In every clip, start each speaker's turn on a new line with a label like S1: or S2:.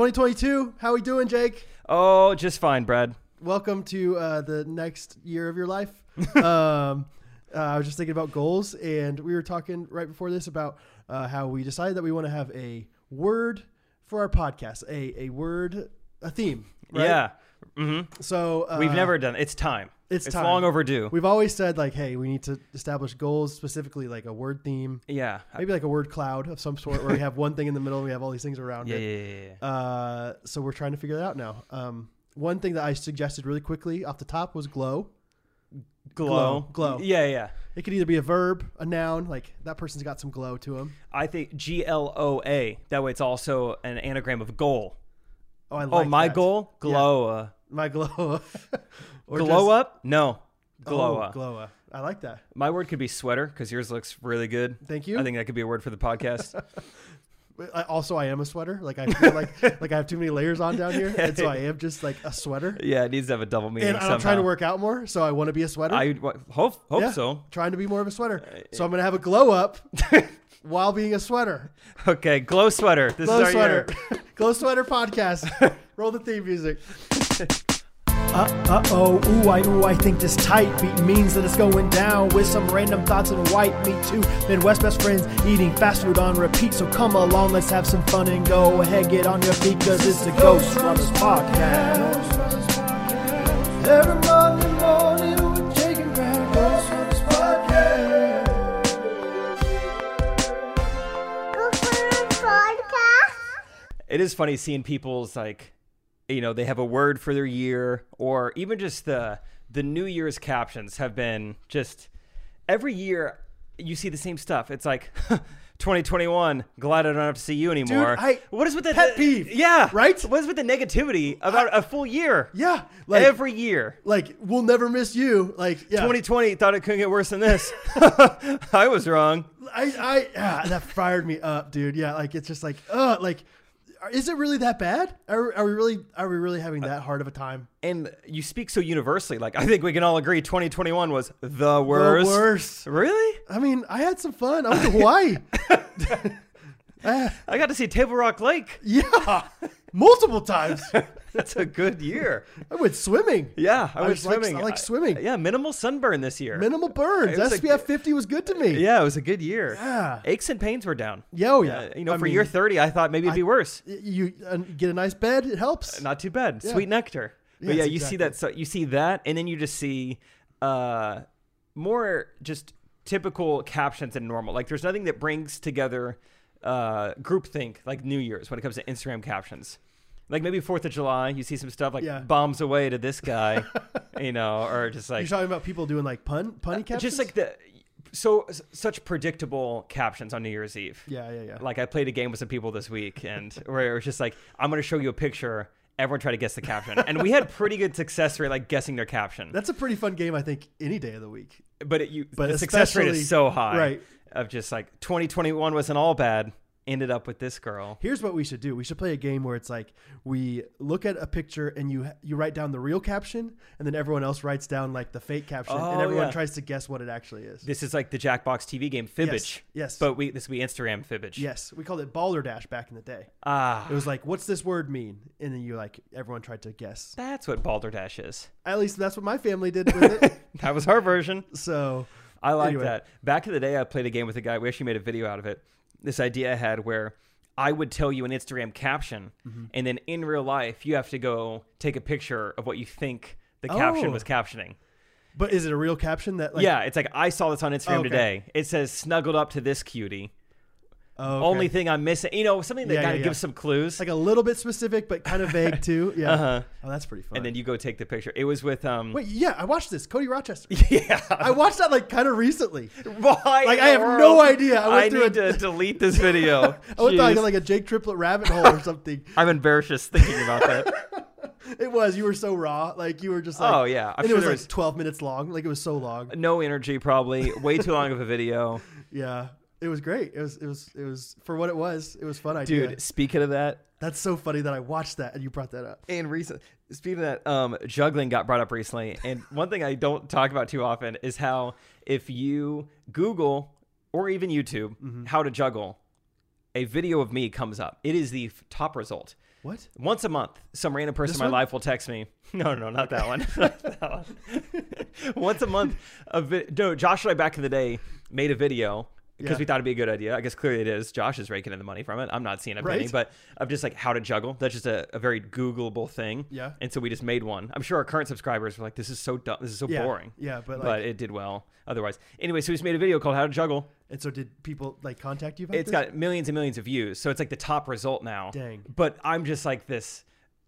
S1: 2022. How we doing, Jake?
S2: Oh, just fine, Brad.
S1: Welcome to uh, the next year of your life. um, uh, I was just thinking about goals, and we were talking right before this about uh, how we decided that we want to have a word for our podcast, a a word, a theme. Right?
S2: Yeah. hmm
S1: So uh,
S2: We've never done It's time.
S1: It's time.
S2: long overdue.
S1: We've always said like, hey, we need to establish goals specifically, like a word theme,
S2: yeah.
S1: maybe like a word cloud of some sort, where we have one thing in the middle, and we have all these things around
S2: Yeah,
S1: it.
S2: yeah, yeah, yeah.
S1: Uh, so we're trying to figure that out now. Um, one thing that I suggested really quickly off the top was glow.
S2: Glow.
S1: glow.
S2: Yeah, yeah.
S1: It could either be a verb, a noun, like that person's got some glow to him.
S2: I think G L O A. That way it's also an anagram of goal.
S1: Oh, I
S2: Oh,
S1: like
S2: my
S1: that.
S2: goal? Glow. Uh,
S1: My glow. or
S2: glow
S1: just-
S2: up? No. Glow
S1: Oh,
S2: up.
S1: glow up. I like that.
S2: My word could be sweater because yours looks really good.
S1: Thank you.
S2: I think that could be a word for the podcast.
S1: I, also, I am a sweater. Like I feel like like I have too many layers on down here, and so I am just like a sweater.
S2: yeah, it needs to have a double meaning.
S1: And
S2: somehow.
S1: I'm trying to work out more, so I want to be a sweater.
S2: I w- hope hope
S1: Yeah,
S2: so. Uh,
S1: Trying to be more of a sweater, so I'm gonna have a glow up while being a sweater.
S2: Okay, glow sweater. This
S1: Glow
S2: is our
S1: sweater.
S2: year.
S1: Glow sweater podcast. Roll the theme music. Uh oh, ooh, I ooh, I think this tight beat means that it's going down with some random thoughts and white meat too. Midwest best friends eating fast food on repeat. So come along, let's have some fun and go ahead, get on your feet, cause it's the Ghost Runners Podcast. Every Monday morning we're taking back Ghost Runners Podcast.
S2: it is funny seeing people's like you know they have a word for their year or even just the the new year's captions have been just every year you see the same stuff it's like 2021 glad i don't have to see you anymore
S1: I-
S2: what is with the
S1: pet peeve,
S2: yeah
S1: right?
S2: what is with the negativity about a full year
S1: Yeah, like,
S2: every year
S1: like we'll never miss you. Like yeah.
S2: 2020 thought it couldn't get worse than this i was wrong
S1: I, I, ah, that fired me up, dude. Yeah, like it's just like, uh, like, is it really that bad? Are, are we really, are we really having that hard of a time?
S2: and you speak so universally like i think we can all agree 2021 was the
S1: The
S2: worst
S1: worst.
S2: really
S1: I mean, I had some fun. I went to Hawaii. Ah,
S2: I got to see Table Rock Lake.
S1: yeah, multiple times.
S2: That's a good year.
S1: I went swimming.
S2: Yeah, I, was
S1: just like-
S2: swimming.
S1: I like swimming.
S2: yeah, minimal sunburn this year.
S1: Minimal burns.
S2: It was a
S1: SPF 50 was good to me.
S2: yeah, it was a good year.
S1: Yeah.
S2: Aches and pains were down.
S1: Yeah, oh, yeah.
S2: Uh, you know,
S1: I
S2: for
S1: mean,
S2: year 30, I thought maybe it'd be worse.
S1: You uh, get a nice bed. It helps.
S2: Not too bad.
S1: Yeah.
S2: Sweet nectar. But
S1: Yes,
S2: yeah, you see
S1: exactly.
S2: that. So you see that, and then you just see uh, more just typical captions than normal. Like there's nothing that brings together uh, groupthink like New Year's when it comes to Instagram captions. Like maybe Fourth of July, you see some stuff like
S1: Yeah.
S2: bombs away to this guy, you know, or just like Uh,
S1: You're talking about people doing like pun, punny captions.
S2: just like the so such predictable captions on New Year's Eve.
S1: yeah, yeah, yeah.
S2: Like I played a game with some people this week, and where it was just like, I'm gonna show you a picture. Everyone try to guess the caption, and we had pretty good success rate, like guessing their caption.
S1: That's a pretty fun game, I think, any day of the week.
S2: but it, you,
S1: but
S2: the success rate
S1: especially-
S2: is so high,
S1: right.
S2: Of just like 2021 wasn't all bad. Ended up with this girl.
S1: Here's what we should do. We should play a game where it's like we look at a picture and you you write down the real caption and then everyone else writes down like the fake caption and
S2: Oh,
S1: everyone
S2: yeah.
S1: tries to guess what it actually is.
S2: This is like the Jackbox TV game Fibbage.
S1: yes.
S2: But we this we Instagram Fibbage.
S1: yes, we called it balderdash back in the day.
S2: Ah,
S1: It was like, what's this word mean? And then you like everyone tried to guess.
S2: that's what Balderdash is.
S1: At least that's what my family did with it.
S2: That was our version.
S1: so
S2: I like
S1: Anyway.
S2: that. Back in the day, I played a game with a guy. We actually made a video out of it. This idea I had where I would tell you an Instagram caption,
S1: Mm-hmm.
S2: and then in real life, you have to go take a picture of what you think the
S1: Oh.
S2: caption was captioning.
S1: but is it a real caption that like
S2: yeah, it's like I saw this on Instagram
S1: okay.
S2: today. It says snuggled up to this cutie.
S1: oh, okay.
S2: Only thing I'm missing, you know, something that
S1: Yeah,
S2: kind of
S1: yeah,
S2: gives
S1: yeah.
S2: some clues,
S1: like a little bit specific but kind of vague too. Yeah.
S2: Uh-huh.
S1: Oh, that's pretty fun.
S2: and then you go take the picture. It was with um.
S1: Wait, yeah, I watched this. Cody Rochester.
S2: Yeah.
S1: I watched that like kind of recently.
S2: Why?
S1: Like,
S2: in
S1: I
S2: the
S1: have no
S2: world?
S1: idea. I went
S2: I
S1: through
S2: need
S1: a-
S2: to delete this video.
S1: I went down
S2: Jeez.
S1: like a Jake Triplet rabbit hole or something.
S2: I'm embarrassed just thinking about that.
S1: It was you were so raw, like you were just like,
S2: Oh, yeah. I'm
S1: and it
S2: sure
S1: was
S2: there
S1: like
S2: was-
S1: twelve minutes long, like it was so long.
S2: no energy probably way too long of a video
S1: Yeah, it was great. It was it was it was for what it was. It was a fun idea.
S2: dude speaking of that
S1: that's so funny that I watched that and you brought that up.
S2: and recent speaking of that um juggling got brought up recently and one thing i don't talk about too often is how if you google or even Mm-hmm. youtube how to juggle a video of me comes up it is the f- top result
S1: What?
S2: Once a month, some random person
S1: This
S2: in my
S1: one?
S2: life will text me. No, no, not that one. Not that one. Once a month, a vi- no, Josh and I back in the day made a video because
S1: Yeah.
S2: we thought it'd be a good idea. I guess clearly it is. Josh is raking in the money from it. I'm not seeing a penny,
S1: Right.
S2: but of just like how to juggle. That's just a, a very Googleable thing.
S1: Yeah.
S2: And so we just made one. I'm sure our current subscribers were like, "This is so dumb. This is so
S1: Yeah.
S2: boring."
S1: Yeah, but, like-
S2: but it did well. Otherwise, anyway, so we just made a video called "How to Juggle."
S1: And so did people like contact you about
S2: It's
S1: this?
S2: got millions and millions of views so it's like the top result now
S1: Dang.
S2: but i'm just like this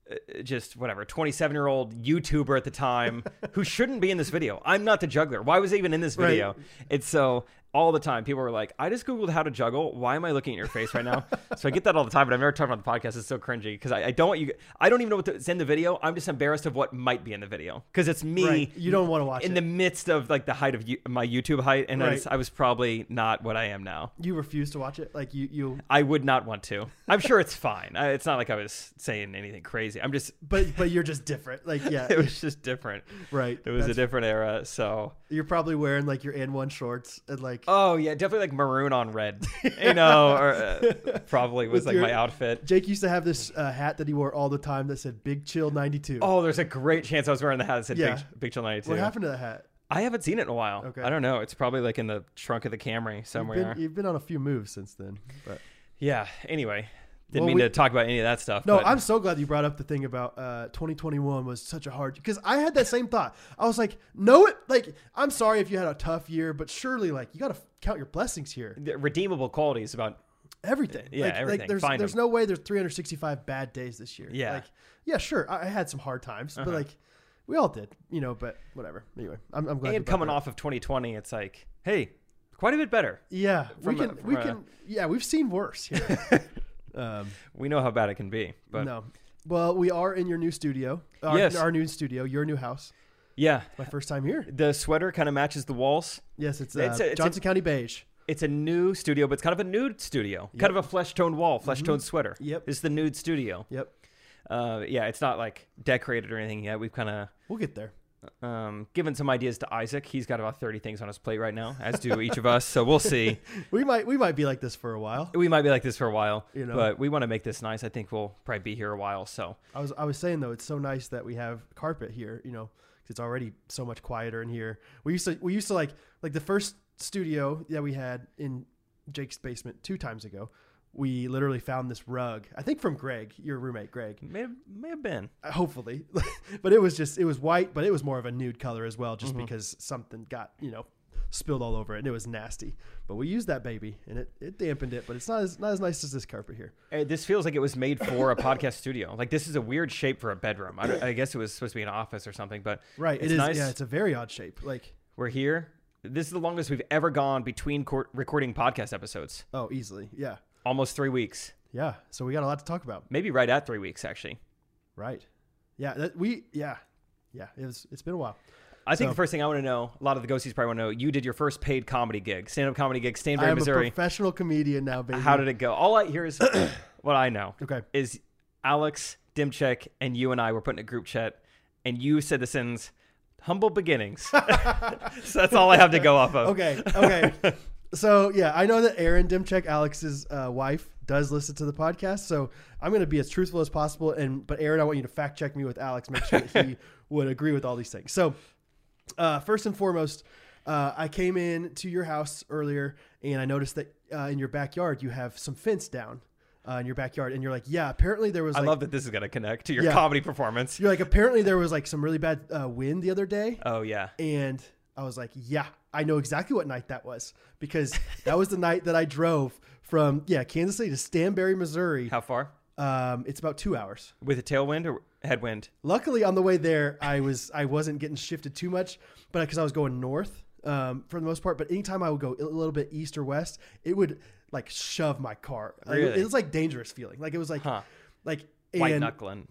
S2: uh, just whatever 27 year old youtuber at the time who shouldn't be in this video i'm not the juggler why was i even in this
S1: Right.
S2: video it's so all the time people were like i just googled how to juggle why am i looking at your face right now so i get that all the time but i've never talked about the podcast it's so cringy because I, I don't want you i don't even know what's in the video i'm just embarrassed of what might be in the video because it's me
S1: Right. You don't wanna watch
S2: in
S1: it.
S2: the midst of like the height of you, my youtube height and I,
S1: Right.
S2: just- I was probably not what i am now
S1: you refuse to watch it. Like you, you.
S2: I would not want to. I'm sure it's fine. I, it's not like I was saying anything crazy. I'm just,
S1: But but you're just different. Like yeah,
S2: it was just different.
S1: right.
S2: It was a
S1: That's-
S2: different era. So,
S1: You're probably wearing like your N one shorts and like
S2: oh yeah, definitely like maroon on red. You know, or uh, probably was
S1: With
S2: like
S1: your-
S2: my outfit.
S1: Jake used to have this uh, hat that he wore all the time that said "Big Chill '92."
S2: Oh, there's a great chance I was wearing the hat that said
S1: Yeah.
S2: Big, Big Chill 92.
S1: what happened to that hat?
S2: I haven't seen it in a while.
S1: Okay.
S2: I don't know. It's probably like in the trunk of the Camry
S1: You've
S2: somewhere.
S1: been, you've been on a few moves since then. But.
S2: yeah. Anyway, didn't
S1: Well,
S2: mean
S1: we-
S2: to talk about any of that stuff.
S1: No,
S2: but
S1: I'm so glad you brought up the thing about uh, 2021 was such a hard because I had that same thought. I was like, no, it like I'm sorry if you had a toff year, but surely like you got to count your blessings here.
S2: the redeemable qualities about
S1: Everything,
S2: Yeah,
S1: like,
S2: everything.
S1: Like, there's
S2: Find
S1: there's
S2: 'em.
S1: no way there's 365 bad days this year.
S2: Yeah. Uh-huh.
S1: like yeah, sure, I, I had some hard times, but like we all did, you know. But whatever. Anyway, I'm, I'm glad. you
S2: and
S1: brought
S2: coming
S1: that up.
S2: off of 2020, it's like, hey, quite a bit better.
S1: yeah, we
S2: from a-
S1: can we
S2: from a-
S1: can yeah, we've seen worse here. um,
S2: We know how bad it can be, but
S1: no, well, we are in your new studio. Our,
S2: Yes.
S1: our new studio, your new house.
S2: yeah,
S1: My first time here.
S2: the sweater kind of matches the walls.
S1: Yes, it's, uh,
S2: It's a- it's a-
S1: Johnson County beige.
S2: It's a new studio, but it's kind of a nude studio, kind of a flesh toned wall, flesh toned sweater.
S1: Mm-hmm. Yep.
S2: it's the nude studio.
S1: Yep,
S2: Uh, yeah, it's not like decorated or anything yet. We've kind
S1: we'll get there.
S2: of um, given some ideas to Isaac. He's got about thirty things on his plate right now, as do each of us. So we'll see.
S1: We might we might be like this for a while.
S2: We might be like this for a while,
S1: You know.
S2: but we want to make this nice. I think we'll probably be here a while. So
S1: I was I was saying though, it's so nice that we have carpet here. You know, 'cause it's already so much quieter in here. We used to we used to like like the first studio that we had in Jake's basement two times ago. We literally found this rug. I think from Greg, your roommate Greg.
S2: may have, may have been.
S1: Uh, Hopefully, but it was just it was white, but it was more of a nude color as well, just
S2: Mm-hmm.
S1: because something got you know spilled all over it and it was nasty. But we used that baby and it, it dampened it, but it's not as not as nice as this carpet here.
S2: Uh, This feels like it was made for a podcast studio. Like this is a weird shape for a bedroom. I, don't- I guess it was supposed to be an office or something, but
S1: Right.
S2: it's
S1: it is.
S2: nice.
S1: Yeah, it's a very odd shape. Like,
S2: We're here. This is the longest we've ever gone between court recording podcast episodes.
S1: oh, easily. Yeah.
S2: Almost three weeks,
S1: Yeah. So we got a lot to talk about.
S2: maybe right at three weeks, actually.
S1: Right. Yeah. That we. Yeah. Yeah. It was, it's been a while.
S2: I think
S1: So-
S2: the first thing I want to know, a lot of the ghosties probably want to know, you did your first paid comedy gig, stand up comedy gig,
S1: I
S2: Stanbury,
S1: am a
S2: Missouri.
S1: professional comedian now, baby.
S2: How did it go? All I hear is what I know
S1: Okay.
S2: is Alex, Dimchek, and you and I were put in a group chat, and you said the sentence, humble beginnings. so that's all I have to go off of.
S1: Okay. Okay. so yeah, I know that Aaron Dimchek, Alex's uh, wife, does listen to the podcast. So I'm going to be as truthful as possible. And but Aaron, I want you to fact check me with Alex, make sure that he would agree with all these things. So uh, first and foremost, uh, I came in to your house earlier and I noticed that uh, in your backyard you have some fence down uh, in your backyard, and you're like, yeah, apparently there was.
S2: I
S1: Like,
S2: love that this is going to connect to your
S1: Yeah.
S2: comedy performance.
S1: You're like, apparently there was like some really bad uh, wind the other day,
S2: Oh, yeah.
S1: and I was like, yeah, I know exactly what night that was because that was the night that I drove from yeah Kansas City to Stanberry, Missouri.
S2: How far?
S1: Um, it's about two hours.
S2: With a tailwind or headwind?
S1: Luckily, on the way there, I was I wasn't getting shifted too much, but because I was going north um, for the most part. But anytime I would go a little bit east or west, it would like shove my car. Like,
S2: Really?
S1: It was like dangerous feeling. Like it was like
S2: Huh.
S1: like
S2: White
S1: and-
S2: knuckling.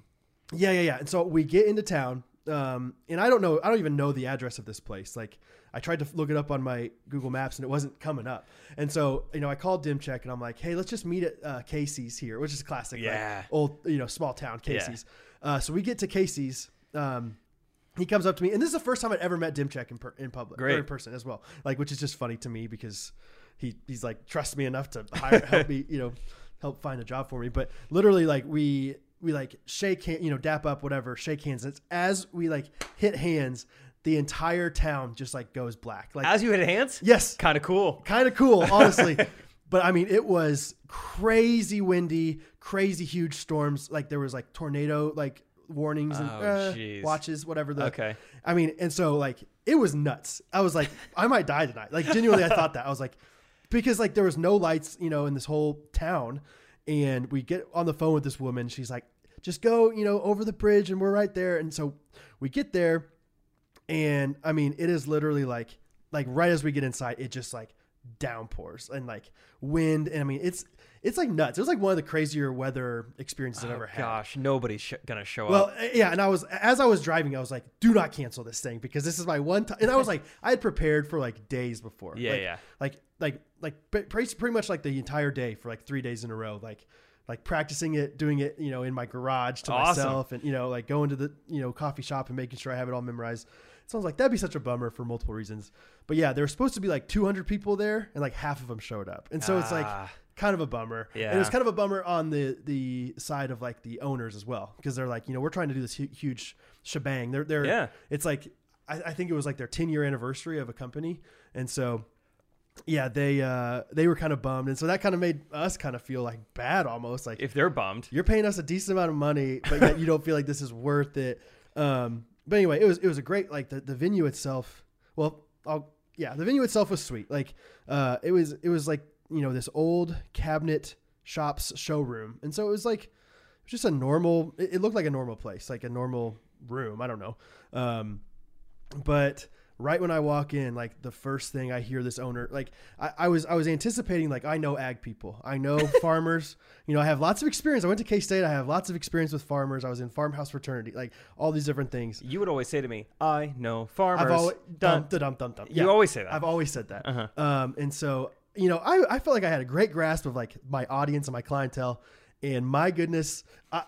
S1: yeah, yeah, yeah. And so we get into town, um, and I don't know, I don't even know the address of this place. Like, I tried to look it up on my Google Maps, and it wasn't coming up. And so, you know, I called Dimcheck, and I'm like, "Hey, let's just meet at uh, Casey's here," which is classic, like,
S2: Yeah.
S1: old, you know, small town Casey's. Uh, so we get to Casey's. Um, he comes up to me, and this is the first time I'd ever met Dimcheck in, per- in public, or
S2: Great.
S1: in person as well. Like, which is just funny to me because he he's like trust me enough to hire, help me, you know, help find a job for me. But literally, like we we like shake hand, you know, dap up, whatever, shake hands. It's as we like hit hands, the entire town just like goes black. Like
S2: As you hit hands?
S1: yes,
S2: Kind of cool.
S1: kind of cool, honestly. but I mean, it was crazy windy, crazy huge storms. Like there was like tornado like warnings and
S2: Oh,
S1: uh,
S2: jeez.
S1: watches, whatever. The,
S2: Okay.
S1: I mean, and so like it was nuts. I was like, I might die tonight. Like genuinely, I thought that. I was like, because like there was no lights, you know, in this whole town. And we get on the phone with this woman. She's like, just go, you know, over the bridge and we're right there. And so we get there and I mean, it is literally like like right as we get inside, it just like downpours and like wind, and I mean, it's it's like nuts. It was like one of the crazier weather experiences
S2: Oh,
S1: I've ever had.
S2: Gosh, nobody's sh- gonna show up.
S1: Well, uh, yeah, and I was as I was driving, I was like, "Do not cancel this thing because this is my one time." And I was like, I had prepared for like days before.
S2: Yeah,
S1: like,
S2: yeah.
S1: Like, like, like pre- pretty pretty much like the entire day for like three days in a row, like, like practicing it, doing it, you know, in my garage to
S2: Awesome.
S1: myself, and you know, like going to the you know coffee shop and making sure I have it all memorized. So I was like, that'd be such a bummer for multiple reasons. But yeah, there were supposed to be like 200 people there, and like half of them showed up, and so it's like
S2: Ah.
S1: kind of a bummer. And it
S2: Yeah.
S1: was kind of a bummer on the the side of like the owners as well because they're like, you know, we're trying to do this hu- huge shebang. They're they're
S2: Yeah.
S1: It's like I, I think it was like their 10 year anniversary of a company, and so yeah, they uh they were kind of bummed, and so that kind of made us kind of feel like bad almost like
S2: if they're bummed,
S1: you're paying us a decent amount of money, but yet you don't feel like this is worth it. Um, but anyway, it was it was a great like the, the venue itself. Well, I'll, yeah, the venue itself was sweet. Like uh, it was it was like you know this old cabinet shops showroom, and so it was like it was just a normal. It, it looked like a normal place, like a normal room. I don't know, um, but. Right when I walk in, like the first thing I hear this owner, like I, I was, I was anticipating, like I know ag people, I know farmers, you know, I have lots of experience. I went to K State, I have lots of experience with farmers. I was in farmhouse fraternity, like all these different things.
S2: you would always say to me, "I know farmers."
S1: I've always
S2: Dun-
S1: dum, dum, dum, dum.
S2: You always say that. Uh-huh.
S1: I've always said that. Um, and so you know, I, I felt like I had a great grasp of like my audience and my clientele, and my goodness, I.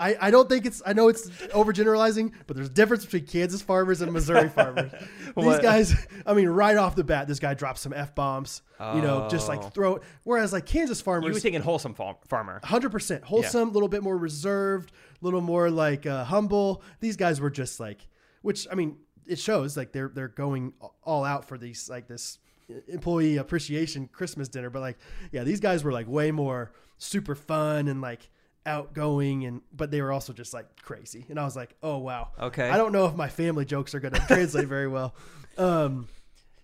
S1: I, I don't think it's I know it's overgeneralizing, but there's a difference between Kansas farmers and Missouri farmers. These
S2: What?
S1: guys, I mean, right off the bat, this guy drops some f bombs, you know, just
S2: Oh.
S1: like throw. Whereas like Kansas
S2: you were
S1: farmers,
S2: thinking wholesome farm- farmer.
S1: hundred percent wholesome, a little bit more reserved, a little more like uh, humble. These guys were just like, which I mean, it shows like they're they're going all out for these like this employee appreciation Christmas dinner. But like, yeah, these guys were like way more super fun and like outgoing and but they were also just like crazy and i was like oh wow
S2: Okay.
S1: i don't know if my family jokes are gonna translate very well um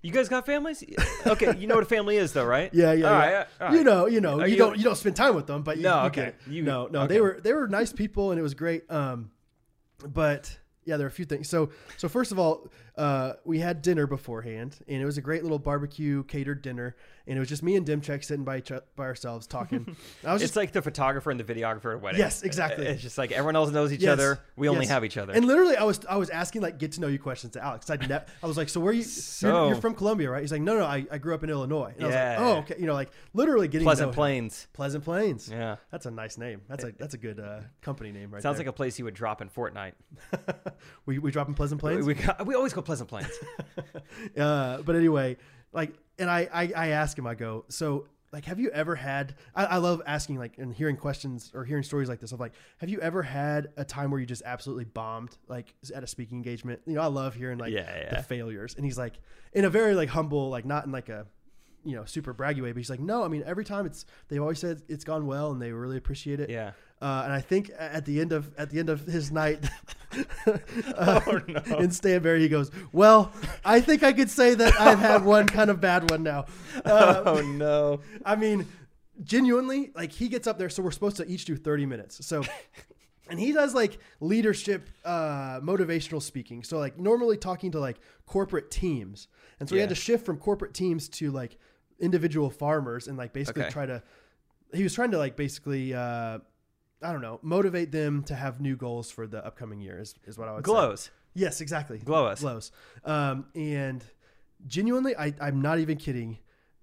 S2: You guys got families? okay, you know what a family is, though, right?
S1: Yeah, yeah,
S2: All
S1: yeah.
S2: right, all right.
S1: You know, you know,
S2: Are
S1: you,
S2: you-
S1: don't you don't spend time with them, but you,
S2: No,
S1: you
S2: okay.
S1: get it.
S2: You-
S1: no, no,
S2: okay.
S1: they were they were nice people, and it was great. Um, but yeah, there are a few things. So so first of all, uh, we had dinner beforehand, and it was a great little barbecue catered dinner, and it was just me and Dimchek sitting by each o- by ourselves talking. And I was just
S2: It's like the photographer and the videographer at a wedding.
S1: Yes, exactly.
S2: It's just like everyone else knows each
S1: Yes.
S2: other. We only
S1: Yes.
S2: have each other.
S1: And literally, I was I was asking like get to know you questions to Alex. I ne- I was like, so where you?
S2: So-
S1: you're, you're from Columbia, right? He's like, no, no, I, I grew up in Illinois. And
S2: Yeah.
S1: I was like, oh, okay. You know, like literally getting
S2: Pleasant
S1: to know him.
S2: Plains.
S1: Pleasant Plains.
S2: Yeah.
S1: That's a nice name. That's a that's a good uh, company name right
S2: Eh. Sounds
S1: there.
S2: like a place you would drop in Fortnite.
S1: we we dropping Pleasant Plains.
S2: We, got, we always go Pleasant Plains.
S1: uh, but anyway, like, and I, I I ask him. I go, so like, have you ever had? I, I love asking like and hearing questions or hearing stories like this. of like, have you ever had a time where you just absolutely bombed like at a speaking engagement? You know, I love hearing like
S2: Yeah, yeah.
S1: the failures. And he's like, in a very like humble, like not in like a you know super braggy way, but he's like, no, I mean every time it's they've always said it's gone well and they really appreciate it.
S2: Yeah.
S1: Uh, and I think a- at the end of at the end of his night uh,
S2: Oh, no.
S1: in Stanberry, he goes, "Well, I think I could say that I've had one kind of bad one now." Uh,
S2: oh, no.
S1: I mean, genuinely, like he gets up there, so we're supposed to each do thirty minutes. So, and he does like leadership, uh, motivational speaking. So like normally talking to like corporate teams, and so he had
S2: Yeah.
S1: to shift from corporate teams to like individual farmers and like basically
S2: Okay.
S1: try to. He was trying to like basically. Uh, I don't know. Motivate them to have new goals for the upcoming year is, is what I would say.
S2: Glows.
S1: Yes, exactly.
S2: Glow us.
S1: Glows. Um, and genuinely, I, I'm not even kidding.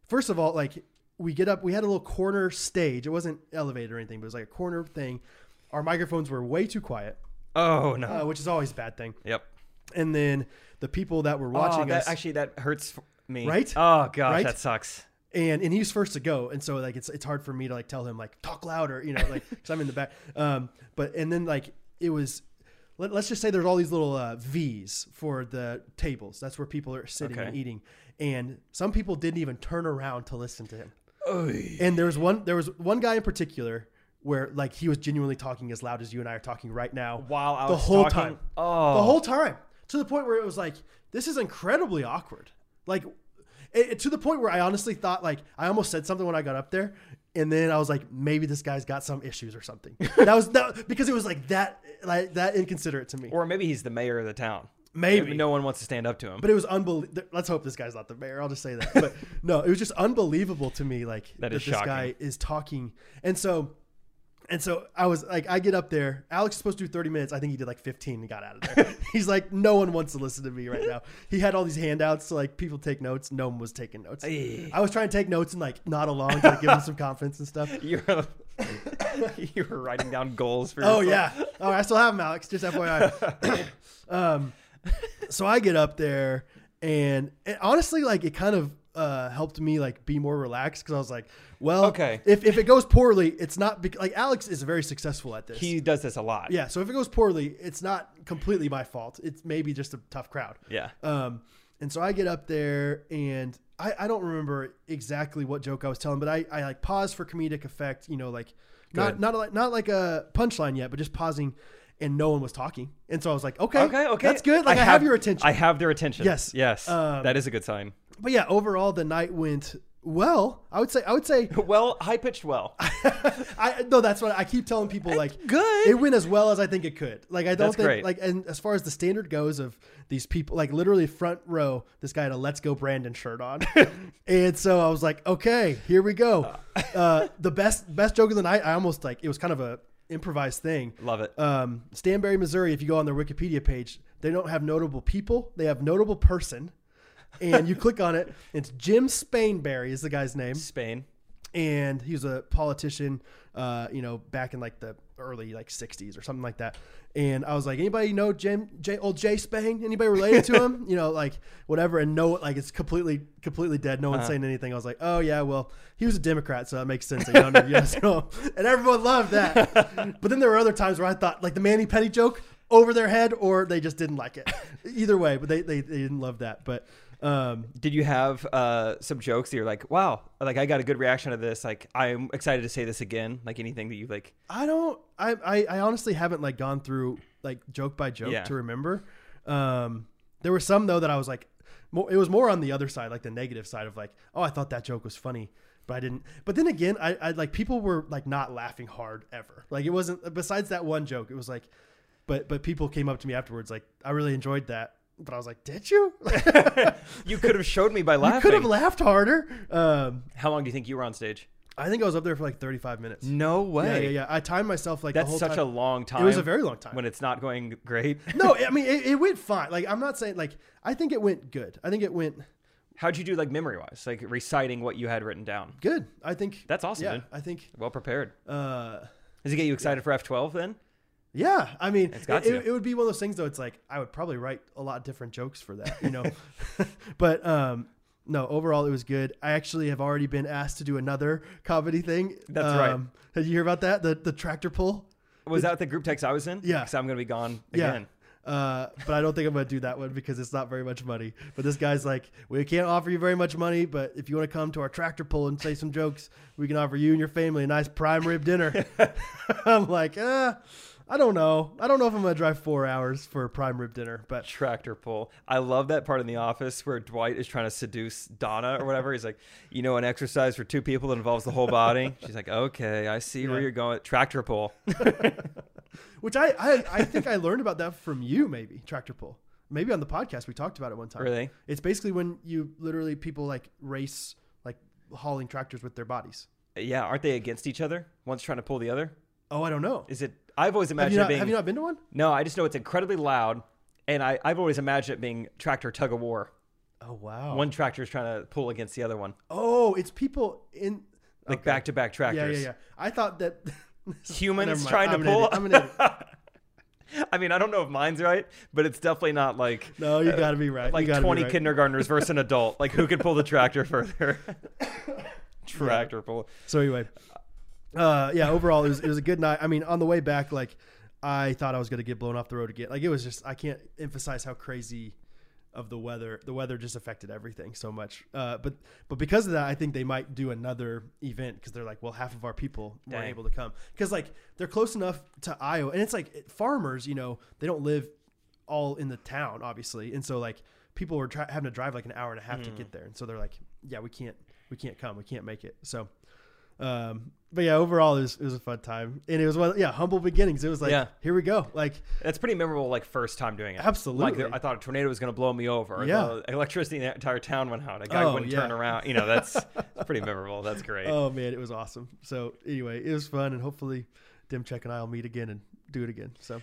S1: First of all, like we get up, we had a little corner stage. It wasn't elevated or anything, but it was like a corner thing. Our microphones were way too quiet,
S2: Oh, no.
S1: uh, which is always a bad thing.
S2: yep.
S1: And then the people that were
S2: Oh,
S1: watching
S2: that-
S1: us,
S2: Actually, that hurts f- me.
S1: Right?
S2: Oh, gosh,
S1: Right?
S2: that sucks.
S1: and and he's first to go and so like it's it's hard for me to like tell him like talk louder you know like because i'm in the back um but and then like it was let, us just say there's all these little uh, v's for the tables that's where people are sitting and
S2: Okay.
S1: eating and some people didn't even turn around to listen to him
S2: Oy.
S1: and there was one there was one guy in particular where like he was genuinely talking as loud as you and i are talking right now
S2: While I
S1: the
S2: was
S1: whole
S2: talking?
S1: time
S2: Oh.
S1: the whole time to the point where it was like this is incredibly awkward like it, it- to the point where i honestly thought like i almost said something when i got up there and then i was like maybe this guy's got some issues or something that was that because it was like that like that inconsiderate to me
S2: Or maybe he's the mayor of the town.
S1: Maybe.
S2: no one wants to stand up to him.
S1: but it was unbelievable. Let's hope this guy's not the mayor. I'll just say that. But no, it was just unbelievable to me. Like
S2: That is
S1: this
S2: shocking.
S1: guy is talking, and so, and so I was like, I get up there. Alex is supposed to do thirty minutes. I think he did like fifteen and got out of there. He's like, no one wants to listen to me right now. He had all these handouts to like people take notes. No one was taking notes.
S2: Ay.
S1: I was trying to take notes and like nod along to like, give him some confidence and stuff.
S2: you were you were writing down goals for.
S1: Oh
S2: yourself.
S1: yeah. All right, I still have him, Alex. Just FYI. um, so I get up there, and, and honestly, like it kind of uh, helped me like be more relaxed because I was like, well,
S2: Okay.
S1: If if it goes poorly, it's not bec- like Alex is very successful at this.
S2: He does this a lot.
S1: yeah. So if it goes poorly, it's not completely my fault. It's maybe just a tough crowd.
S2: Yeah.
S1: Um, and so I get up there and I, I don't remember exactly what joke I was telling, but I, I like paused for comedic effect, you know, like not,
S2: Good.
S1: not, like, not like a punchline yet, but just pausing and no one was talking. And so I was like, okay,
S2: Okay. Okay.
S1: that's good. Like I, have, your attention.
S2: I have their attention.
S1: Yes.
S2: Yes.
S1: Um,
S2: that is a good sign.
S1: but yeah, overall the night went well, I would say, I would say,
S2: Well, high pitched. Well.
S1: I no, that's what I keep telling people. Like,
S2: good.
S1: It went as well as I think it could. Like, I don't
S2: That's
S1: think
S2: great.
S1: like, and as far as the standard goes of these people, like literally front row, this guy had a "Let's Go Brandon" shirt on, and so I was like, okay, here we go. Uh, the best best joke of the night. I almost like it was kind of a improvised thing.
S2: Love it.
S1: Um, Stanberry, Missouri. If you go on their Wikipedia page, they don't have notable people. They have notable person. and you click on it. It's Jim Spainberry is the guy's name
S2: Spain.
S1: and he was a politician, uh, you know, back in like the early like '60s or something like that. And I was like, anybody know Jim, J, old Jay Spain? Anybody related to him? you know, like whatever. And no, like it's completely, completely dead. No one's saying anything. I was like, oh yeah, well, he was a Democrat, so that makes sense. that you don't know, you guys know him. And everyone loved that. but then there were other times where I thought like the Manny Petty joke over their head, or they just didn't like it. Either way, but they they, they didn't love that. But um,
S2: Did you have uh, some jokes that you're like, wow, like I got a good reaction to this. Like I'm excited to say this again. Like anything that you like.
S1: I don't. I, I I honestly haven't like gone through like joke by joke
S2: Yeah.
S1: to remember. Um, there were some though that I was like, mo it was more on the other side, like the negative side of like, oh, I thought that joke was funny, but I didn't. But then again, I, I like people were like not laughing hard ever. Like it wasn't besides that one joke. It was like, but but people came up to me afterwards like, I really enjoyed that. But I was like, did you?
S2: You could have showed me by laughing.
S1: Could have laughed harder. Um,
S2: How long do you think you were on stage?
S1: I think I was up there for like 35 minutes.
S2: No way.
S1: Yeah, yeah, yeah. I timed myself like the
S2: That's
S1: whole
S2: such
S1: time.
S2: a long time.
S1: It was a very long time.
S2: when it's not going great.
S1: no, I mean it, it went fine. Like I'm not saying like I think it went good. I think it went
S2: How'd you do, like memory wise, like reciting what you had written down?
S1: good. I think
S2: That's awesome,
S1: Yeah,
S2: dude.
S1: I think.
S2: Well prepared.
S1: Uh,
S2: Does it get you excited for F twelve then?
S1: yeah, I mean,
S2: got
S1: it,
S2: to.
S1: it, it would be one of those things though. It's like I would probably write a lot of different jokes for that, you know. but um, no, overall it was good. I actually have already been asked to do another comedy thing.
S2: That's right.
S1: um, Did you hear about that? The the tractor pull.
S2: Was that the group text I was in?
S1: Yeah.
S2: Because I'm gonna be gone
S1: Yeah.
S2: again.
S1: Uh, but I don't think I'm gonna do that one because it's not very much money. But this guy's like, we can't offer you very much money, but if you want to come to our tractor pull and say some jokes, we can offer you and your family a nice prime rib dinner. I'm like, uh, I don't know. I don't know if I'm gonna drive four hours for a prime rib dinner, but
S2: Tractor pull. I love that part in the office where Dwight is trying to seduce Donna or whatever. He's like, you know, an exercise for two people that involves the whole body. She's like, okay, I see
S1: Yeah.
S2: where you're going. Tractor pull.
S1: which I I, I think I learned about that from you maybe tractor pull. Maybe on the podcast we talked about it one time.
S2: Really?
S1: It's basically when you literally people like race like hauling tractors with their bodies.
S2: Yeah. Aren't they against each other? One's trying to pull the other.
S1: Oh, I don't know.
S2: Is it? I've always
S1: Have you,
S2: imagined it
S1: not,
S2: being.
S1: have you not been to one?
S2: No, I just know it's incredibly loud, and I, I've always imagined it being tractor tug of war.
S1: Oh wow.
S2: One tractor is trying to pull against the other one,
S1: Oh, it's people in oh,
S2: like back to back
S1: Yeah,
S2: tractors.
S1: yeah, yeah. I thought that
S2: Humans
S1: Never mind.
S2: trying to
S1: I'm an
S2: pull.
S1: idiot. I'm an idiot.
S2: I mean, I don't know if mine's right, but it's definitely not like
S1: No, you
S2: uh,
S1: gotta be right. You
S2: Like
S1: gotta be
S2: twenty
S1: right.
S2: kindergartners versus an adult. Like who could pull the tractor further? tractor pull.
S1: So anyway, uh, yeah. Overall, it was it was a good night. I mean, on the way back, like I thought I was gonna get blown off the road again. Like it was just I can't emphasize how crazy of the weather. The weather just affected everything so much. Uh, but but because of that, I think they might do another event because they're like, well, half of our people weren't
S2: Dang.
S1: able to come because like they're close enough to Iowa, and it's like farmers. You know, they don't live all in the town, obviously, and so like people were try- having to drive like an hour and a half to get there, and so they're like, yeah, we can't we can't come, we can't make it. So. Um, but yeah, overall it was, it was a fun time, and it was one yeah humble beginnings. It was like
S2: Yeah.
S1: here we go, like
S2: That's pretty memorable. Like first time doing it.
S1: Absolutely.
S2: Like I thought a tornado was going to blow me over.
S1: Yeah.
S2: The electricity in the entire town went out. A guy
S1: Oh,
S2: wouldn't
S1: yeah.
S2: turn around. You know, that's, that's pretty memorable. That's great.
S1: oh man, it was awesome. So anyway, it was fun, and hopefully Dimchek and I will meet again and do it again. So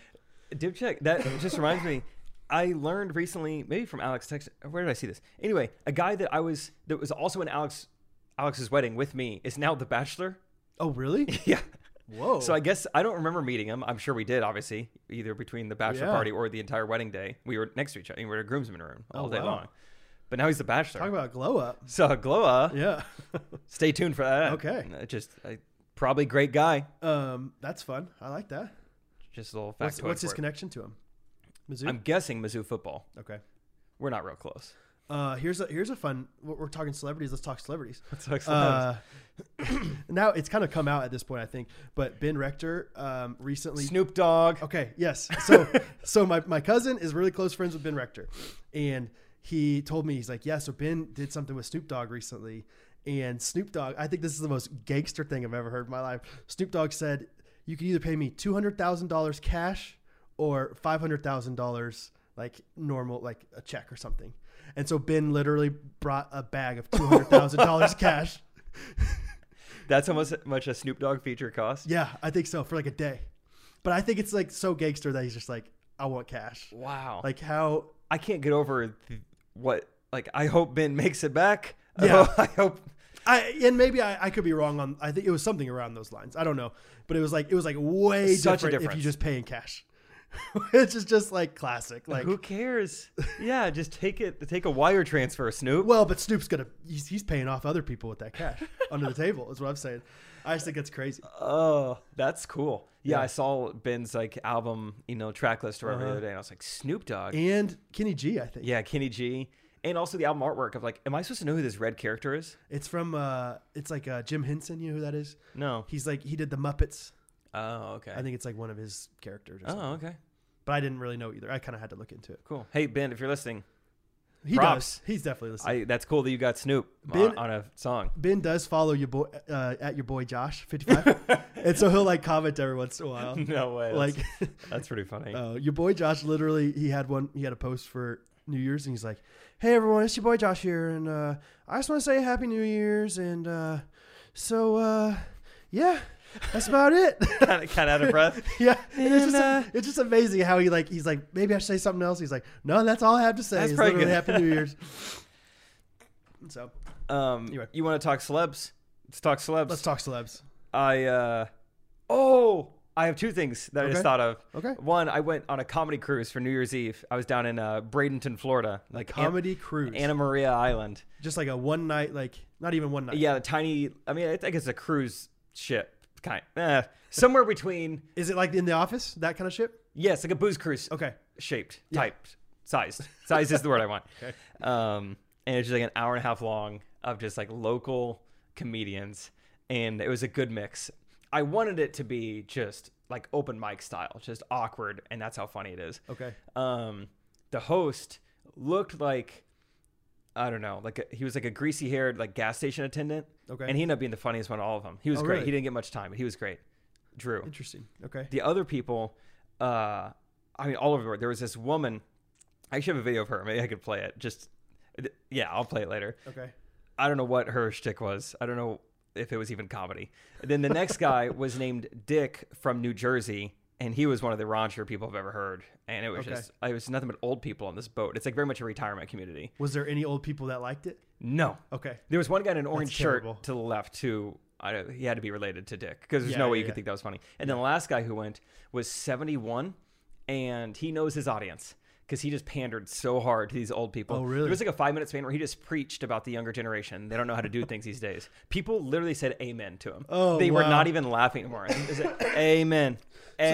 S2: Dipcheck, that just reminds me. I learned recently, maybe from Alex Tex. Where did I see this? Anyway, a guy that I was that was also in Alex Alex's wedding with me is now the bachelor.
S1: oh really?
S2: Yeah.
S1: Whoa.
S2: So I guess I don't remember meeting him. I'm sure we did, obviously, either between the bachelor
S1: Yeah.
S2: party or the entire wedding day. We were next to each other. We were in a groomsman room all
S1: Oh,
S2: day
S1: wow.
S2: long. But now he's the bachelor.
S1: talk about glow up.
S2: so Gloa,
S1: Yeah.
S2: stay tuned for that.
S1: Okay.
S2: Uh, Just I, probably great guy.
S1: um, that's fun. I like that.
S2: Just a little factoid.
S1: What's, what's his
S2: for it.
S1: connection to him? Mizzou.
S2: I'm guessing Mizzou football.
S1: okay.
S2: We're not real close.
S1: Uh, here's a here's a fun. We're, we're talking celebrities. Let's talk celebrities.
S2: That's excellent.
S1: Uh, now it's kind of come out at this point, I think. But Ben Rector um, recently
S2: Snoop Dogg.
S1: Okay, yes. So so my, my cousin is really close friends with Ben Rector. And he told me, he's like, Yeah, so Ben did something with Snoop Dogg recently. And Snoop Dogg, I think this is the most gangster thing I've ever heard in my life. Snoop Dogg said, You can either pay me two hundred thousand dollars cash or five hundred thousand dollars like normal like a check or something. And so Ben literally brought a bag of two hundred thousand dollars cash.
S2: That's how much, much a Snoop Dogg feature costs.
S1: Yeah, I think so, for like a day. But I think it's like so gangster that he's just like, I want cash.
S2: Wow.
S1: Like
S2: Like
S1: how
S2: I can't get over th- what. Like I hope Ben makes it back.
S1: Yeah.
S2: I hope.
S1: I and maybe I, I could be wrong on I think it was something around those lines. I don't know. But it was like it was like way
S2: Such a
S1: different if you
S2: difference.
S1: just pay in cash. Which is just like classic. Like
S2: Who cares? yeah, just take it. Take a wire transfer, Snoop.
S1: well, but Snoop's gonna he's, he's paying off other people with that cash under the table, is what I'm saying. I just think it's crazy.
S2: Oh, that's cool. Yeah, I saw Ben's like album, you know, track list or whatever
S1: Uh-huh.
S2: the other day, and I was like, Snoop Dogg.
S1: And Kenny G, I think.
S2: yeah, Kenny G, and also the album artwork of like, am I supposed to know who this red character is?
S1: It's from uh it's like uh Jim Henson, you know who that is?
S2: No.
S1: He's like he did the Muppets.
S2: Oh, okay.
S1: I think it's like one of his characters or something.
S2: Oh, okay.
S1: But I didn't really know either. I kinda had to look into it.
S2: Cool. Hey Ben, if you're listening,
S1: He
S2: Props.
S1: does. He's definitely listening.
S2: I that's cool that you got Snoop
S1: Ben-
S2: on, on a song.
S1: Ben does follow your boy uh, at your boy Josh fifty five, and so he'll like comment every once in a while.
S2: No way.
S1: Like
S2: Like that's pretty funny.
S1: uh, your boy Josh, literally, he had one. He had a post for New Year's, and he's like, "Hey everyone, it's your boy Josh here, and uh, I just want to say Happy New Year's, and uh, so uh, yeah, that's about it."
S2: kind of kind of out of breath.
S1: yeah, and it's
S2: And,
S1: just
S2: uh,
S1: it's just amazing how he like he's like maybe I should say something else. He's like, "No, that's all I have to say.
S2: That's
S1: is
S2: pretty
S1: literally
S2: good.
S1: Happy New Year's." so
S2: Um,
S1: Anyway.
S2: you want to talk celebs? Let's talk celebs.
S1: let's talk celebs.
S2: I uh, oh, I have two things that I
S1: Okay.
S2: just thought of.
S1: Okay.
S2: One, I went on a comedy cruise for New Year's Eve. I was down in uh, Bradenton, Florida, like An-
S1: Comedy cruise.
S2: Anna Maria Island.
S1: just like a one night, like not even one night.
S2: Yeah, the tiny. I mean, I think it's a cruise ship kind. Eh, somewhere between.
S1: Is it like in the office that kind of ship?
S2: Yes, like a booze cruise.
S1: Okay.
S2: shaped, typed, sized. Size is the word I want. Um, and it's just like an hour and a half long of just like local comedians, and it was a good mix. I wanted it to be just like open mic style, just awkward, and that's how funny it is.
S1: Okay.
S2: Um, the host looked like I don't know, like a, he was like a greasy haired like gas station attendant.
S1: Okay.
S2: and he ended up being the funniest one of all of them. He was
S1: Oh,
S2: great.
S1: really?
S2: He didn't get much time, but he was great. Drew
S1: Interesting. Okay.
S2: the other people, uh, I mean, all over the world. There was this woman. I actually have a video of her. Maybe I could play it. Just, yeah, I'll play it later.
S1: Okay.
S2: I don't know what her shtick was. I don't know if it was even comedy. Then the next guy was named Dick from New Jersey, and he was one of the raunchier people I've ever heard. And it was
S1: Okay.
S2: just, it was nothing but old people on this boat. It's like very much a retirement community.
S1: Was there any old people that liked it?
S2: No,
S1: Okay.
S2: there was one guy in an orange shirt
S1: terrible.
S2: to the left who I don't, he had to be related to Dick because there's
S1: Yeah,
S2: no way
S1: yeah,
S2: you
S1: yeah.
S2: could think that was funny. And then the last guy who went was 71 and he knows his audience because he just pandered so hard to these old people.
S1: Oh, really?
S2: There was like a five minute span where he just preached about the younger generation. They don't know how to do things these days. People literally said amen to him.
S1: Oh,
S2: they were
S1: wow.
S2: not even laughing anymore. They said, amen,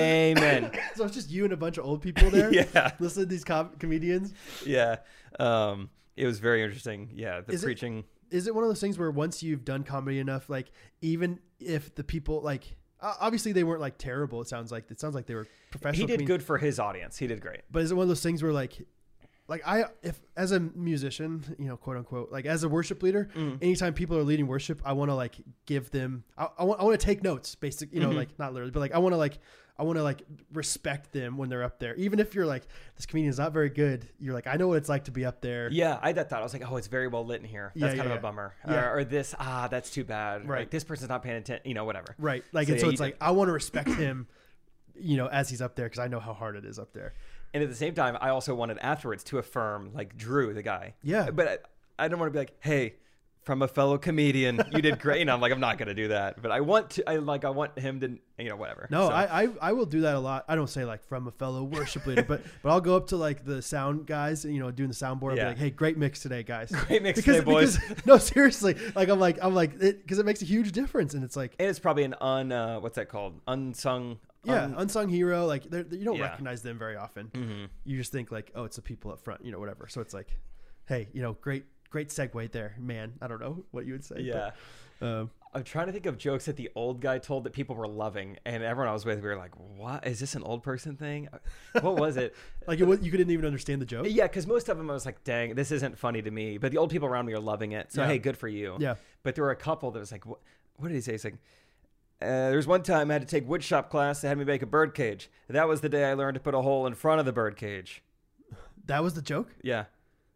S2: amen.
S1: So it's just you and a bunch of old people there.
S2: Yeah.
S1: Listen to these com- comedians.
S2: yeah, um, it was very interesting. Yeah, the
S1: Is it-
S2: preaching.
S1: Is it one of those things where once you've done comedy enough, like even if the people like o- obviously they weren't like terrible. It sounds like it sounds like they were professional.
S2: he did
S1: comedians.
S2: good for his audience. He did great.
S1: But is it one of those things where like like I if as a musician, you know, quote unquote, like as a worship leader,
S2: Mm.
S1: anytime people are leading worship, I want to like give them I, I want I want to take notes, basic, you know,
S2: Mm-hmm.
S1: like not literally, but like I want to like I want to like respect them when they're up there. Even if you're like this comedian's not very good, you're like I know what it's like to be up there.
S2: Yeah, I had that thought. I was like, oh, it's very well lit in here. That's
S1: Yeah,
S2: kind
S1: yeah,
S2: of
S1: yeah.
S2: a bummer.
S1: Yeah.
S2: Or, or this, ah, that's too bad.
S1: Right.
S2: Like, this person's not paying attention. You know, whatever.
S1: Right. Like
S2: So,
S1: and
S2: yeah,
S1: so
S2: you
S1: it's
S2: did-
S1: like I want to respect him, you know, as he's up there cuz I know how hard it is up there.
S2: And at the same time, I also wanted afterwards to affirm like Drew, the guy.
S1: Yeah.
S2: But I, I don't want to be like, hey, from a fellow comedian, you did great. and I'm like, I'm not gonna do that. But I want to. I like. I want him to. You know, whatever.
S1: No,
S2: So,
S1: I, I I will do that a lot. I don't say like from a fellow worship leader, but but I'll go up to like the sound guys, you know, doing the soundboard.
S2: Yeah.
S1: I'll be like, hey, great mix today, guys.
S2: Great mix today, boys.
S1: because- no, seriously, like I'm like I'm like because it, makes a huge difference, and it's like
S2: And it's probably an un. Uh, what's that called? Unsung.
S1: yeah,
S2: un-
S1: unsung hero. Like they're, you don't
S2: Um, Yeah. Mm-hmm.
S1: recognize them very often. You just think like, oh, it's the people up front, you know, whatever. So it's like, hey, you know, great great segue there, man. I don't know what you would say. but,
S2: yeah.
S1: um,
S2: I'm trying to think of jokes that the old guy told that people were loving, and everyone I was with, we were like, "What is this an old person thing? What was it?"
S1: like it, wa- you couldn't even understand the joke.
S2: Yeah, because most of them I was like, dang, this isn't funny to me. But the old people around me are loving it. So,
S1: Yeah.
S2: hey, good for you.
S1: Yeah.
S2: But there were a couple that was like, what, what did he say? He's like, uh, there was one time I had to take woodshop class. They had me make a bird cage. That was the day I learned to put a hole in front of the bird cage.
S1: That was the joke.
S2: Yeah.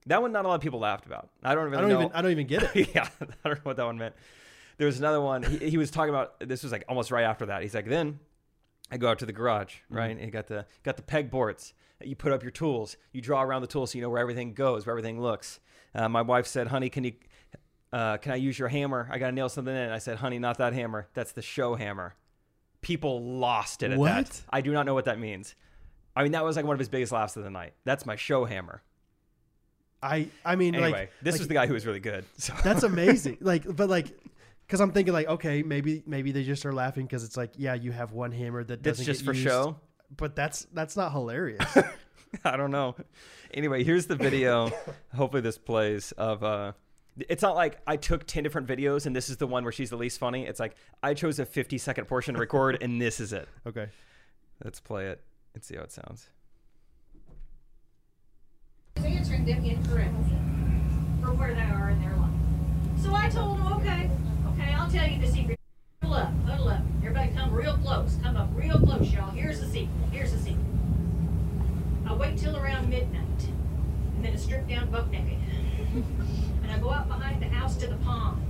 S2: That one, not a lot of people laughed about. I don't really
S1: I don't
S2: know.
S1: even I don't even get it.
S2: yeah, I don't know what that one meant. There was another one. He, he was talking about this was like almost right after that. He's like, then I go out to the garage,
S1: Mm-hmm.
S2: right? And you got the got the peg boards. You put up your tools. You draw around the tools so you know where everything goes, where everything looks. Uh, my wife said, "Honey, can you uh, can I use your hammer? I got to nail something in." I said, "Honey, not that hammer. That's the show hammer." People lost it at
S1: What?
S2: that. I do not know what that means. I mean, that was like one of his biggest laughs of the night. That's my show hammer.
S1: I I mean
S2: Anyway,
S1: like
S2: this
S1: like,
S2: was the guy who was really good. So.
S1: That's amazing. like, but like, because I'm thinking like, okay, maybe maybe they just are laughing because it's like, yeah, you have one hammer that
S2: That's
S1: doesn't
S2: just
S1: get
S2: for
S1: used,
S2: show.
S1: But that's that's not hilarious.
S2: I don't know. Anyway, here's the video. Hopefully this plays of uh it's not like I took 10 different videos and this is the one where she's the least funny. It's like I chose a 50 second portion to record and this is it.
S1: okay.
S2: Let's play it and see how it sounds.
S3: answering them incorrect for where they are in their life. So I told them, okay, okay, I'll tell you the secret. Huddle up, huddle up. Everybody come real close. Come up real close, y'all. Here's the secret. Here's the secret. I wait till around midnight, and then I strip down buck naked. And I go out behind the house to the pond.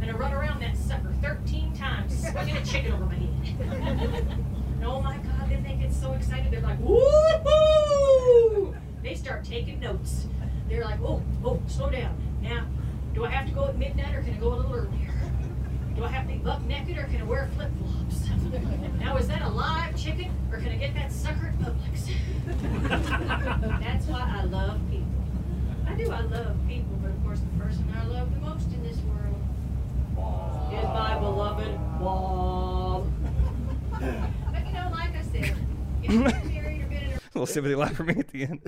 S3: And I run around that sucker 13 times, swinging a chicken over my head. And oh my God, then they get so excited. They're like, woohoo! They start taking notes. They're like, oh, oh, slow down. Now, do I have to go at midnight or can I go a little earlier? Do I have to be buck naked or can I wear flip flops? Now, is that a live chicken or can I get that sucker at Publix? That's why I love people. I do, I love people, but of course, the person I love the most in this world is my beloved Bob. But you know, like I said, if you've been married or been in a
S2: A little sympathy laugh for me at the end.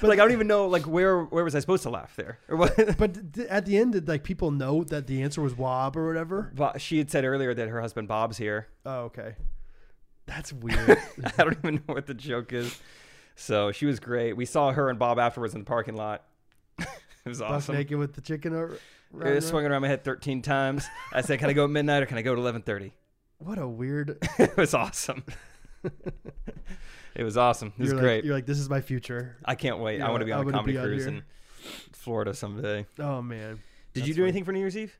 S2: But like I don't even know like where where was I supposed to laugh there? Or what
S1: But th- th- at the end, did like people know that the answer was wob or whatever?
S2: Bo- she had said earlier that her husband Bob's here.
S1: Oh, okay. That's weird.
S2: I don't even know what the joke is. So she was great. We saw her and Bob afterwards in the parking lot. it was
S1: Buck
S2: awesome.
S1: naked with the chicken. Or,
S2: It was swinging around my head 13 times. I said, "Can I go at midnight or can I go at 11:30?"
S1: What a weird.
S2: it was awesome. it was awesome. It was
S1: you're
S2: great.
S1: Like, you're like, this is my future.
S2: I can't wait.
S1: you're
S2: I want to
S1: like,
S2: be
S1: I
S2: on a
S1: wanna
S2: comedy
S1: be on
S2: cruise
S1: here.
S2: in Florida someday.
S1: Oh man.
S2: Did
S1: That's
S2: you do
S1: funny.
S2: anything for New Year's Eve?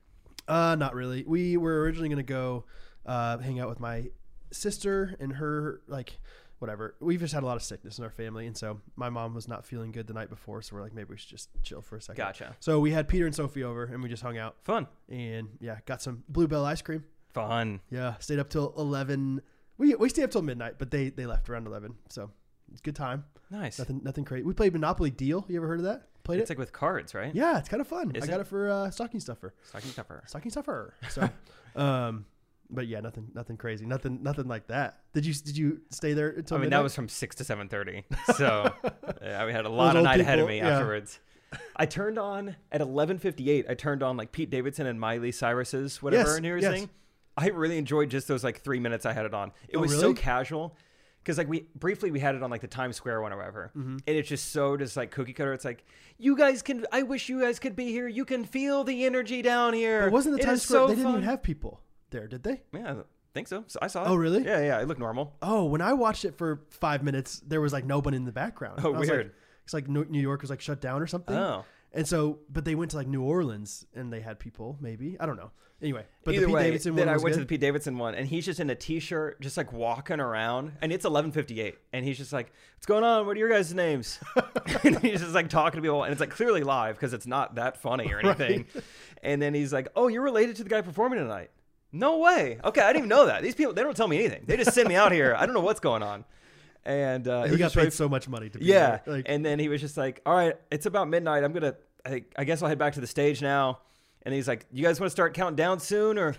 S1: Uh, not really. We were originally gonna go uh, hang out with my sister and her like whatever. We've just had a lot of sickness in our family, and so my mom was not feeling good the night before. So we're like, maybe we should just chill for a second.
S2: Gotcha.
S1: So we had Peter and Sophie over, and we just hung out
S2: Fun.
S1: and yeah, got some bluebell ice cream.
S2: Fun.
S1: Yeah, stayed up till eleven. We we stayed up till midnight, but they they left around eleven. So Good time.
S2: Nice.
S1: Nothing nothing crazy. We played Monopoly Deal. You ever heard of that? Played
S2: It's
S1: it?
S2: like with cards, right?
S1: yeah, it's kind of fun.
S2: Is
S1: I got
S2: it?
S1: it for uh, stocking stuffer.
S2: Stocking stuffer.
S1: Stocking stuffer. So, um, but yeah, nothing nothing crazy. Nothing nothing like that. Did you did you stay there until
S2: I mean,
S1: midnight?
S2: that was from six to seven thirty. So yeah, we had a lot of
S1: old
S2: night ahead of
S1: people,
S2: me
S1: yeah.
S2: afterwards. I turned on at eleven fifty eight. I turned on like Pete Davidson and Miley Cyrus's whatever
S1: Yes,
S2: New Year's
S1: yes.
S2: thing. I really enjoyed just those like three minutes I had it on. It
S1: Oh,
S2: was so
S1: really?
S2: casual because like we briefly we had it on like the Times Square one or whatever,
S1: Mm-hmm.
S2: and it's just so just like cookie cutter. It's like you guys can. I wish you guys could be here. You can feel the energy down here.
S1: It wasn't the
S2: It
S1: time
S2: is
S1: square.
S2: so
S1: they didn't even
S2: fun."
S1: have people there, did they?
S2: Yeah, I think so. So I saw.
S1: Oh,
S2: it.
S1: really?
S2: Yeah, yeah. It looked normal.
S1: Oh, when I watched it for five minutes, there was like no one in the background.
S2: Oh,
S1: I was like-
S2: weird.
S1: it's like New New York was like shut down or something.
S2: Oh.
S1: And so, but they went to like New Orleans and they had people, maybe. I don't know. Anyway, but
S2: Either
S1: the Pete
S2: way,
S1: Davidson
S2: then
S1: one
S2: I
S1: was
S2: went to the
S1: good.
S2: Pete Davidson one, and he's just in a t-shirt, just like walking around, and it's eleven fifty eight, and he's just like, "What's going on? What are your guys' names?" and he's just like talking to people, and it's like clearly live because it's not that funny or anything. And then he's like, "Oh, you're related to the guy performing tonight." No way. Okay, I didn't even know that. These people, they don't tell me anything. They just send me out here. I don't know what's going on. And uh, it
S1: he
S2: was
S1: got
S2: just really
S1: paid so much money to be
S2: yeah.
S1: there. Like,
S2: and then he was just like, all right, it's about midnight. I'm going to, I I guess I'll head back to the stage now. And he's like, you guys want to start counting down soon or?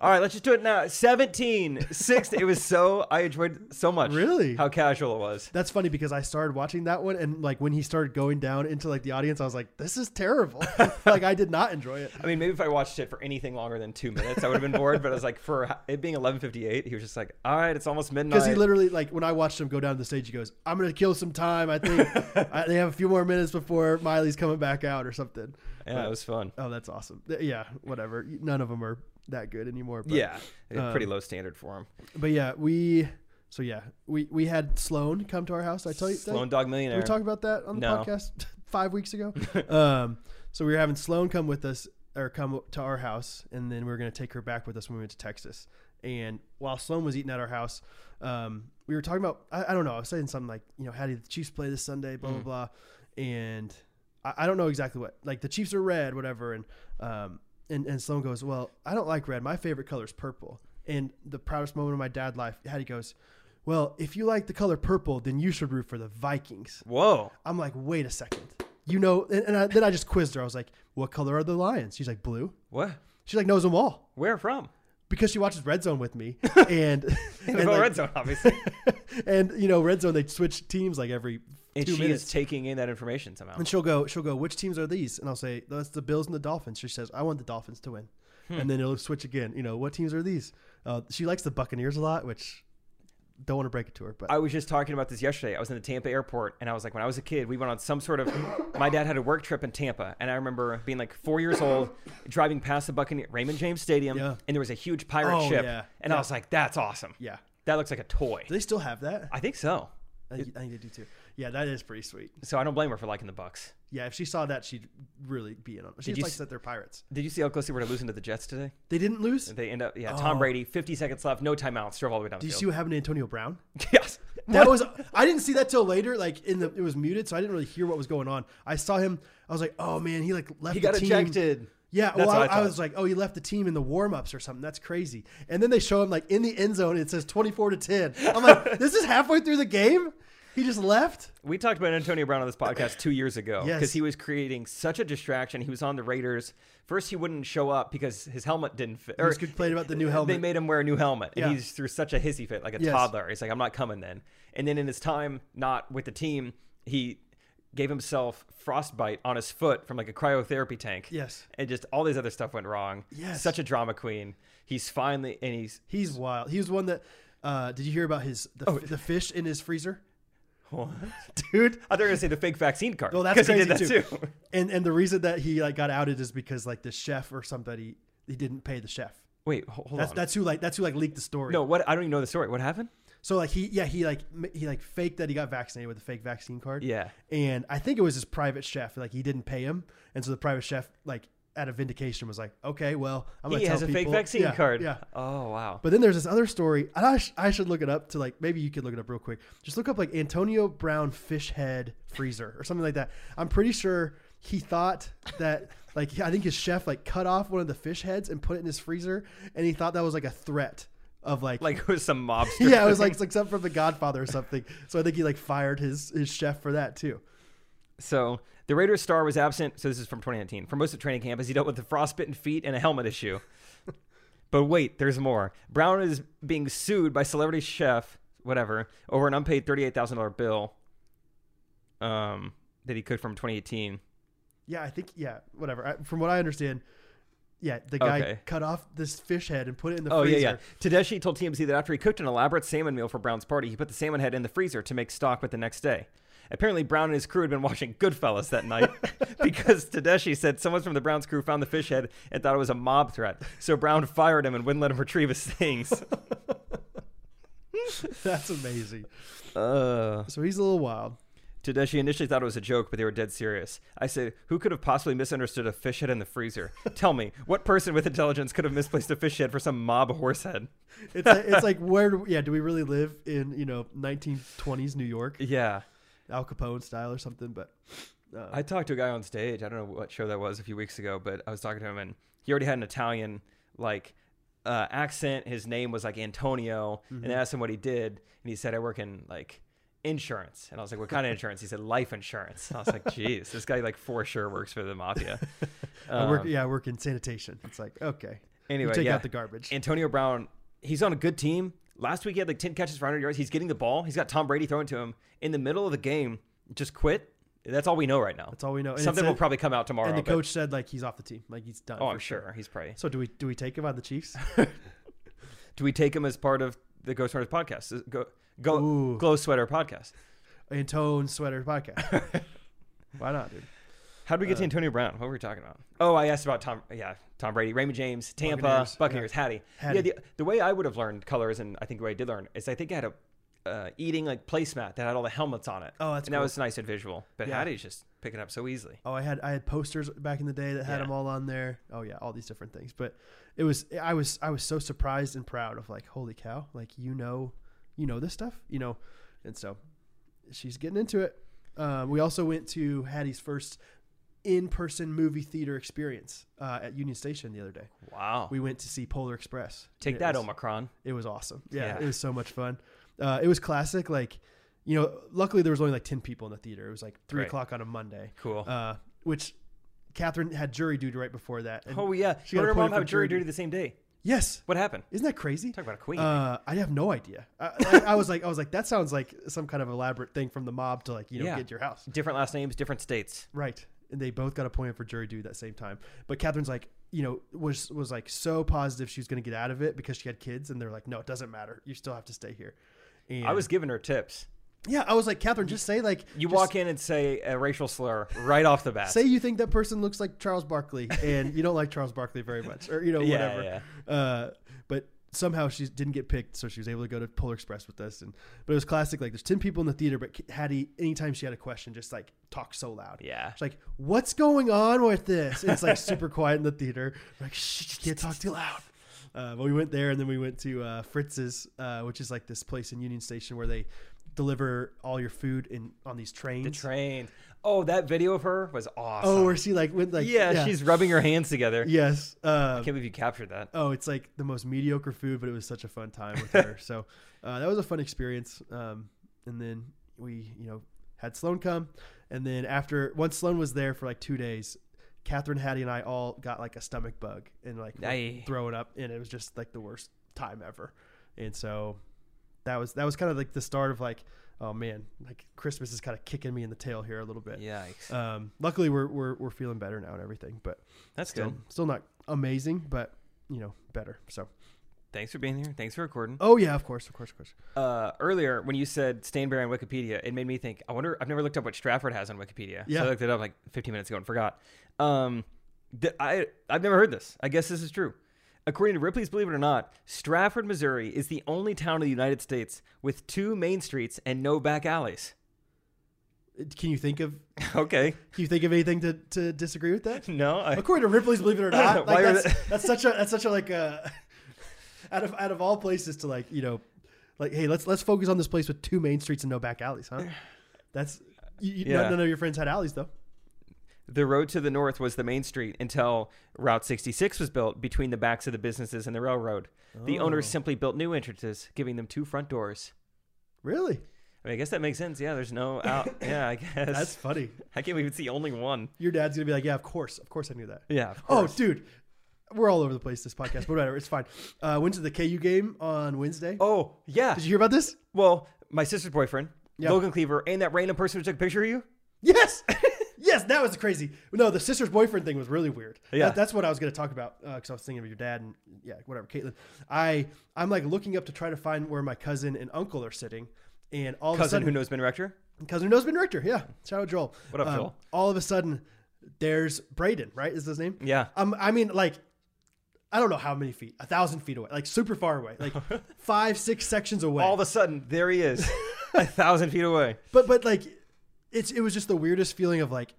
S2: all right, let's just do it now. 17, 16. It was so, I enjoyed so much.
S1: Really?
S2: How casual it was.
S1: that's funny because I started watching that one, and like when he started going down into like the audience, I was like, "This is terrible." like I did not enjoy it.
S2: I mean, maybe if I watched it for anything longer than two minutes, I would have been bored. But I was like, for it being 11:58, he was just like, "All right, it's almost midnight."
S1: Because he literally, like, when I watched him go down to the stage, he goes, "I'm gonna kill some time. I think I, they have a few more minutes before Miley's coming back out or something."
S2: yeah, it was fun.
S1: Oh, that's awesome. Th- Yeah, whatever. None of them are that good anymore. But, um,
S2: yeah, pretty low standard for him.
S1: but yeah, we. So yeah, we we had Sloan come to our house. Did I tell you, did I-
S2: Sloan Dog
S1: did
S2: Millionaire.
S1: we talked about that on the
S2: No.
S1: podcast five weeks ago. um, so we were having Sloan come with us or come to our house, and then we were going to take her back with us when we went to Texas. And while Sloan was eating at our house, um, we were talking about I, I don't know. I was saying something like you know how do the Chiefs play this Sunday? Blah blah blah. And I, I don't know exactly what like the Chiefs are red, whatever. And um, and and Sloan goes, well, I don't like red. My favorite color is purple. And the proudest moment of my dad's life, how he goes, well, if you like the color purple, then you should root for the Vikings.
S2: Whoa,
S1: I'm like, wait a second. You know, and, and I, then I just quizzed her. I was like, what color are the lions? She's like, blue.
S2: what?
S1: She like knows them all
S2: Where from?
S1: because she watches Red Zone with me. And and,
S2: NFL
S1: like-
S2: Red Zone, obviously.
S1: and, you know, Red Zone, they switch teams like every
S2: And
S1: two
S2: she
S1: minutes.
S2: is taking in that information somehow.
S1: and she'll go, she'll go, which teams are these? And I'll say, that's the Bills and the Dolphins. She says, I want the Dolphins to win.
S2: Hmm.
S1: And then it'll switch again. You know, what teams are these? Uh, she likes the Buccaneers a lot, which don't want to break it to her, but
S2: I was just talking about this yesterday. I was in the Tampa airport, and I was like, when I was a kid, we went on some sort of. My dad had a work trip in Tampa, and I remember being like four years old, driving past the Buccaneer Raymond James Stadium,
S1: Yeah.
S2: and there was a huge pirate
S1: Oh,
S2: ship,
S1: yeah.
S2: and I
S1: Yeah.
S2: was like, that's awesome.
S1: yeah.
S2: That looks like a toy.
S1: Do they still have that?
S2: I think so.
S1: I think, I think they do too. Yeah, that is pretty sweet.
S2: So I don't blame her for liking the Bucks.
S1: Yeah, if she saw that, she'd really be in on it. She
S2: Did
S1: just
S2: you
S1: likes
S2: s-
S1: that they're pirates.
S2: Did you see how close they were to losing to the Jets today?
S1: They didn't lose. Did
S2: They end up, yeah. Tom Brady, 50 seconds left, no timeouts, drove all the way down.
S1: Oh. you
S2: the
S1: see what happened to Antonio Brown?
S2: field. yes.
S1: That was I didn't see that till later. Like in the it was muted, so I didn't really hear what was going on. I saw him. I was like, oh man, he like left.
S2: He got
S1: the team.
S2: ejected.
S1: Yeah,
S2: That's
S1: well, I,
S2: what I
S1: I
S2: thought.
S1: was like, oh, he left the team in the warm ups or something. That's crazy. And then they show him like in the end zone. It says twenty four to ten. I'm like, this is halfway through the game. He just left.
S2: We talked about Antonio Brown on this podcast two years ago
S1: Yes.
S2: because he was creating such a distraction. He was on the Raiders. First, he wouldn't show up because his helmet didn't fit.
S1: He was complaining about the new helmet.
S2: They made him wear a new helmet, and
S1: Yeah.
S2: he's through such a hissy fit, like a
S1: Yes.
S2: toddler. He's like, "I'm not coming then." And then in his time not with the team, he gave himself frostbite on his foot from like a cryotherapy tank.
S1: Yes.
S2: and just all these other stuff went wrong.
S1: Yes.
S2: such a drama queen. He's finally and he's
S1: He's wild. He was one that. Uh, did you hear about his the,
S2: Oh.
S1: the fish in his freezer?
S2: what?
S1: Dude,
S2: I thought you were gonna say the fake vaccine card.
S1: Oh,
S2: Oh,
S1: that's
S2: he
S1: crazy
S2: did that
S1: too.
S2: too.
S1: And and the reason that he like got outed is because like the chef or somebody he didn't pay the chef.
S2: Wait, ho- hold
S1: That's
S2: on.
S1: that's who like that's who like leaked the story.
S2: no, what? I don't even know the story. What happened?
S1: So like he yeah he like m- he like faked that he got vaccinated with a fake vaccine card.
S2: Yeah.
S1: And I think it was his private chef like he didn't pay him, and so the private chef like out of vindication was like, okay, well I'm gonna
S2: he
S1: tell
S2: has a fake
S1: people-
S2: vaccine
S1: Yeah,
S2: card.
S1: Yeah.
S2: Oh wow.
S1: But then there's this other story, and I, sh- I should look it up to like maybe you could look it up real quick. Just look up like Antonio Brown fish head freezer or something like that. I'm pretty sure he thought that like I think his chef like cut off one of the fish heads and put it in his freezer, and he thought that was like a threat of like
S2: Like it was some mobster.
S1: yeah, it was
S2: thing.
S1: like it's like something from The Godfather or something. So I think he like fired his his chef for that too.
S2: So the Raiders star was absent. So this is from 2019. For most of training camp, as he dealt with the frostbitten feet and a helmet issue. but wait, there's more. Brown is being sued by celebrity chef, whatever, over an unpaid $38,000 bill um, that he cooked from 2018.
S1: Yeah, I think yeah, whatever. I, from what I understand, yeah, the guy
S2: Okay.
S1: cut off this fish head and put it in the
S2: Oh,
S1: freezer.
S2: yeah, yeah. Tedeschi told TMZ that after he cooked an elaborate salmon meal for Brown's party, he put the salmon head in the freezer to make stock with the next day. Apparently, Brown and his crew had been watching Goodfellas that night because Tedeschi said someone from the Browns crew found the fish head and thought it was a mob threat. So Brown fired him and wouldn't let him retrieve his things.
S1: That's amazing.
S2: uh.
S1: So he's a little wild.
S2: Tedeschi initially thought it was a joke, but they were dead serious. I said, Who could have possibly misunderstood a fish head in the freezer? Tell me, what person with intelligence could have misplaced a fish head for some mob horse head?
S1: It's like, it's like where do, yeah, do we really live in, you know, 1920s New York,
S2: Yeah.
S1: Al Capone style or something, but uh,
S2: I talked to a guy on stage. I don't know what show that was a few weeks ago, but I was talking to him, and he already had an Italian like uh, accent. His name was like Antonio, and I
S1: Mm-hmm.
S2: asked him what he did, and he said, "I work in like insurance." And I was like, "What kind of insurance?" He said, "Life insurance." And I was like, "Jeez, this guy like for sure works for the mafia."
S1: I work
S2: Um,
S1: yeah, I work in sanitation. It's like, okay. You
S2: Anyway,
S1: take
S2: yeah.
S1: out the garbage.
S2: Antonio Brown, he's on a good team. Last week he had like 10 catches for 100 yards. He's getting the ball. He's got Tom Brady throwing to him in the middle of the game. Just quit. That's all we know right now.
S1: That's all we know. And it
S2: Something will
S1: said-
S2: probably come out tomorrow.
S1: and the
S2: but-
S1: coach said like he's off the team. Like he's done.
S2: Oh,
S1: for
S2: I'm sure. He's probably.
S1: So do we do we take him on the Chiefs?
S2: Do we take him as part of the Ghost Runners podcast? Is- Go, go
S1: Ooh.
S2: Glow Sweater podcast.
S1: Antone sweater podcast. Why not, dude?
S2: How do we get to Antonio Brown? What were we talking about? Uh, Oh, I asked about Tom. Yeah, Tom Brady, Raymond James, Tampa,
S1: Buccaneers,
S2: Buccaneers,
S1: yeah.
S2: Hattie.
S1: Hattie.
S2: Yeah, the, the way I would have learned colors, and I think the way I did learn is I think I had a uh, eating like placemat that had all the helmets on it.
S1: Oh, that's
S2: and
S1: cool.
S2: that was nice and visual. But
S1: Yeah.
S2: Hattie's just picking up so easily.
S1: Oh, I had I had posters back in the day that had
S2: Yeah.
S1: them all on there. Oh yeah, all these different things. But it was I was I was so surprised and proud of like holy cow, like you know, you know this stuff, you know, and so she's getting into it. Um, we also went to Hattie's first in-person movie theater experience uh, at Union Station the other day.
S2: Wow.
S1: We went to see Polar Express.
S2: Take
S1: It
S2: that,
S1: was-
S2: Omicron.
S1: It was awesome. Yeah,
S2: Yeah.
S1: it was so much fun. Uh, it was classic. Like, you know, luckily there was only like ten people in the theater. It was like three
S2: Right.
S1: o'clock on a Monday.
S2: Cool.
S1: Uh, which Catherine had jury duty right before that. and
S2: oh yeah.
S1: she
S2: She
S1: got
S2: her mom
S1: appointed
S2: have
S1: for
S2: jury duty the same day.
S1: Yes,
S2: What happened?
S1: isn't that crazy?
S2: Talk about a queen.
S1: Uh, I have no idea. I, I, I was like, I was like, that sounds like some kind of elaborate thing from the mob to like you know
S2: Yeah.
S1: get to your house.
S2: different last names, different states.
S1: Right. And they both got appointed for jury duty that same time. But Catherine's like, you know, was was like so positive she was going to get out of it because she had kids, and they're like, no, it doesn't matter. You still have to stay here. And
S2: I was giving her tips.
S1: yeah, I was like, Catherine, just say like
S2: You
S1: just
S2: walk in and say a racial slur right off the bat.
S1: Say you think that person looks like Charles Barkley, and you don't like Charles Barkley very much, or you know
S2: Yeah,
S1: whatever. Uh, but somehow she didn't get picked, so she was able to go to Polar Express with us. And but it was classic. Like there's ten people in the theater, but Hattie, anytime she had a question, just like talk so loud.
S2: Yeah.
S1: She's like, "What's going on with this?" And it's like super quiet in the theater. We're like, shh, shh, can't talk too loud. Uh, but we went there, and then we went to uh, Fritz's, uh, which is like this place in Union Station where they deliver all your food in on these trains.
S2: The train. Oh, that video of her was awesome.
S1: Oh, where she like went like
S2: yeah, she's rubbing her hands together.
S1: yes.
S2: I
S1: Um,
S2: can't believe you captured that.
S1: oh, it's like the most mediocre food, but it was such a fun time with her. So uh, that was a fun experience. Um, and then we, you know, had Sloan come, and then after once Sloan was there for like two days, Catherine, Hattie, and I all got like a stomach bug and like were
S2: Aye.
S1: throwing up, and it was just like the worst time ever. And so that was that was kind of like the start of like, oh man, like Christmas is kind of kicking me in the tail here a little bit.
S2: Yikes.
S1: Um, luckily, we're, we're we're feeling better now and everything, but
S2: That's
S1: still
S2: good.
S1: still not amazing, but you know better. So
S2: Thanks for being here. Thanks for recording.
S1: oh yeah, of course, of course, of course.
S2: Uh, earlier, when you said Stainberry on Wikipedia, it made me think. I wonder. I've never looked up what Stratford has on Wikipedia.
S1: Yeah.
S2: So I looked it up like 15 minutes ago and forgot. Um, th- I I've never heard this. I guess this is true. According to Ripley's Believe It or Not, Stratford, Missouri, is the only town in the United States with two main streets and no back alleys.
S1: Uh, Can you think of
S2: okay.
S1: can you think of anything to, to disagree with that?
S2: No. I,
S1: According to Ripley's, believe it or not,
S2: Why
S1: like
S2: are
S1: that's,
S2: they-
S1: that's such a that's such a like a out of out of all places to like you know like hey let's let's focus on this place with two main streets and no back alleys, huh? That's you, you,
S2: Yeah.
S1: none, none of your friends had alleys though.
S2: the road to the north was the main street until Route 66 was built between the backs of the businesses and the railroad. The owners simply built new entrances, giving them two front doors.
S1: Really?
S2: I mean, I guess that makes sense. Yeah, there's no out. yeah, I guess.
S1: That's funny.
S2: I can't believe it's the only one.
S1: Your dad's gonna be like, yeah, of course, of course, I knew that.
S2: Yeah. Of
S1: Oh,
S2: course.
S1: dude, we're all over the place this podcast, but whatever, it's fine. Uh, went to the KU game on Wednesday.
S2: Oh, yeah.
S1: Did you hear about this?
S2: well, my sister's boyfriend,
S1: Yeah.
S2: Logan Cleaver, and that random person who took a picture of you.
S1: Yes, yes, that was crazy. No, the sister's boyfriend thing was really weird.
S2: Yeah.
S1: That- that's what I was gonna talk about because I was thinking of your dad and yeah, whatever, Caitlin. I I'm like looking up to try to find where my cousin and uncle are sitting, and all of a
S2: Cousin
S1: sudden,
S2: who knows Ben Rector.
S1: cousin who knows Ben Richter. Yeah, shout out Joel. Um,
S2: What up, Joel?
S1: All of a sudden, there's Braden. Right, is his name?
S2: Yeah.
S1: Um, I mean, like, I don't know how many feet, a thousand feet away, like super far away, like five, six sections away.
S2: All of a sudden, there he is, a thousand feet away.
S1: but but like, it's it was just the weirdest feeling of like,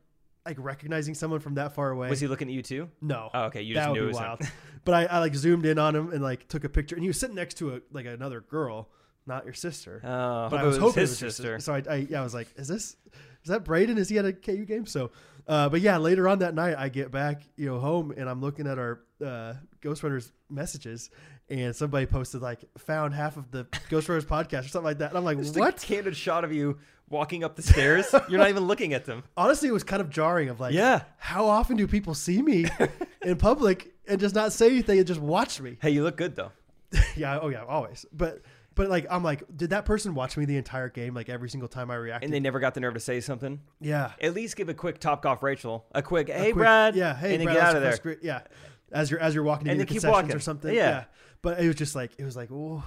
S1: like recognizing someone from that far away.
S2: Was he looking at you too?
S1: No.
S2: Oh, okay, you
S1: that
S2: just
S1: would
S2: knew
S1: be
S2: it was him.
S1: wild. but I, I like zoomed in on him and like took a picture, and he was sitting next to a like another girl, not your sister.
S2: Oh,
S1: but
S2: hope
S1: I
S2: it
S1: was
S2: was
S1: hoping
S2: his
S1: it was
S2: sister.
S1: Your, so I, I, yeah, I was like, is this, is that Braden? Is he at a KU game? So, uh, but yeah, later on that night, I get back, you know, home and I'm looking at our uh, Ghost Runners messages, and somebody posted like found half of the Ghost Runners podcast or something like that, and I'm like,
S2: Just
S1: what?
S2: a candid shot of you walking up the stairs. You're not even looking at them.
S1: Honestly, it was kind of jarring. Of like,
S2: Yeah.
S1: how often do people see me in public and just not say anything and just watch me?
S2: Hey, you look good though.
S1: yeah, oh yeah, always, but. But like I'm like, did that person watch me the entire game? Like every single time I reacted.
S2: And they never got the nerve to say something.
S1: yeah.
S2: At least give a quick top off Rachel. A quick, hey
S1: quick-
S2: Brad.
S1: Yeah, hey
S2: and then
S1: Brad.
S2: get
S1: that's-
S2: out of there.
S1: that's great. Yeah, as you're as you're walking to
S2: And
S1: the
S2: then keep
S1: concessions
S2: walking.
S1: or something.
S2: Yeah.
S1: but it was just like it was like oh,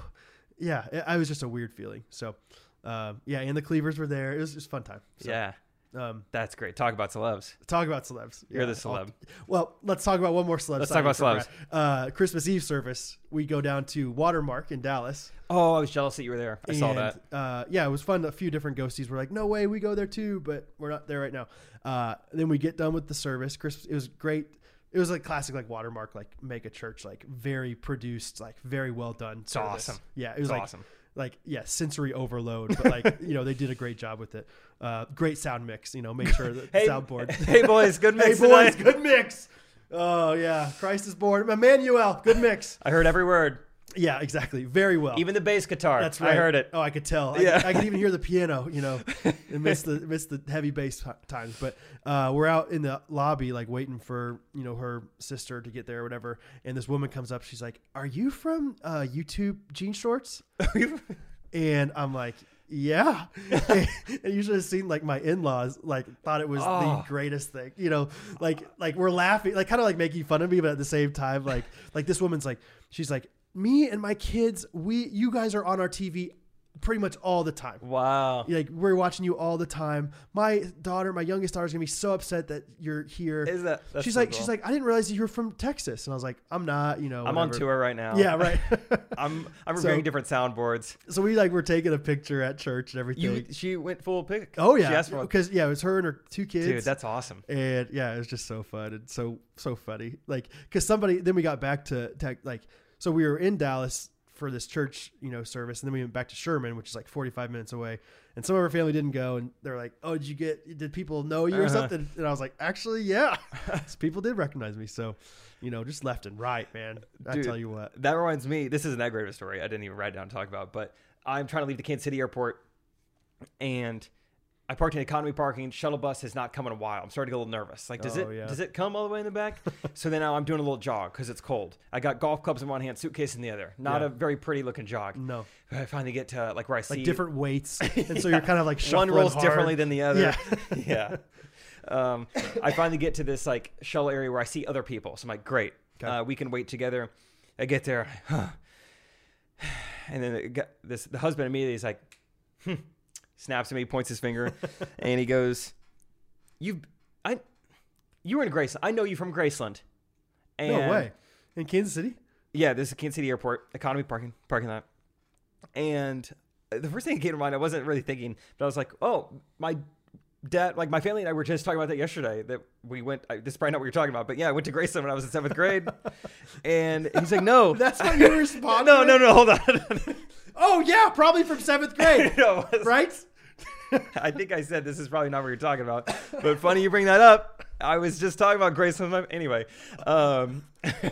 S1: yeah. It, I was just a weird feeling. So, um, yeah, and the Cleavers were there. It was just a fun time. So,
S2: Yeah,
S1: Um,
S2: that's great. Talk about celebs.
S1: talk about celebs.
S2: You're the
S1: I'll-
S2: celeb.
S1: well, let's talk about one more celeb.
S2: Let's
S1: signing
S2: talk about
S1: for Brad. Uh, Christmas Eve service. We go down to Watermark in Dallas.
S2: Oh, I was jealous that you were there. I saw
S1: And,
S2: that.
S1: Uh, yeah, it was fun. A few different ghosties were like, "No way, we go there too," but we're not there right now. Uh, then we get done with the service. Chris, it was great. It was like classic, like watermark, like mega church, like very produced, like very well done. It's
S2: awesome.
S1: Yeah, it was
S2: It's
S1: like,
S2: awesome.
S1: like yeah, sensory overload. But like you know, they did a great job with it. Uh, great sound mix. You know, made sure the
S2: Hey,
S1: soundboard.
S2: hey boys, good
S1: hey
S2: mix
S1: boys,
S2: today.
S1: good mix. Oh yeah, Christ is born. Emmanuel, good mix.
S2: I heard every word,
S1: Yeah, exactly. Very well.
S2: even the bass guitar.
S1: That's right.
S2: I heard it.
S1: Oh, I could tell. I,
S2: Yeah.
S1: could, I could even hear the piano, you know, amidst the amidst the heavy bass t- times. But uh, we're out in the lobby, like waiting for you know her sister to get there or whatever. And this woman comes up. She's like, "Are you from uh, YouTube Jean Shorts?" and I'm like. Yeah, and it usually seemed like my in-laws like thought it was
S2: Oh.
S1: the greatest thing, you know, like like we're laughing, like kind of like making fun of me, but at the same time, like like this woman's like she's like me and my kids, we you guys are on our TV pretty much all the time.
S2: wow.
S1: Like we're watching you all the time. My daughter, my youngest daughter's gonna be so upset that you're here.
S2: Is that- that's
S1: she's
S2: so
S1: like
S2: cool.
S1: she's like I didn't realize you were from Texas, and I was like I'm not, you know.
S2: I'm on
S1: whatever.
S2: tour right now.
S1: Yeah, right.
S2: I'm I'm
S1: So-
S2: reviewing different soundboards.
S1: so we like we're taking a picture at church and everything.
S2: You, she went full pick.
S1: oh
S2: she
S1: yeah,
S2: asked for one.
S1: because yeah, it was her and her two kids.
S2: Dude, that's awesome.
S1: and yeah, it was just so fun and so so funny. Like, cause somebody then we got back to tech. Like, so we were in Dallas for this church, you know, service, and then we went back to Sherman, which is like forty five minutes away. And some of our family didn't go, and they're like, "Oh, did you get? Did people know
S2: Uh-huh.
S1: you or something?" And I was like, "Actually, yeah, So people did recognize me." So, you know, just left and right, man. I
S2: Duuld,
S1: tell you what,
S2: That reminds me. This isn't that great of a story. I didn't even write it down to talk about, but I'm trying to leave the Kansas City airport, and I parked in economy parking. Shuttle bus has not come in a while. I'm starting to get a little nervous. Like, does
S1: Oh,
S2: it
S1: yeah.
S2: does it come all the way in the back? so then now I'm doing a little jog because it's cold. I got golf clubs in one hand, suitcase in the other. Not
S1: Yeah.
S2: a very pretty looking jog.
S1: No.
S2: I finally get to like where I see
S1: like different weights, and so you're kind of like
S2: one
S1: shuffling
S2: rolls
S1: hard.
S2: differently than the other.
S1: Yeah.
S2: yeah. Um, I finally get to this like shuttle area where I see other people. So I'm like, great, uh, we can wait together. I get there, and then it got, this the husband immediately is like, hmm, snaps at me, points his finger, and he goes, "You, I, you were in Graceland. I know you from Graceland." And
S1: No way, in Kansas City.
S2: yeah, this is Kansas City Airport, economy parking parking lot. And the first thing that came to mind, I wasn't really thinking, but I was like, oh, my dad, like my family and I were just talking about that yesterday. That we went. I, this is probably not what you're talking about, but yeah, I went to Graceland when I was in seventh grade. and he's like, no,
S1: That's how you respond.
S2: no, no, no, hold on.
S1: Oh yeah, probably from seventh grade,
S2: no,
S1: right?
S2: I think I said this is probably not what you're talking about, but funny you bring that up. I was just talking about Grace with my anyway. Um,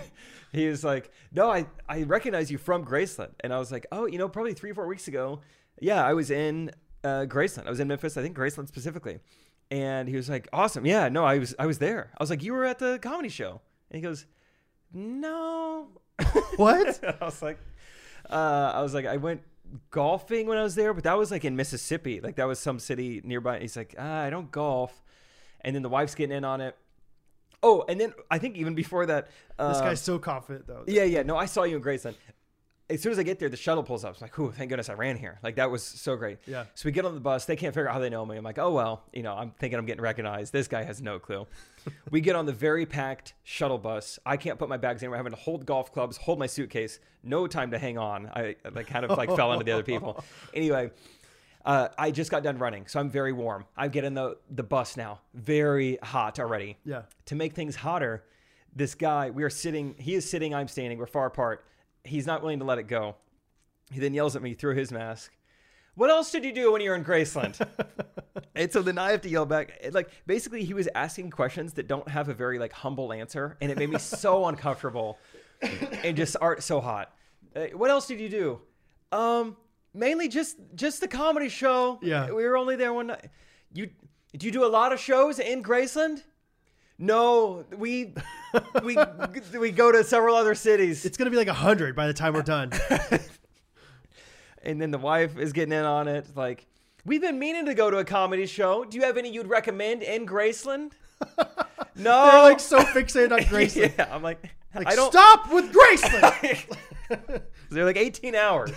S2: he was like, "No, I I recognize you from Graceland," and I was like, "Oh, you know, probably three or four weeks ago, yeah, I was in uh, Graceland. I was in Memphis, I think Graceland specifically." And he was like, "Awesome, yeah, no, I was I was there. I was like, you were at the comedy show," and he goes, "No,
S1: What?
S2: I was like, uh, I was like, I went golfing when I was there, but that was like in Mississippi. Like that was some city nearby. And he's like, ah, I don't golf. And then the wife's getting in on it. Oh, and then I think even before that, uh,
S1: This guy's so confident though.
S2: yeah, yeah. No, I saw you in Graceland. As soon as I get there, the shuttle pulls up. It's like, oh, thank goodness I ran here. Like that was so great.
S1: Yeah.
S2: So we get on the bus. They can't figure out how they know me. I'm like, oh well, you know, I'm thinking I'm getting recognized. This guy has no clue. we get on the very packed shuttle bus. I can't put my bags in. We're having to hold golf clubs, hold my suitcase. No time to hang on. I like kind of like fell into the other people. Anyway. Uh, I just got done running, so I'm very warm. I get in the, the bus now, very hot already
S1: Yeah.
S2: to make things hotter, this guy, we are sitting, he is sitting, I'm standing, we're far apart. He's not willing to let it go. He then yells at me through his mask. What else did you do when you were in Graceland? and so then I have to yell back. It, Like basically, he was asking questions that don't have a very like humble answer, and it made me so uncomfortable, and just aren't so hot. Uh, what else did you do? Um, mainly just just the comedy show.
S1: Yeah.
S2: we were only there one night. You do you do a lot of shows in Graceland? No, we we we go to several other cities.
S1: It's gonna be like a hundred by the time we're done.
S2: and then the wife is getting in on it. Like, we've been meaning to go to a comedy show. Do you have any you'd recommend in Graceland? no.
S1: They're like so fixated on Graceland.
S2: Oh. yeah, I'm like,
S1: Like,
S2: I don't.
S1: stop with Graceland.
S2: They're like 18 hours.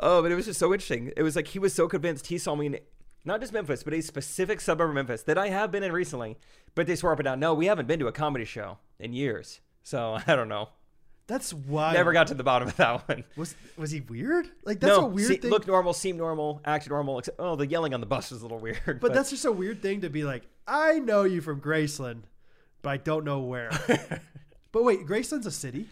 S2: oh, but it was just so interesting. It was like he was so convinced he saw me in not just Memphis, but a specific suburb of Memphis that I have been in recently. But they swore up and down, no, we haven't been to a comedy show in years. So I don't know.
S1: That's wild.
S2: Never got to the bottom of that one.
S1: Was was he weird? Like that's
S2: no,
S1: a weird
S2: see-
S1: thing.
S2: looked normal, seemed normal, acted normal. Except, oh, the yelling on the bus was a little weird. But,
S1: but that's just a weird thing to be like. I know you from Graceland, but I don't know where. but wait, Graceland's a city.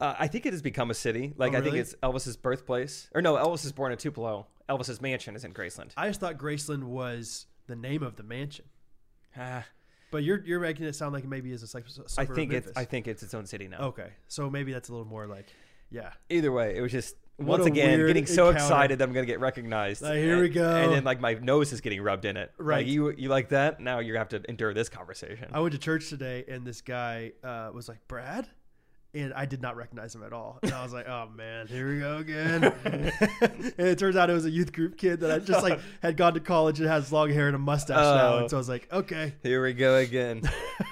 S2: uh, I think it has become a city. Like
S1: Oh,
S2: I think
S1: really?
S2: it's Elvis's birthplace, or no, Elvis is born in Tupelo. Elvis's mansion is in Graceland.
S1: I just thought Graceland was the name of the mansion.
S2: Ah,
S1: But you're you're making it sound like it maybe is a sub- suburb
S2: I
S1: of Oh.
S2: think it's
S1: Memphis.
S2: I think it's its own city now.
S1: okay, so maybe that's a little more like yeah.
S2: Either way, it was just
S1: What
S2: once
S1: a
S2: again
S1: weird
S2: getting so
S1: encounter.
S2: excited that I'm gonna get recognized.
S1: Like, here we
S2: And-
S1: go.
S2: And then like my nose is getting rubbed in it.
S1: Right.
S2: Like, you you like that? Now you have to endure this conversation.
S1: I went to church today, and this guy uh, was like Brad, and I did not recognize him at all. And I was like, oh man, here we go again. and it turns out it was a youth group kid that I just like had gone to college and has long hair and a mustache now.
S2: Oh.
S1: And so I was like, okay.
S2: Here we go again.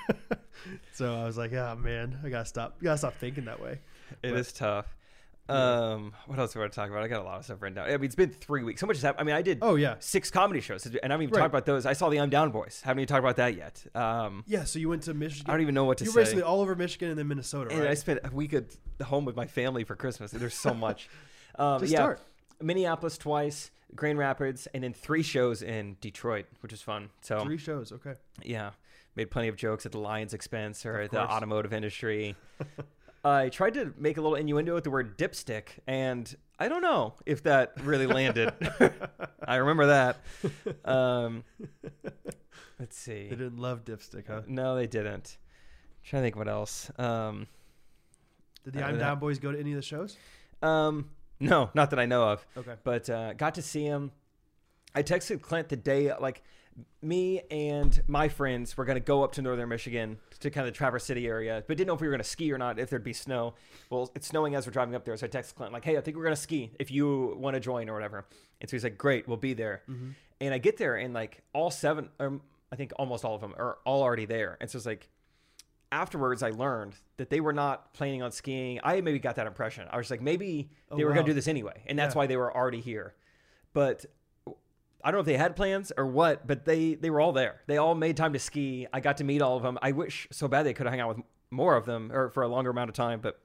S1: So I was like, oh man, I gotta stop, gotta stop thinking that way.
S2: It is tough. Um, what else do I want to talk about? I got a lot of stuff written down. I mean, it's been three weeks. So much has happened. I mean, I did
S1: Oh, yeah.
S2: six comedy shows, and I haven't even
S1: Right.
S2: talked about those. I saw the I'm Down Boys. Haven't even talked about that yet. Um,
S1: Yeah. So you went to Michigan.
S2: I don't even know what to
S1: you were
S2: say.
S1: basically all over Michigan and then Minnesota,
S2: and
S1: right?
S2: I spent a week at home with my family for Christmas. There's so much. Um,
S1: Just
S2: yeah,
S1: start.
S2: Minneapolis twice, Grand Rapids, and then three shows in Detroit, which was fun. So
S1: Three shows. Okay.
S2: yeah, made plenty of jokes at the Lions' expense or at the
S1: course.
S2: automotive industry. I tried to make a little innuendo with the word dipstick, and I don't know if that really landed. I remember that. Um, let's
S1: They
S2: see.
S1: didn't love dipstick, huh?
S2: No, they didn't. trying to think what else. Um,
S1: Did the
S2: I
S1: I'm
S2: don't
S1: Down Boys go to any of the shows?
S2: um, no, not that I know of.
S1: Okay.
S2: But uh, got to see him. I texted Clint the day, like, me and my friends were going to go up to northern Michigan to kind of the Traverse City area, but didn't know if we were going to ski or not, if there'd be snow. Well, it's snowing as we're driving up there. So I texted Clint, like, hey, I think we're going to ski if you want to join or whatever. And so he's like, great, we'll be there. And I get there, and like, all seven, or I think almost all of them are all already there. And so it's like, afterwards I learned that they were not planning on skiing. I maybe got that impression. I was like, maybe they
S1: Oh,
S2: were
S1: wow.
S2: going to do this anyway, and that's
S1: Yeah.
S2: why they were already here. But I don't know if they had plans or what, but they they were all there. They all made time to ski. I got to meet all of them. I wish so bad they could have hung out with more of them or for a longer amount of time, but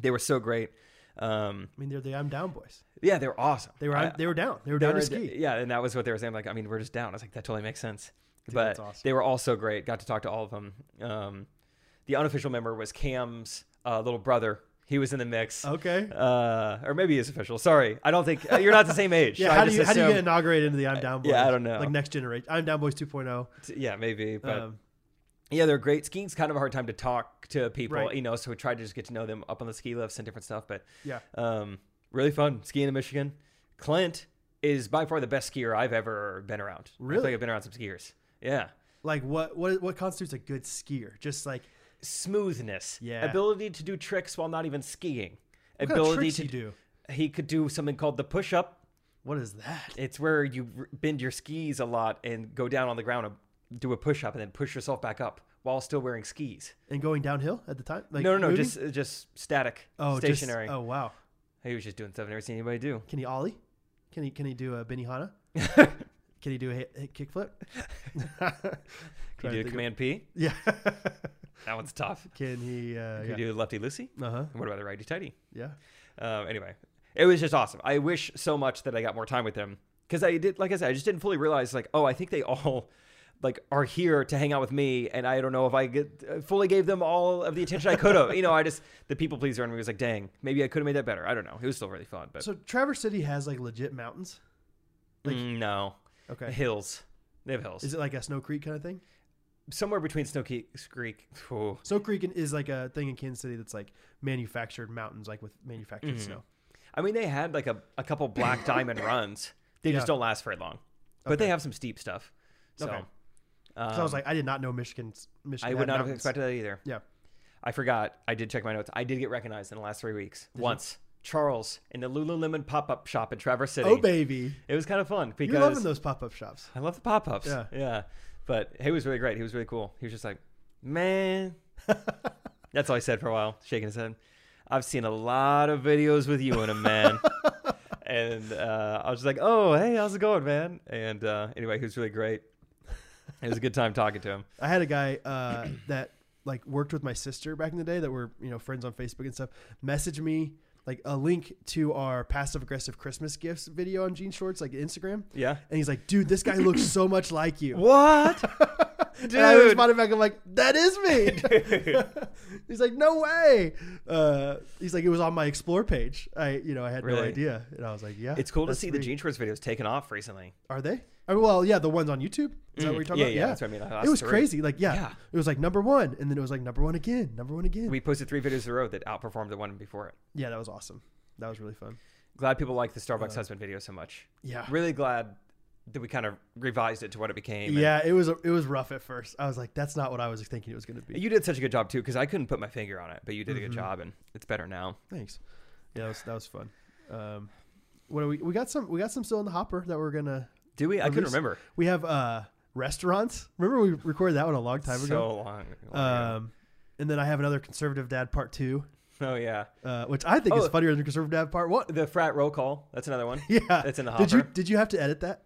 S2: they were so great. Um,
S1: I mean, they're the I'm Down Boys.
S2: yeah, they were awesome.
S1: They were
S2: I-
S1: they were down. They were
S2: they
S1: down
S2: were-
S1: to ski.
S2: Yeah, and that was what they were saying. Like, I mean, we're just down. I was like, that totally makes sense. but
S1: that's awesome.
S2: they were all so great. Got to talk to all of them. Um, the unofficial member was Cam's uh, little brother. He was in the mix.
S1: Okay.
S2: Uh, or maybe he's official. Sorry, I don't think uh, you're not the same age.
S1: Yeah,
S2: I
S1: how do
S2: just
S1: you how do you get
S2: assumed-
S1: inaugurated into the I'm Down Boys?
S2: yeah, I don't know.
S1: Like next generation, I'm Down Boys 2.0.
S2: Yeah, maybe. But
S1: Um,
S2: yeah, they're great. Skiing's kind of a hard time to talk to people,
S1: Right.
S2: you know, so we tried to just get to know them up on the ski lifts and different stuff. But
S1: Yeah.
S2: um, really fun skiing in Michigan. Clint is by far the best skier I've ever been around. I
S1: Really?
S2: think I've been around some skiers. Yeah.
S1: Like what what what constitutes a good skier? Just like
S2: Smoothness.
S1: Yeah.
S2: Ability to do tricks while not even skiing.
S1: what kind of
S2: Ability
S1: tricks you do.
S2: to He could do something called the push up.
S1: What is that?
S2: It's where you r- bend your skis a lot and go down on the ground and do a push up and then push yourself back up while still wearing skis.
S1: And going downhill at the time? Like
S2: no, no, no,
S1: moving?
S2: just uh, just static,
S1: oh, just-
S2: stationary.
S1: oh wow.
S2: He was just doing stuff I've never seen anybody do.
S1: Can he ollie? Can he can he do a Benihana? can he do a hit, hit kickflip?
S2: Can
S1: Trying to
S2: you
S1: think of-
S2: do a command P?
S1: Yeah.
S2: That one's tough.
S1: can he? Uh,
S2: Can
S1: yeah.
S2: you do lefty loosey?
S1: uh huh.
S2: And What about the righty tighty?
S1: Yeah.
S2: Um, anyway, it was just awesome. I wish so much that I got more time with them because I did, like I said, I just didn't fully realize like, oh, I think they all like are here to hang out with me, and I don't know if I get, uh, fully gave them all of the attention I could have. you know, I just the people pleaser in me was like, dang, maybe I could have made that better. I don't know. It was still really fun, but
S1: So Traverse City has like legit mountains. like-
S2: Mm, no
S1: Okay.
S2: hills. They have hills
S1: Is it like a Snow Creek kind of thing?
S2: somewhere between Snow Creek. Creek oh,
S1: Snow Creek in- is like a thing in Kansas City that's like manufactured mountains, like with manufactured
S2: Mm-hmm.
S1: snow.
S2: I mean, they had like a, a couple black diamond runs. They
S1: Yeah.
S2: just don't last very long, but they have some steep stuff. So,
S1: Okay.
S2: um,
S1: So I was like, I did not know Michigan's Michigan.
S2: I would
S1: had
S2: not have
S1: mountains.
S2: expected that either.
S1: Yeah.
S2: I forgot. I did check my notes. I did get recognized in the last three weeks once. Charles in the Lululemon pop up shop in Traverse City.
S1: Oh baby,
S2: It was kind of fun because
S1: you're loving those pop up shops.
S2: I love the pop ups.
S1: Yeah.
S2: yeah. But he was really great. He was really cool. He was just like, man. That's all he said for a while, shaking his head. I've seen a lot of videos with you in them, man. and uh, I was just like, oh, hey, how's it going, man? And uh, anyway, he was really great. It was a good time talking to him.
S1: I had a guy uh, that like worked with my sister back in the day that were you know friends on Facebook and stuff. Message me like a link to our passive aggressive Christmas gifts video on Jean Shorts, like Instagram.
S2: Yeah.
S1: And he's like, dude, this guy looks so much like you.
S2: What?
S1: Dude. And I
S2: Dude.
S1: responded back, I'm like, that is me. he's like, no way. Uh, he's like, it was on my explore page. I, you know, I had no
S2: Really?
S1: idea. And I was like, yeah.
S2: It's cool to
S1: that's
S2: see
S1: me.
S2: the Gene Schwartz videos taken off recently.
S1: Are they? I mean, well, yeah, the ones on YouTube. Is that what you're talking
S2: Mm, Yeah,
S1: about?
S2: yeah, that's what I mean. That's
S1: It was
S2: three.
S1: crazy. Like, yeah,
S2: Yeah.
S1: it was like number one, and then it was like number one again, number one again.
S2: We posted three videos in a row that outperformed the one before it.
S1: yeah, that was awesome. That was really fun.
S2: Glad people like the Starbucks husband video so much.
S1: Uh, Yeah.
S2: Really glad that we kind of revised it to what it became. and-
S1: Yeah, it was it was rough at first. I was like, that's not what I was thinking it was going to be.
S2: You did such a good job too, because I couldn't put my finger on it, but you did a good
S1: Mm-hmm.
S2: job, and it's better now.
S1: Thanks. Yeah, that was, that was fun. Um, what do we we got some we got some still in the hopper that we're gonna.
S2: Do we? I couldn't
S1: release.
S2: remember.
S1: We have uh restaurants. Remember we recorded that one a long time
S2: So oh,
S1: ago.
S2: long. long ago.
S1: Um, and then I have another conservative dad part two,
S2: oh yeah,
S1: uh, which I think is
S2: Oh.
S1: funnier than conservative dad part one.
S2: the frat roll call. That's another one.
S1: Yeah,
S2: that's in the
S1: Did you
S2: hopper.
S1: did you have to edit that?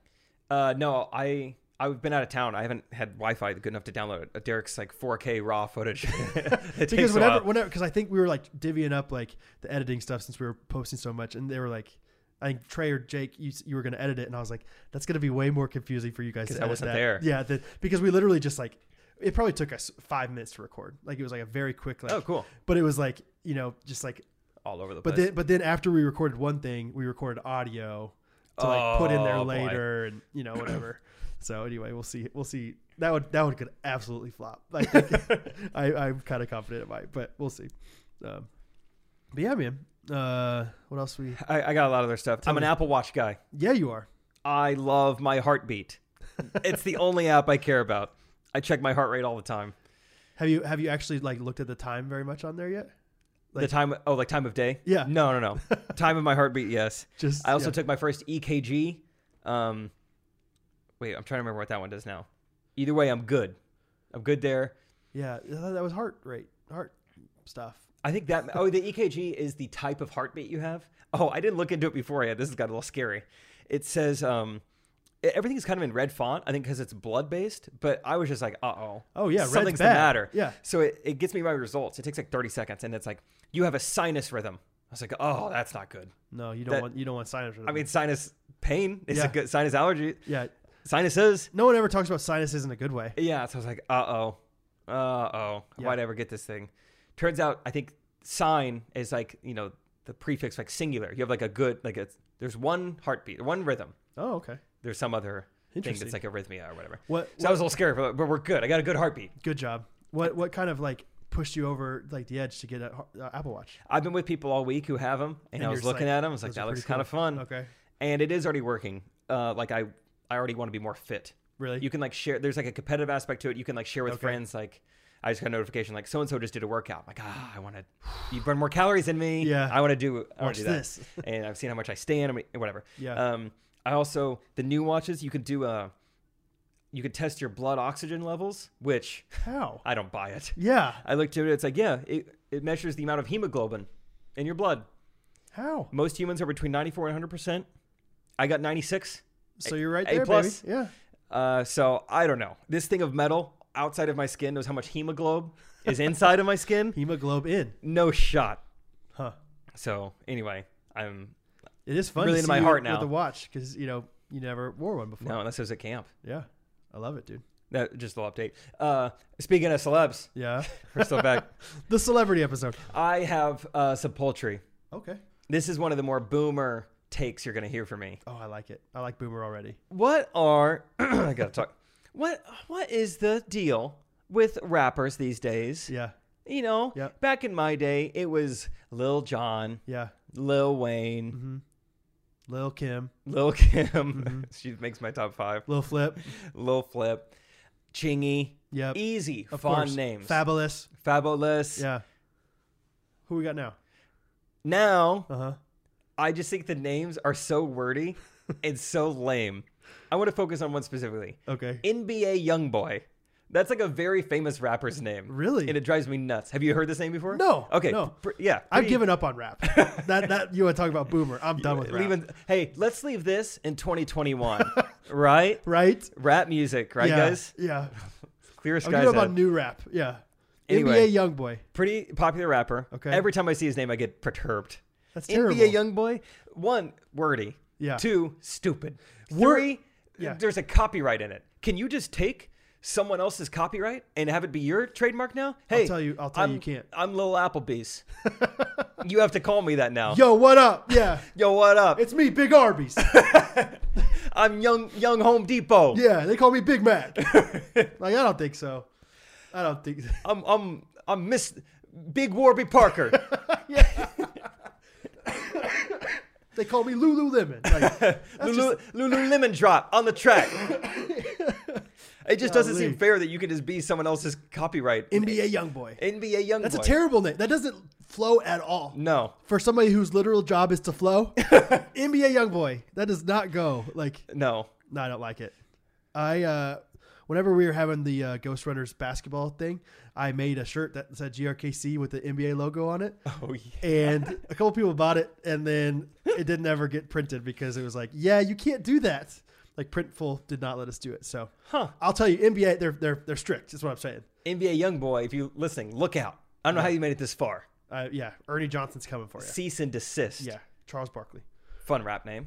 S2: Uh, no, I I've been out of town. I haven't had Wi-Fi good enough to download it. Derek's like 4K raw footage. it
S1: Because
S2: takes a
S1: whenever
S2: while.
S1: whenever because I think we were like divvying up like the editing stuff since we were posting so much, and they were like. I think Trey or Jake, you, s- you were going to edit it, and I was like, "That's going to be way more confusing for you guys." Because
S2: I wasn't there.
S1: Yeah, the, because we literally just like it probably took us five minutes to record. Like it was like a very quick. Like,
S2: Oh, cool.
S1: But it was like you know just like
S2: all over the
S1: But
S2: place.
S1: then, but then after we recorded one thing, we recorded audio to like put in there
S2: Oh, boy.
S1: later, and you know whatever. so anyway, we'll see. We'll see. That one that one could absolutely flop. I think I, I'm kind of confident it might, but we'll see. Um, but yeah, man. Uh, what else we?
S2: I, I got a lot of other stuff. I'm an Apple Watch guy.
S1: Yeah, you are.
S2: I love my heartbeat. it's the only app I care about. I check my heart rate all the time.
S1: Have you have you actually like looked at the time very much on there yet?
S2: the time oh like time of day?
S1: Yeah.
S2: No, no, no. time of my heartbeat, yes.
S1: Just-
S2: I also
S1: yeah.
S2: took my first EKG. Um Wait, I'm trying to remember what that one does now. Either way, I'm good. I'm good there.
S1: Yeah, I thought that was heart rate, heart stuff.
S2: I think that oh the EKG is the type of heartbeat you have. Oh, I didn't look into it before. Yeah, this has got a little scary. It says um e- everything's kind of in red font. I think because it's blood based. But I was just like, uh oh.
S1: Oh, yeah, red's
S2: something's
S1: bad.
S2: the matter.
S1: Yeah.
S2: So it, it gets me my results. It takes like thirty seconds, and it's like you have a sinus rhythm. I was like, oh, that's not good.
S1: No, you don't
S2: That-
S1: want you don't want sinus.
S2: I mean, sinus pain is
S1: Yeah.
S2: a good sinus allergy.
S1: yeah,
S2: Sinuses.
S1: no one ever talks about sinuses in a good way.
S2: Yeah, so I was like, uh oh, uh oh, why'd I ever get this thing? Turns out, I think sign is like you know the prefix like singular. You have like a good like it's there's one heartbeat, one rhythm.
S1: Oh, okay.
S2: There's some other thing
S1: Interesting.
S2: that's like arrhythmia or whatever.
S1: What-
S2: So that was a little scary, but, but we're good. I got a good heartbeat.
S1: Good job. What what kind of like pushed you over like the edge to get an Apple Watch?
S2: I've been with people all week who have them,
S1: And
S2: and, I
S1: you're
S2: was
S1: just
S2: looking
S1: like,
S2: at them. I was like,
S1: "Those are
S2: that looks
S1: pretty
S2: kind of fun.
S1: Okay.
S2: And it is already working. Uh, like I, I already want to be more fit.
S1: Really?
S2: You can like share. There's like a competitive aspect to it. You can like share with
S1: Okay.
S2: friends. Like I just got a notification like so and so just did a workout. Like ah, I want to. You burn more calories than me.
S1: Yeah.
S2: I want to do. I
S1: Watch
S2: want to do that.
S1: this.
S2: and I've seen how much I stand. I mean, whatever.
S1: Yeah.
S2: Um. I also the new watches. You could do a. You could test your blood oxygen levels, which
S1: How?
S2: I don't buy it.
S1: yeah.
S2: I looked at it. It's like, yeah, it, it measures the amount of hemoglobin in your blood.
S1: How?
S2: Most humans are between 94 and 100 percent. I got 96.
S1: So you're right
S2: A
S1: there,
S2: plus.
S1: baby. Yeah.
S2: Uh, so I don't know. This thing of metal outside of my skin knows how much hemoglobin is inside of my skin.
S1: Hemoglobe in.
S2: No shot.
S1: Huh.
S2: So anyway, I'm
S1: It is fun.
S2: Really
S1: to
S2: into
S1: see
S2: my
S1: you
S2: heart
S1: with
S2: now.
S1: the watch because you know you never wore one before.
S2: no unless it was at camp.
S1: Yeah. I love it, dude.
S2: That just a little update. Uh, speaking of celebs,
S1: Yeah.
S2: we're still back.
S1: the celebrity episode.
S2: I have uh, some poultry.
S1: Okay.
S2: This is one of the more boomer takes you're gonna hear from me.
S1: Oh, I like it. I like Boomer already.
S2: what are I gotta talk? What what is the deal with rappers these days?
S1: Yeah.
S2: You know,
S1: Yep.
S2: back in my day, it was Lil Jon,
S1: Yeah.
S2: Lil Wayne,
S1: Lil Kim.
S2: Lil Kim.
S1: Mm-hmm.
S2: she makes my top five.
S1: Lil Flip.
S2: Lil Flip, Chingy.
S1: Yep.
S2: Easy,
S1: Of
S2: fun
S1: course.
S2: E names.
S1: Fabulous.
S2: Fabulous.
S1: Yeah. Who we got now?
S2: Now,
S1: Uh huh.
S2: I just think the names are so wordy and so lame. I want to focus on one specifically.
S1: Okay.
S2: NBA Youngboy. That's like a very famous rapper's name.
S1: Really?
S2: And it drives me nuts. Have you heard this name before?
S1: No,
S2: Okay.
S1: no.
S2: pr- yeah.
S1: I've
S2: pretty-
S1: given up on rap. that that you want to talk about Boomer? I'm done with rap.
S2: leaving- hey, let's leave this in 2021, right?
S1: right?
S2: Rap music, right,
S1: yeah.
S2: guys?
S1: Yeah.
S2: Clear
S1: I'm
S2: skies.
S1: giving up
S2: ahead.
S1: on new rap. Yeah.
S2: Anyway.
S1: NBA YoungBoy.
S2: Pretty popular rapper.
S1: Okay.
S2: Every time I see his name, I get perturbed.
S1: That's terrible.
S2: NBA Youngboy. One, wordy.
S1: Yeah.
S2: Two, stupid.
S1: Wor-
S2: Three,
S1: Yeah.
S2: there's a copyright in it. Can you just take someone else's copyright and have it be your trademark now? Hey,
S1: tell you- I'll tell you
S2: I'm-
S1: you can't.
S2: I'm Lil Applebee's. you have to call me that now. Yo,
S1: Yo, what up? Yeah.
S2: what up?
S1: It's me, Big Arby's.
S2: I'm young, young Home Depot.
S1: yeah, they call me Big Mac. like I don't think so. I don't think.
S2: I'm, I'm, I'm Miss Big Warby Parker.
S1: They call me Lululemon. Like,
S2: Lulu, Lululemon drop on the track. it just doesn't
S1: Golly.
S2: seem fair that you can just be someone else's copyright.
S1: NBA YoungBoy.
S2: NBA young.
S1: That's a terrible name. That doesn't flow at all.
S2: No,
S1: For somebody whose literal job is to flow, NBA YoungBoy. That does not go. Like,
S2: no.
S1: no, I don't like it. I, uh, whenever we were having the uh, Ghost Runners basketball thing, I made a shirt that said GRKC with the NBA logo on it.
S2: Oh yeah.
S1: and a couple people bought it and then it didn't ever get printed because it was like yeah you can't do that like printful did not let us do it so
S2: Huh.
S1: i'll tell you nba they're they're they're strict is what i'm saying
S2: NBA young boy. If you listening, look out. I don't know how you made it this far.
S1: uh, yeah ernie johnson's coming for you
S2: Cease and desist.
S1: yeah charles barkley
S2: Fun rap name.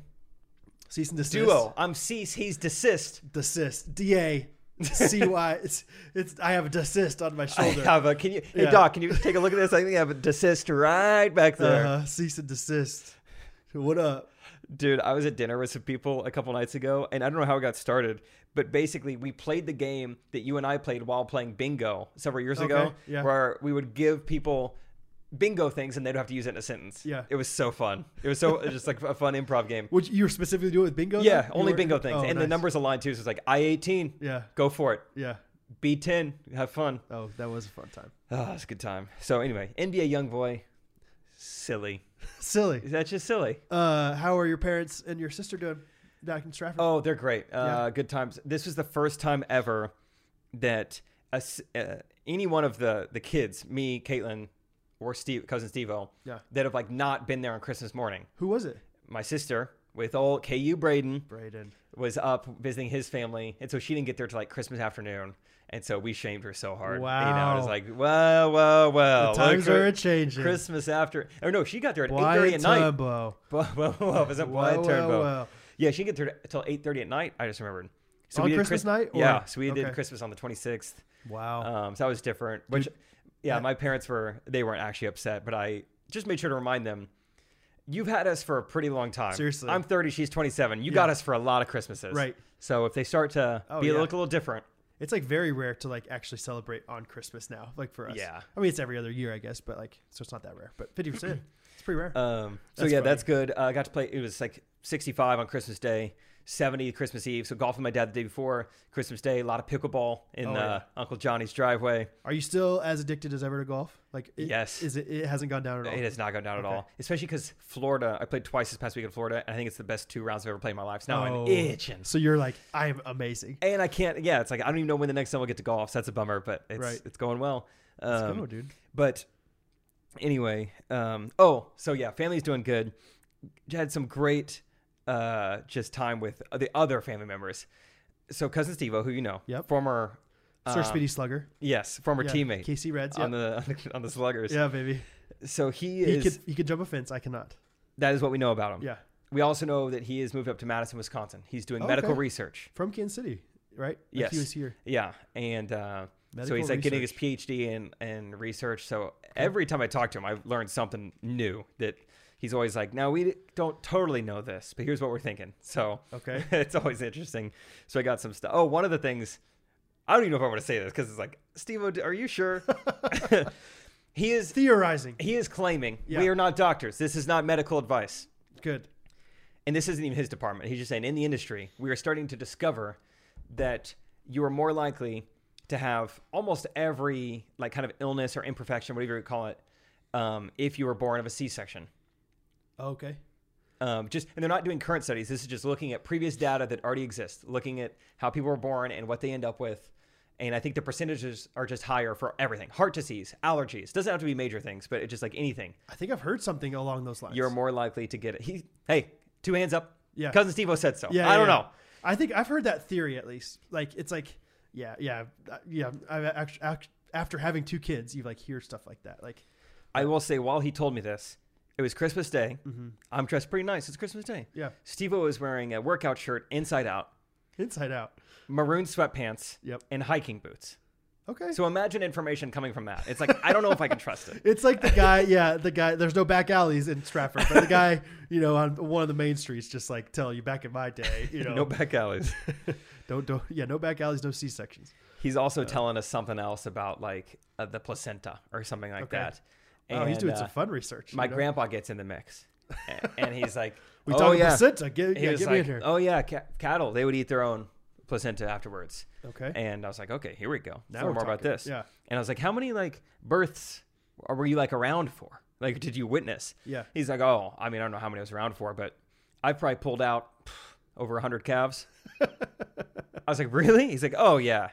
S1: cease and desist
S2: Duo. I'm cease. He's desist.
S1: desist da cy it's, it's i have a desist on my
S2: I
S1: shoulder
S2: have a. Can you, hey
S1: Yeah.
S2: Doc? Can you take a look at this? I think I have a desist right back there,
S1: uh, cease and desist what uh, up
S2: dude. I was at dinner with some people a couple nights ago, and I don't know how it got started, but basically we played the game that you and I played while playing bingo several years ago,
S1: Okay, yeah.
S2: where we would give people bingo things and they'd have to use it in a sentence.
S1: Yeah.
S2: it was so fun. It was so it was just like a fun improv game.
S1: would you, you were specifically doing it with bingo
S2: Yeah,
S1: then? You
S2: only
S1: were-
S2: bingo things.
S1: Oh,
S2: and the
S1: nice.
S2: numbers aligned too, so it's like I eighteen.
S1: yeah
S2: Go for it.
S1: yeah
S2: B ten. Have fun.
S1: oh that was a fun time
S2: Oh, it's a good time. So anyway, NBA young boy. Silly.
S1: silly
S2: That's just silly.
S1: Uh, how are your parents and your sister doing back in Stratford?
S2: Oh, they're great. Uh,
S1: Yeah.
S2: Good times. This was the first time ever that a s uh, any one of the the kids, me, Caitlin, or Steve, cousin Steve-O,
S1: Yeah.
S2: that have like not been there on Christmas morning.
S1: Who was it?
S2: My sister with old KU Braden
S1: Braden.
S2: was up visiting his family, and so she didn't get there till like Christmas afternoon, and so we shamed her so hard. You know, it
S1: Wow.
S2: was like, well, well, Oh, well.
S1: The times
S2: look,
S1: are changing.
S2: Christmas after, or no, she got there at eight
S1: Wyatt
S2: thirty at night.
S1: Turnbow.
S2: Whoa, whoa, whoa, was it
S1: Whoa,
S2: Wyatt
S1: whoa,
S2: Turnbow?
S1: whoa.
S2: Yeah, she didn't get there till eight thirty at night. I just remembered. So
S1: On
S2: we did
S1: Christmas night, or-
S2: yeah, so we did
S1: okay.
S2: Christmas on the twenty sixth.
S1: Wow.
S2: Um, so that was different. Which, yeah, my parents were they weren't actually upset, but I just made sure to remind them. You've had us for a pretty long time.
S1: Seriously.
S2: I'm 30, she's 27. You got us for a lot of Christmases.
S1: Right.
S2: So if they start to
S1: Oh,
S2: be
S1: yeah.
S2: look a little different,
S1: It's like very rare to like actually celebrate on Christmas now, like for us.
S2: Yeah.
S1: I mean, it's every other year, I guess, but like, so it's not that rare, but 50%. it's pretty rare.
S2: Um, so
S1: That's
S2: yeah,
S1: funny.
S2: that's good. Uh, I got to play. It was like 65 on Christmas Day, 70 Christmas Eve. So golf with my dad the day before Christmas Day. A lot of pickleball in
S1: Oh,
S2: uh, Uncle Johnny's driveway.
S1: Are you still as addicted as ever to golf? Like, it,
S2: Yes.
S1: Is it, it hasn't gone down at all?
S2: It has not gone down at
S1: Oh. Okay.
S2: all, especially because Florida. I played twice this past week in Florida, and I think it's the best two rounds I've ever played in my life. So now
S1: Oh.
S2: I'm itching,
S1: So you're like, I'm amazing.
S2: and I can't. Yeah, it's like I don't even know when the next time we'll get to golf. So that's a bummer, but it's
S1: Right.
S2: it's going well. Um,
S1: go, dude.
S2: But anyway, um, oh, so yeah, family's doing good. Had some great uh, just time with the other family members. So cousin Steve, who you know,
S1: Yep.
S2: former
S1: Sir
S2: um,
S1: Speedy Slugger.
S2: yes, former
S1: Yeah,
S2: teammate
S1: KC Reds.
S2: on
S1: yeah.
S2: the, on the on the Sluggers.
S1: yeah, baby.
S2: So he
S1: He
S2: is.
S1: could, he could jump a fence. I cannot.
S2: that is what we know about him.
S1: Yeah. Oh,
S2: We also know that he has moved up to Madison, Wisconsin. He's doing
S1: Okay.
S2: medical research.
S1: From Kansas City, right? Like
S2: Yes.
S1: He was here.
S2: Yeah, and uh, so
S1: Medical
S2: he's like getting his PhD in in research. So every time I talk to him, I learn something new that he's always like, "Now we don't totally know this, but here's what we're thinking." So
S1: Okay.
S2: it's always interesting. So I got some stuff. Oh, one of the things I don't even know if I want to say this because it's like, Steve, are you sure? he is
S1: Theorizing.
S2: he is claiming we
S1: Yeah.
S2: are not doctors. This is not medical advice
S1: Good.
S2: and this isn't even his department. He's just saying in the industry, we are starting to discover that you are more likely to have almost every like kind of illness or imperfection, whatever you call it, um, if you were born of a C-section.
S1: Okay.
S2: Um, just and they're not doing current studies. This is just looking at previous data that already exists, looking at how people were born and what they end up with. And I think the percentages are just higher for everything: heart disease, allergies. Doesn't have to be major things, but it's just like anything.
S1: I think I've heard something along those lines.
S2: You're more likely to get it. He, hey, two hands up.
S1: Yeah.
S2: cousin Steve-O said so.
S1: Yeah.
S2: I
S1: yeah,
S2: don't
S1: yeah.
S2: know.
S1: I think I've heard that theory at least. Like it's like, yeah, yeah, uh, yeah. I've actually, after having two kids, you like hear stuff like that. Like,
S2: I will say, while he told me this, it was Christmas Day. I'm dressed pretty nice. It's Christmas Day.
S1: Mm-hmm. yeah,
S2: Steve O is wearing a workout shirt inside out,
S1: inside out.
S2: maroon sweatpants,
S1: Yep.
S2: and hiking boots.
S1: Okay.
S2: So imagine information coming from that. It's like, I don't know if I can trust it.
S1: It's like the guy, yeah, the guy. There's no back alleys in Stratford, but the guy, you know, on one of the main streets, just like tell you back in my day, you know,
S2: No back alleys.
S1: don't don't, yeah, no back alleys, no C sections.
S2: He's also telling us something else about like uh, the placenta or something like
S1: Okay.
S2: that.
S1: Oh, he's
S2: And,
S1: doing
S2: uh,
S1: some fun research.
S2: My
S1: you know?
S2: grandpa gets in the mix, A- and he's like,
S1: we
S2: oh,
S1: talking
S2: yeah.
S1: placenta. Get,
S2: He
S1: yeah,
S2: was
S1: get me
S2: like,
S1: in here.
S2: oh yeah, ca- cattle. They would eat their own placenta afterwards.
S1: okay.
S2: And I was like, okay, here we go.
S1: Now
S2: Now more
S1: we're
S2: about
S1: talking.
S2: this.
S1: Yeah.
S2: And I was like, how many like births are- were you like around for? Like, did you witness?
S1: Yeah.
S2: He's like, oh, I mean, I don't know how many I was around for, but I've probably pulled out pff, over 100 calves. I was like, really? He's like, oh, yeah.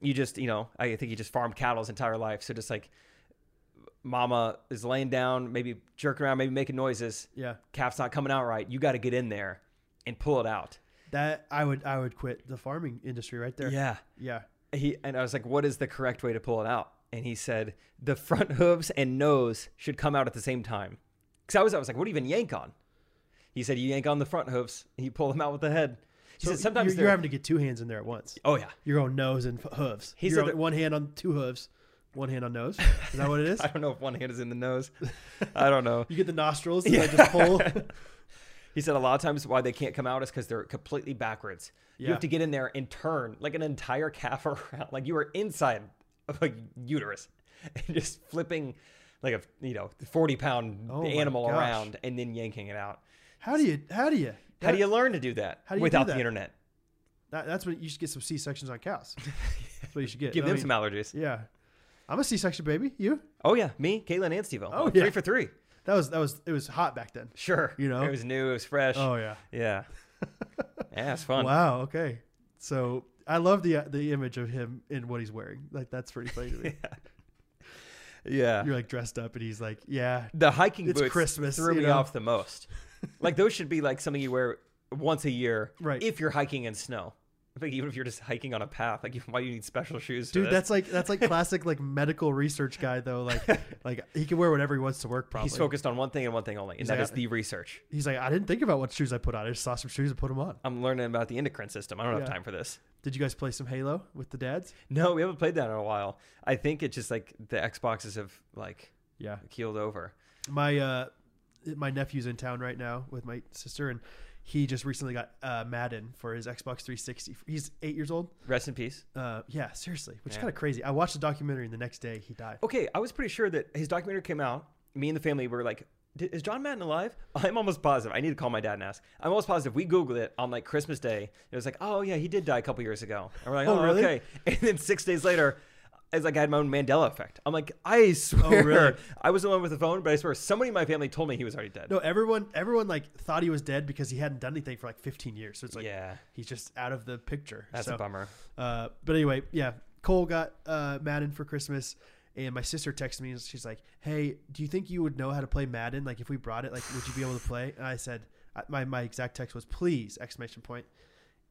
S2: You just, you know, I think he just farmed cattle his entire life. So just like, mama is laying down, maybe jerking around, maybe making noises.
S1: yeah,
S2: Calf's not coming out right. You got to get in there and pull it out.
S1: that I would I would quit the farming industry right there.
S2: Yeah.
S1: yeah.
S2: he and I was like, "What is the correct way to pull it out?" And he said, "The front hooves and nose should come out at the same time." Because I was, I was like, "What do you even yank on?" He said, "You yank on the front hooves, and you pull them out with the head." He
S1: So
S2: said, "Sometimes
S1: you're, you're
S2: they're-
S1: having to get two hands in there at once.
S2: oh yeah,
S1: Your own nose and f- hooves.
S2: He
S1: Your
S2: said
S1: own-
S2: that-
S1: one hand on two hooves, one hand on nose. Is that what it is?
S2: I don't know if one hand is in the nose. I don't know."
S1: You get the nostrils and then just pull.
S2: He said a lot of times why they can't come out is because they're completely backwards. You
S1: Yeah.
S2: have to get in there and turn like an entire calf around, like you are inside of a uterus and just flipping like a you know forty pound
S1: Oh my
S2: animal
S1: gosh.
S2: around and then yanking it out.
S1: How do you? How do you?
S2: How do you learn to do that
S1: How do you do
S2: without
S1: that?
S2: the internet?
S1: That, that's what you should get some C sections on cows. That's what you should get.
S2: Give
S1: I
S2: them
S1: mean,
S2: some allergies.
S1: Yeah, I'm a C section baby. You?
S2: Oh yeah, me, Caitlin, and Steve.
S1: Oh, yeah.
S2: three for three.
S1: That was that was it was hot back then.
S2: Sure.
S1: You know?
S2: it was new, it was fresh.
S1: Oh yeah.
S2: yeah, yeah, it's fun.
S1: Wow. Okay. So I love the the image of him in what he's wearing. Like that's pretty funny to me.
S2: Yeah,
S1: You're like dressed up and he's like, yeah,
S2: the hiking
S1: It's
S2: boots
S1: Christmas,
S2: threw
S1: you
S2: me
S1: know?
S2: off the most. like those should be like something you wear once a year,
S1: Right.
S2: If you're hiking in snow, like even if you're just hiking on a path, like why do you need special shoes? for
S1: Dude,
S2: this?
S1: that's like that's like classic like medical research guy though. Like like he can wear whatever he wants to work. Probably
S2: he's focused on one thing and one thing only, and that
S1: like,
S2: is the research.
S1: He's like, I didn't think about what shoes I put on. I just saw some shoes and put them on.
S2: I'm learning about the endocrine system. I don't have
S1: Yeah.
S2: time for this.
S1: Did you guys play some Halo with the dads?
S2: No, we haven't played that in a while. I think it's just like the Xboxes have like
S1: Yeah,
S2: keeled over.
S1: my uh, my nephew's in town right now with my sister, and He just recently got uh, Madden for his Xbox 360. He's eight years old.
S2: Rest in peace.
S1: Uh, yeah, seriously, which is
S2: Yeah.
S1: kind of crazy. I watched the documentary, and the next day he died.
S2: Okay, I was pretty sure that his documentary came out. Me and the family were like, "D- "Is John Madden alive?" I'm almost positive. I need to call my dad and ask. I'm almost positive. We googled it on like Christmas Day. It was like, "Oh yeah, he did die a couple years ago." And we're like, "Oh,
S1: Oh, really?
S2: okay." And then six days later. It's like I had my own Mandela effect. I'm like, I swear,
S1: Oh, really?
S2: I was the one with the phone, but I swear somebody in my family told me he was already dead.
S1: No, everyone, everyone like thought he was dead because he hadn't done anything for like 15 years. So it's like,
S2: Yeah.
S1: he's just out of the picture.
S2: That's
S1: so,
S2: a bummer.
S1: Uh, but anyway, yeah, Cole got uh, Madden for Christmas, and my sister texted me and she's like, "Hey, do you think you would know how to play Madden? Like, if we brought it, like, would you be able to play?" And I said, I- "My my exact text was please exclamation point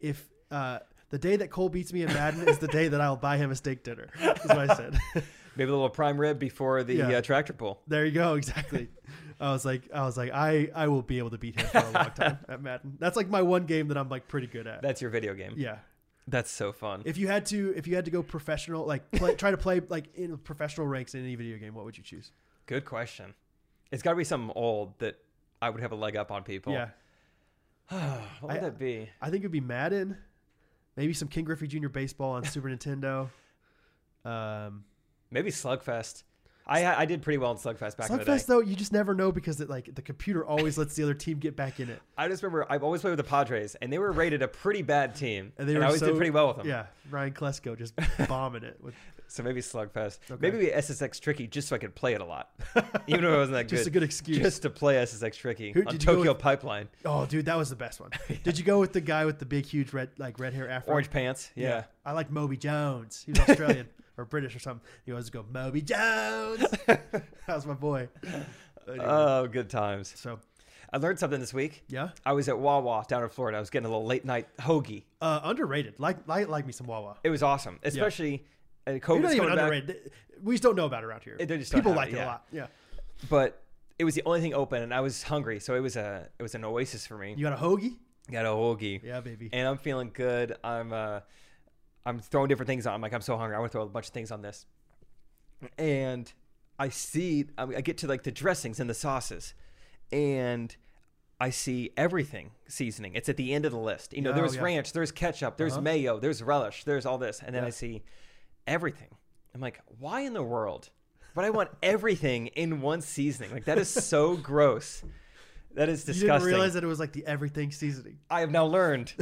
S1: if." Uh, the day that Cole beats me in Madden is the day that I'll buy him a steak dinner. Is what I said.
S2: Maybe a little prime rib before the
S1: Yeah.
S2: uh, tractor pull.
S1: There you go. Exactly. I was like, I was like, I, I will be able to beat him for a long time at Madden. That's like my one game that I'm like pretty good at.
S2: That's your video game.
S1: yeah.
S2: That's so fun.
S1: If you had to, if you had to go professional, like play, try to play like in professional ranks in any video game, what would you choose?
S2: Good question. It's got to be something old that I would have a leg up on people.
S1: Yeah,
S2: What would
S1: I-
S2: that be?
S1: I think it'd be Madden, maybe some King Griffey Jr. baseball on Super Nintendo. Um,
S2: Maybe Slugfest. I I did pretty well in Slugfest back in the day.
S1: Slugfest though, you just never know because it like the computer always lets the other team get back in it.
S2: I just remember I've always played with the Padres, and they were rated a pretty bad team,
S1: And they
S2: I
S1: were
S2: always
S1: so,
S2: did pretty well with them.
S1: Yeah, Ryan Klesko just bombing it with
S2: So maybe Slugfest. Maybe we SSX Tricky just so I could play it a lot, even if it wasn't that good.
S1: Just a good excuse.
S2: Just to play SSX Tricky
S1: Who-
S2: on
S1: did you go
S2: Tokyo
S1: with-
S2: Pipeline.
S1: Oh, dude, that was the best one. Did you go with the guy with the big, huge red, like red hair afro?
S2: Orange pants. Yeah.
S1: I like Moby Jones. He was Australian or British or something. He always go Moby Jones. that was my boy. Anyway,
S2: Oh, good times.
S1: so
S2: I learned something this week.
S1: yeah,
S2: I was at Wawa down in Florida. I was getting a little late night hoagie.
S1: uh, underrated. Like, like, like me some Wawa.
S2: It was awesome, especially uh,
S1: You're
S2: COVID's
S1: not even
S2: coming back.
S1: underrated. We just don't know about it around here.
S2: They just don't
S1: People
S2: have
S1: like
S2: it,
S1: it,
S2: yeah.
S1: a lot. Yeah,
S2: but it was the only thing open, and I was hungry, so it was a it was an oasis for me.
S1: you got a hoagie?
S2: Got a hoagie,
S1: Yeah, baby.
S2: and I'm feeling good. I'm uh, I'm throwing different things on. I'm like, I'm so hungry. I want to throw a bunch of things on this, and I see I I get to like the dressings and the sauces, and I see everything seasoning. It's at the end of the list. You know,
S1: Oh,
S2: there's
S1: yeah.
S2: ranch, there's ketchup, there's
S1: Uh-huh.
S2: mayo, there's relish, there's all this, and then I
S1: Yeah.
S2: see everything. I'm like, why in the world? But I want everything in one seasoning. Like that is so gross. That is
S1: You
S2: disgusting.
S1: didn't realize that it was like the everything seasoning.
S2: I have now learned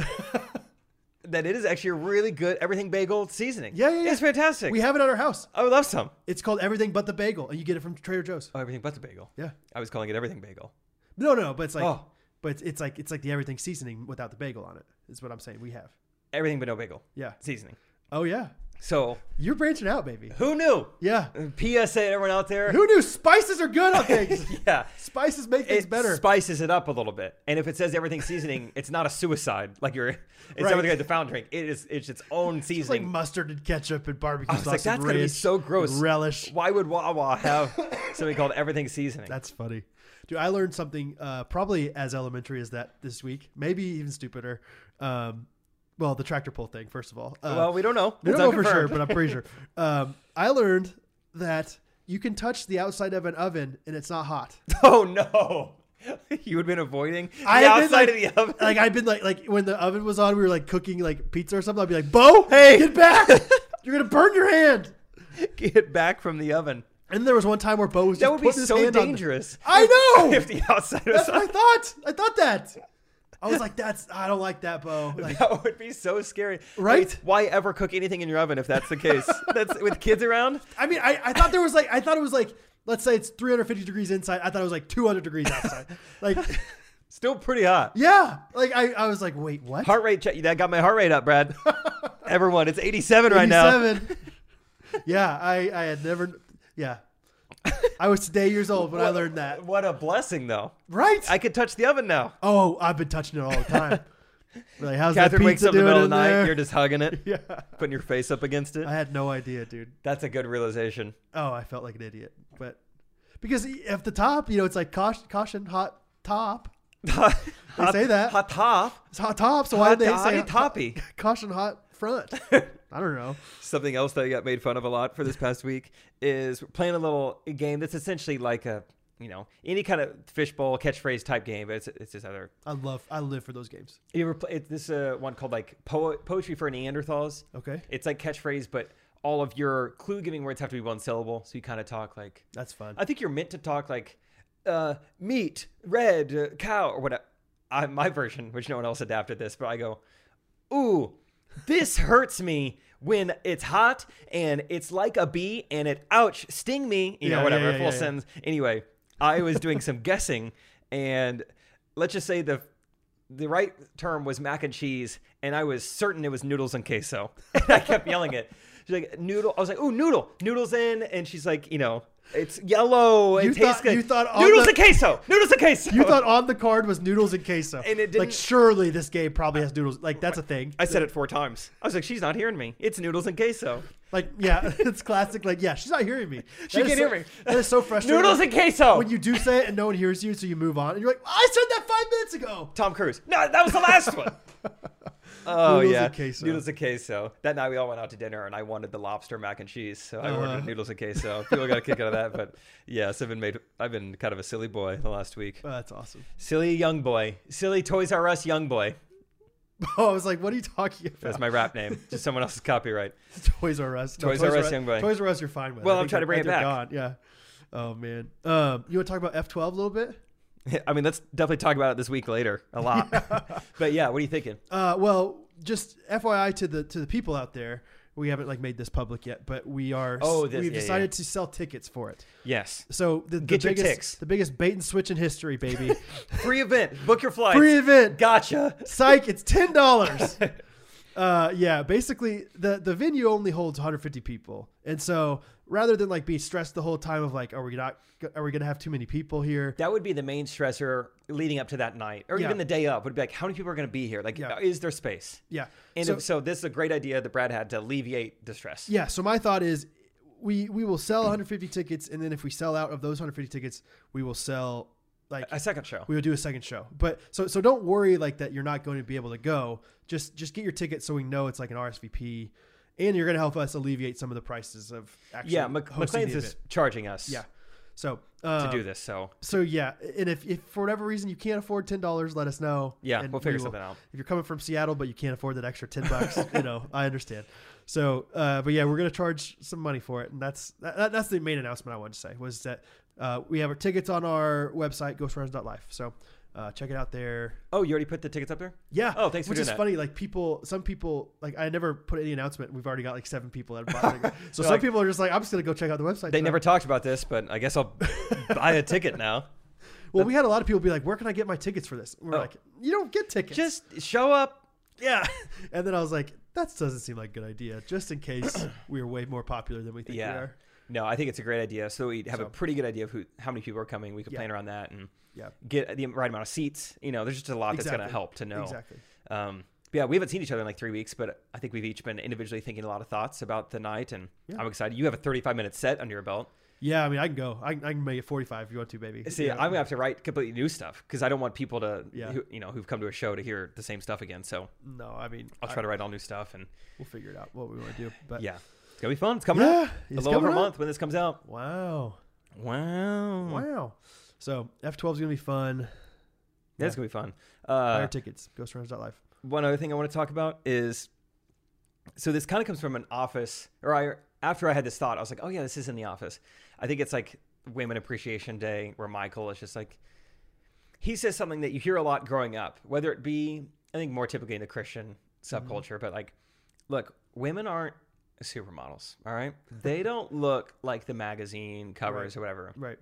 S2: that it is actually a really good everything bagel seasoning.
S1: Yeah, yeah, yeah.
S2: It's fantastic.
S1: We have it at our house.
S2: I would love some.
S1: It's called everything but the bagel, and you get it from Trader Joe's.
S2: Oh, everything but the bagel.
S1: Yeah.
S2: I was calling it everything bagel.
S1: No, no, but it's like,
S2: Oh.
S1: but it's, it's like it's like the everything seasoning without the bagel on it. Is what I'm saying. We have.
S2: Everything but no bagel
S1: Yeah.
S2: seasoning.
S1: Oh yeah.
S2: So
S1: You're branching out, baby.
S2: who knew?
S1: Yeah.
S2: PSA, everyone out there.
S1: Who knew spices are good on things?
S2: yeah.
S1: Spices make things
S2: It
S1: better.
S2: spices it up a little bit, and if it says everything seasoning, it's not a suicide like you're. It's
S1: Right.
S2: everything at the fountain drink. It is. It's its own
S1: it's like
S2: seasoning.
S1: mustard and ketchup and barbecue
S2: I was
S1: sauce.
S2: like, that's
S1: and
S2: gonna be
S1: ranch
S2: so gross.
S1: and Relish.
S2: Why would Wawa have something called everything seasoning?
S1: That's funny. Dude, I learned something uh, probably as elementary as that this week. Maybe even stupider. Um, well, the tractor pull thing, first of all. Uh,
S2: well, we don't know.
S1: We
S2: It's
S1: don't know for sure,
S2: unconfirmed.
S1: but I'm pretty sure. Um, I learned that you can touch the outside of an oven and it's not hot.
S2: Oh no! You would have been avoiding the
S1: I had been,
S2: outside
S1: like-
S2: of the oven.
S1: Like I've been like like when the oven was on, we were like cooking like pizza or something. I'd be like, Bo, hey, get back! You're gonna burn your hand.
S2: Get back from the oven.
S1: And there was one time where Bo was
S2: That
S1: just
S2: would be
S1: putting his
S2: so
S1: hand on the-
S2: dangerous.
S1: I know.
S2: If the outside was
S1: That's what I thought. I thought that. I was like, that's I don't like that, Bo. Like,
S2: that would be so scary.
S1: Right?
S2: Like, why ever cook anything in your oven if that's the case? that's with kids around.
S1: I mean, I, I thought there was like I thought it was like let's say it's 350 degrees inside. I thought it was like 200 degrees outside. like,
S2: Still pretty hot.
S1: yeah. Like I, I was like, wait, what?
S2: Heart rate check. That got my heart rate up, Brad. Everyone, it's 87 right now.
S1: 87. yeah, I I had never. Yeah, I was today years old when I learned that.
S2: What a blessing, though.
S1: Right.
S2: I could touch the oven now.
S1: Oh, I've been touching it all the time. like, how's
S2: Catherine
S1: that
S2: wakes
S1: pizza
S2: up in the
S1: doing
S2: middle of
S1: in
S2: the night.
S1: there?
S2: You're just hugging it,
S1: yeah,
S2: putting your face up against it.
S1: I had no idea, dude.
S2: That's a good realization.
S1: Oh, I felt like an idiot, but because e, at the top, you know, it's like caution, caution hot top.
S2: hot,
S1: say that.
S2: Hot top.
S1: It's hot top, so why
S2: hot
S1: did they say
S2: hotty toppy.
S1: caution hot front? I don't know.
S2: Something else that I got made fun of a lot for this past week is we're playing a little game that's essentially like a you know, any kind of fishbowl catchphrase type game. But it's it's this other.
S1: I love. I live for those games.
S2: You ever play it, this uh, one called like po- poetry for Neanderthals?
S1: Okay.
S2: It's like catchphrase, but all of your clue giving words have to be one syllable. So you kind of talk like
S1: That's fun.
S2: I think you're meant to talk like uh, meat, red, uh, cow, or whatever. I, my version, which no one else adapted this, but I go, ooh, this hurts me when it's hot and it's like a bee and it ouch sting me,
S1: Yeah,
S2: you know,
S1: yeah,
S2: whatever
S1: yeah,
S2: full
S1: yeah, yeah.
S2: sentence. Anyway, I was doing some guessing, and let's just say the the right term was mac and cheese, and I was certain it was noodles and queso. And I kept yelling it. She's like, noodle. I was like, ooh, noodle. Noodles in. And she's like, you know, it's yellow. It
S1: You
S2: tastes
S1: thought-
S2: good.
S1: you thought all
S2: noodles
S1: the-
S2: and queso. Noodles and queso.
S1: you thought on the card was noodles and queso,
S2: And it
S1: like
S2: didn't-
S1: surely this game probably has noodles. Like that's a thing.
S2: I said it four times. I was like, she's not hearing me. It's noodles and queso.
S1: Like yeah, it's classic. Like yeah, she's not hearing me. That
S2: She
S1: is
S2: can't
S1: so-
S2: hear me.
S1: That is so frustrating.
S2: Noodles and queso.
S1: when you do say it and no one hears you, so you move on, and you're like, I said that five minutes ago.
S2: Tom Cruise. No, that was the last one. Oh
S1: Noodles
S2: yeah,
S1: and queso.
S2: noodles and queso. That night we all went out to dinner, and I wanted the lobster mac and cheese, so I
S1: Uh-huh.
S2: ordered noodles and queso. People got a kick out of that, but yes, I've been made. I've been kind of a silly boy the last week.
S1: Oh, that's awesome.
S2: Silly young boy, silly Toys R Us young boy.
S1: Oh, I was like, what are you talking about?
S2: That's my rap name. Just someone else's copyright.
S1: Toys R Us. No,
S2: Toys R Us, young boy.
S1: Toys R Us, you're fine with.
S2: Well,
S1: I
S2: I'm
S1: think
S2: trying
S1: they're-
S2: to bring it
S1: they're
S2: back.
S1: gone, Yeah. Oh man. Um, you want to talk about F12 a little bit?
S2: I mean, let's definitely talk about it this week later a lot. but yeah, what are you thinking?
S1: Uh, well, just FYI to the to the people out there, we haven't like made this public yet, but we are.
S2: Oh, this-
S1: we've
S2: yeah,
S1: decided
S2: yeah.
S1: to sell tickets for it.
S2: Yes,
S1: So the, the
S2: Get your
S1: biggest
S2: ticks.
S1: the biggest bait and switch in history, baby.
S2: free event. Book your flights.
S1: Free event.
S2: Gotcha.
S1: Psych, it's ten dollars. uh, yeah, basically the the venue only holds 150 people, and so rather than like be stressed the whole time of like, are we not are we gonna have too many people here?
S2: That would be the main stressor leading up to that night, or
S1: Yeah.
S2: even the day up. Would be like, how many people are going to be here? Like,
S1: Yeah.
S2: is there space?
S1: Yeah.
S2: And
S1: So-
S2: so, this is a great idea that Brad had to alleviate the stress.
S1: Yeah. So my thought is, we we will sell 150 tickets, and then if we sell out of those 150 tickets, we will sell like
S2: A second show.
S1: we will do a second show. But so so don't worry like that. You're not going to be able to go. Just just get your ticket so we know it's like an RSVP, and you're going to help us alleviate some of the prices of actually
S2: yeah, Mc-
S1: hosting
S2: McLean's
S1: the
S2: is
S1: event.
S2: charging us
S1: yeah. So
S2: to
S1: uh,
S2: do this. So
S1: So yeah, and if, if for whatever reason you can't afford ten dollars, let us know.
S2: Yeah,
S1: and
S2: we'll
S1: we
S2: figure
S1: will-
S2: something out.
S1: If you're coming from Seattle but you can't afford that extra ten bucks, you know, I understand. So, uh, but yeah, we're gonna charge some money for it, and that's that, that's the main announcement I wanted to say was that uh, we have our tickets on our website ghostrunners.life. So uh, check it out there.
S2: Oh, you already put the tickets up there?
S1: Yeah.
S2: Oh, thanks for
S1: Which
S2: doing
S1: is
S2: that.
S1: funny. Like people, some people, like I never put any announcement. We've already got like seven people that have bought it. So
S2: They're
S1: some
S2: like-
S1: people are just like, I'm just gonna go check out the website.
S2: They
S1: tonight.
S2: never talked about this, but I guess I'll buy a ticket now.
S1: Well, we had a lot of people be like, "Where can I get my tickets for this?" And we're
S2: Oh.
S1: like, "You don't get tickets."
S2: Just show up.
S1: yeah. And then I was like, "That doesn't seem like a good idea." Just in case we are way more popular than we think we
S2: Yeah.
S1: are.
S2: No, I think it's a great idea. So we'd have
S1: So-
S2: a pretty good idea of who, how many people are coming. We could
S1: Yeah.
S2: plan around that and
S1: Yeah.
S2: get the right amount of seats. You know, there's just a lot that's going
S1: Exactly.
S2: to help to know.
S1: Exactly.
S2: Um, but yeah, we haven't seen each other in like three weeks, but I think we've each been individually thinking a lot of thoughts about the night, and
S1: Yeah.
S2: I'm excited. You have a 35 minute set under your belt.
S1: Yeah, I mean, I can go. I, I can make it forty-five if you want to, baby.
S2: See,
S1: Yeah.
S2: I'm gonna have to write completely new stuff because I don't want people to,
S1: Yeah.
S2: who, you know, who've come to a show to hear the same stuff again. So
S1: no. I mean,
S2: I'll try to write all new stuff, and
S1: We'll figure it out what we want to do. But
S2: yeah, it's gonna be fun. It's coming
S1: Uh, Yeah,
S2: up.
S1: it's
S2: a little over
S1: coming
S2: a
S1: up.
S2: month Hmm. when this comes out.
S1: Wow.
S2: Wow,
S1: Wow. So F12 is gonna be fun.
S2: Uh, that's
S1: Yeah.
S2: gonna be fun.
S1: Buy
S2: Uh,
S1: our tickets. Ghostrunners.life.
S2: one other thing I want to talk about is so this kind of comes from an office or I after I had this thought, I was like, oh yeah, this is in the office. I think it's like Women Appreciation Day where Michael is just like he says something that you hear a lot growing up, whether it be I think more typically in the Christian
S1: Mm-hmm.
S2: subculture, but like, look, women aren't supermodels, all right? They don't look like the magazine covers or whatever.
S1: Right.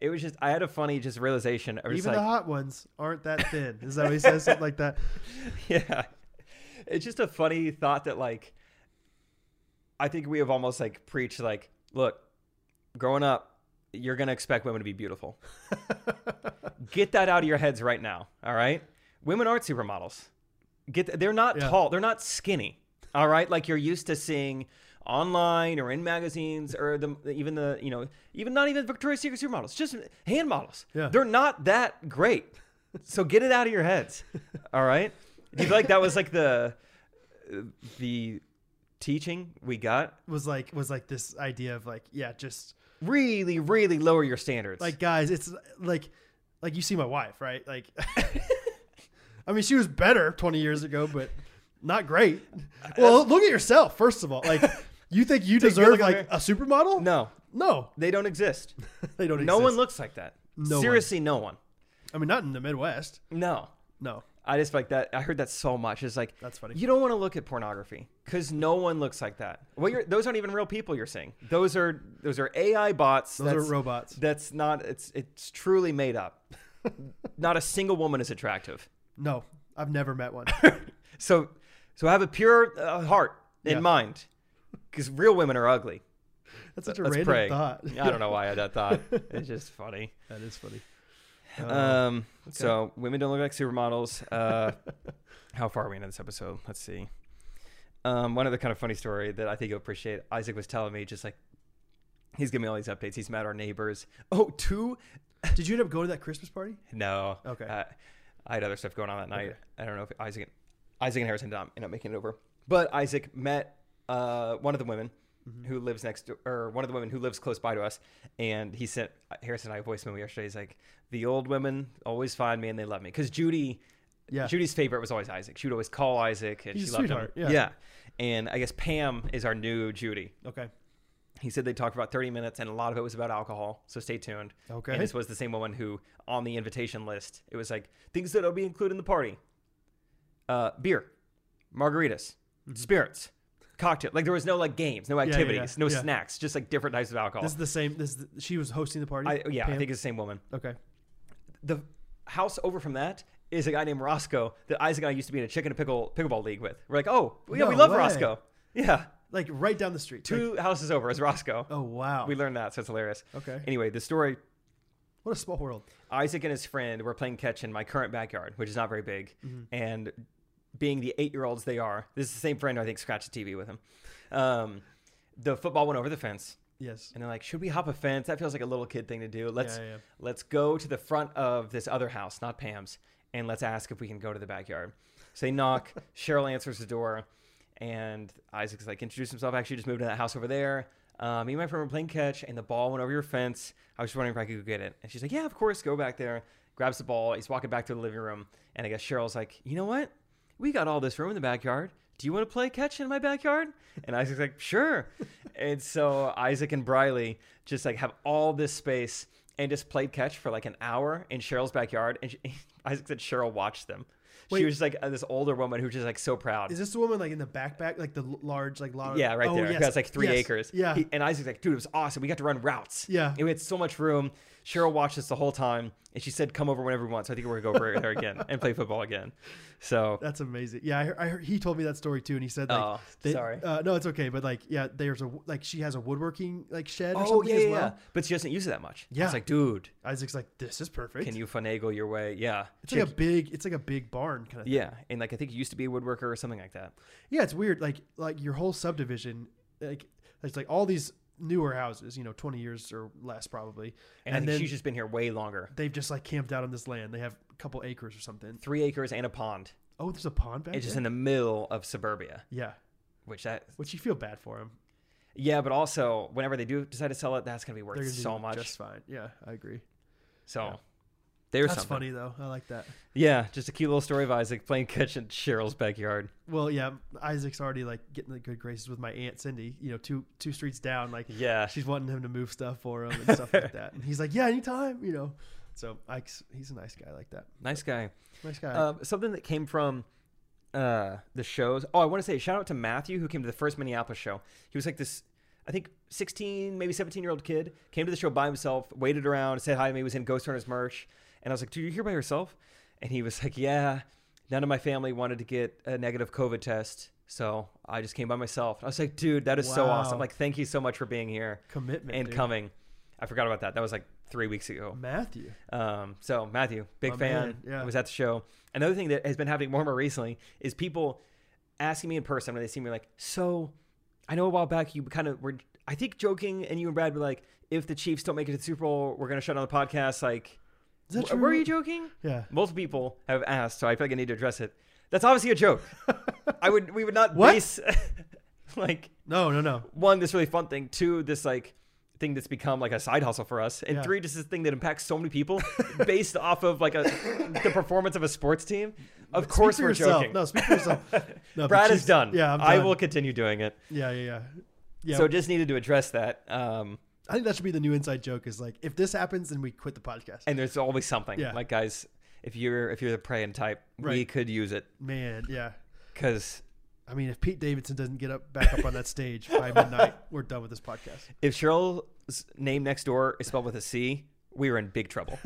S2: It was just I had a funny just realization of just
S1: Even
S2: like,
S1: the hot ones aren't that thin. Is that what he says? Something like that.
S2: yeah it's just a funny thought that like i think we have almost like preached like look growing up you're gonna expect women to be beautiful get that out of your heads right now all right women aren't supermodels get th- they're not
S1: Yeah.
S2: tall they're not skinny all right like you're used to seeing online or in magazines or the even the you know even not even victoria's secret supermodels just hand models
S1: Yeah.
S2: they're not that great so get it out of your heads all right do you feel like that was like the the teaching we got
S1: was like was like this idea of like yeah just
S2: really really lower your standards
S1: like guys it's like like you see my wife right like i mean she was better 20 years ago but not great well look at yourself first of all like you think you
S2: Take a good
S1: deserve
S2: look in the
S1: like a supermodel
S2: no
S1: no
S2: they don't exist
S1: they don't
S2: no
S1: exist.
S2: one looks like that
S1: No one.
S2: seriously no one
S1: i mean not in the midwest
S2: no
S1: no
S2: i just like that i heard that so much it's like
S1: That's funny.
S2: you don't want to look at pornography because no one looks like that well you're those aren't even real people you're seeing those are those are ai bots
S1: Those are robots.
S2: that's not it's it's truly made up not a single woman is attractive
S1: no i've never met one
S2: so so have a pure uh, heart in
S1: Yeah.
S2: mind because real women are ugly
S1: that's such a
S2: Let's
S1: random
S2: pray.
S1: thought
S2: I don't know why I had that thought. It's just funny.
S1: that is funny Oh,
S2: Um, So women don't look like supermodels. Uh, how far are we into this episode? Let's see. Um, one other kind of funny story that I think you'll appreciate. Isaac was telling me just like he's giving me all these updates. He's met our neighbors. Oh, two?
S1: did you end up going to that christmas party
S2: No.
S1: Okay.
S2: Uh, I had other stuff going on that night. I don't know if Isaac, Isaac and Harrison did not end up making it over. But Isaac met uh, one of the women
S1: Mm-hmm.
S2: who lives next to, or one of the women who lives close by to us, and he sent Harrison and I a voice memo yesterday. He's like, "The old women always find me and they love me because Judy."
S1: Yeah.
S2: Judy's favorite was always Isaac. She would always call Isaac, and
S1: He's
S2: she
S1: a
S2: loved
S1: sweetheart,
S2: him.
S1: yeah.
S2: and I guess Pam is our new Judy.
S1: okay
S2: He said they talked about 30 minutes, and a lot of it was about alcohol. So stay tuned.
S1: Okay.
S2: And this was the same woman who, on the invitation list, it was like things that'll be included in the party: uh, beer, margaritas, spirits, cocktail. Like there was no like games, no
S1: Mm-hmm. yeah,
S2: activities,
S1: yeah.
S2: no
S1: Yeah.
S2: snacks, just like different types of alcohol.
S1: this is the same this is the, she was hosting the party
S2: Oh. I, yeah, I
S1: Pam?
S2: think it's the same woman.
S1: okay
S2: The house over from that is a guy named Roscoe that Isaac and I used to be in a chicken and pickle pickleball league with. We're like, oh, yeah, we
S1: No
S2: love
S1: way.
S2: Roscoe. Yeah,
S1: like right down the street Like,
S2: two houses over is Roscoe.
S1: oh wow
S2: We learned that, so it's hilarious.
S1: Okay.
S2: Anyway, the story
S1: what a small world
S2: Isaac and his friend were playing catch in my current backyard, which is not very big. And being the eight year olds they are, this is the same friend who I think scratched the TV with him. Um, the football went over the fence,
S1: yes
S2: and they're like, "Should we hop a fence? That feels like a little kid thing to do. Let's
S1: Yeah, yeah, yeah.
S2: let's go to the front of this other house, not Pam's, and let's ask if we can go to the backyard." So they knock. Cheryl answers the door, and Isaac's like, "Introduce himself. Actually, just moved to that house over there." Uh, me and my friend were playing catch, and the ball went over your fence. I was just wondering if I could go get it. And she's like, "Yeah, of course. Go back there." Grabs the ball. He's walking back to the living room, and I guess Cheryl's like, "You know what? We got all this room in the backyard. Do you want to play catch in my backyard? And Isaac's like, sure. and so Isaac and Briley just like have all this space and just played catch for like an hour in Cheryl's backyard. And she, Isaac said Cheryl watched them.
S1: Wait.
S2: she was like uh, this older woman who was just like so proud.
S1: Is this the woman like in the backpack, like the l- large, like large?
S2: Yeah, right
S1: oh,
S2: there.
S1: Yes.
S2: That's like three
S1: yes,
S2: acres.
S1: Yeah,
S2: He- and Isaac's like, dude, it was awesome. We got to run routes.
S1: Yeah.
S2: And we had so much room. Cheryl watched us the whole time, and she said, come over whenever you want. So I think we're going to go over there again and play football again. So
S1: that's amazing. Yeah, I heard, I heard, he told me that story too, and he said like,
S2: Oh,
S1: they-
S2: sorry.
S1: uh, no, it's okay. But like, yeah, there's a like she has a woodworking like shed or
S2: Oh
S1: something
S2: yeah,
S1: as
S2: yeah,
S1: well.
S2: yeah. but she doesn't use it that much.
S1: Yeah.
S2: it's like, dude,
S1: Isaac's like, this is perfect.
S2: can you finagle your way? Yeah,
S1: It's like a big, it's like a big barn kind of.
S2: yeah, and like I think you used to be a woodworker or something like that.
S1: Yeah, it's weird. Like like your whole subdivision, like it's like all these newer houses, you know, twenty years or less probably,
S2: And, I think she's just been here way longer.
S1: they've just like camped out on this land. They have a couple acres or something.
S2: Three acres and a pond.
S1: Oh, there's a pond back
S2: It's just
S1: there.
S2: in the middle of suburbia,
S1: yeah,
S2: which that
S1: which you feel bad for him.
S2: yeah, but also whenever they do decide to sell it, that's gonna be worth
S1: They're gonna
S2: so
S1: do
S2: much.
S1: just fine. Yeah, I agree.
S2: so there's
S1: That's
S2: something.
S1: funny though. I like that.
S2: Yeah, just a cute little story of Isaac playing catch in Cheryl's backyard.
S1: Well, yeah, Isaac's already like getting the good graces with my aunt Cindy. You know, two two streets down. Like,
S2: Yeah.
S1: she's wanting him to move stuff for him and stuff like that. And he's like, yeah, anytime. You know, so Ike's he's a nice guy like that.
S2: Nice guy.
S1: Nice guy.
S2: Um, something that came from uh, the shows. Oh, I want to say shout out to Matthew who came to the first Minneapolis show. He was like this, I think, 16, maybe 17 year old kid. Came to the show by himself, waited around, said hi to me, was in Ghost Hunters merch. And I was like, dude, you're here by yourself? And he was like, yeah, none of my family wanted to get a negative COVID test. So I just came by myself. I was like, dude, that is so
S1: Wow.
S2: awesome. Like, thank you so much for being here
S1: Commitment
S2: and
S1: dude.
S2: coming. I forgot about that. That was like three weeks ago.
S1: Matthew.
S2: Um, so Matthew, big
S1: My
S2: fan,
S1: man, yeah.
S2: was at the show. Another thing that has been happening more and more recently is people asking me in person when they see me like, so I know a while back you kind of were, I think joking, and you and Brad were like, if the Chiefs don't make it to the Super Bowl, we're gonna shut down the podcast. Like,
S1: Is that
S2: "W- were
S1: true?"
S2: you joking?
S1: Yeah.
S2: multiple people have asked, so I feel like I need to address it. That's obviously a joke. I would, we would not
S1: What?
S2: base. like
S1: No, no, no.
S2: one, this really fun thing. Two, this like thing that's become like a side hustle for us. And
S1: Yeah.
S2: three, just this thing that impacts so many people based off of like a the performance of a sports team. Of
S1: Speak
S2: course,
S1: for
S2: we're
S1: yourself.
S2: joking.
S1: No, speak for yourself. No, but
S2: Brad
S1: you-
S2: is done.
S1: Yeah, I'm
S2: I
S1: done.
S2: will continue doing it.
S1: Yeah, yeah, yeah. Yeah.
S2: So just needed to address that. Um,
S1: I think that should be the new inside joke. Is like, if this happens, then we quit the podcast.
S2: and there's always something.
S1: Yeah.
S2: Like guys, if you're if you're the praying type, we
S1: Right.
S2: could use it
S1: Man, yeah.
S2: because
S1: I mean, if Pete Davidson doesn't get up back up on that stage by midnight, we're done with this podcast.
S2: if Cheryl's name next door is spelled with a C, we are in big trouble.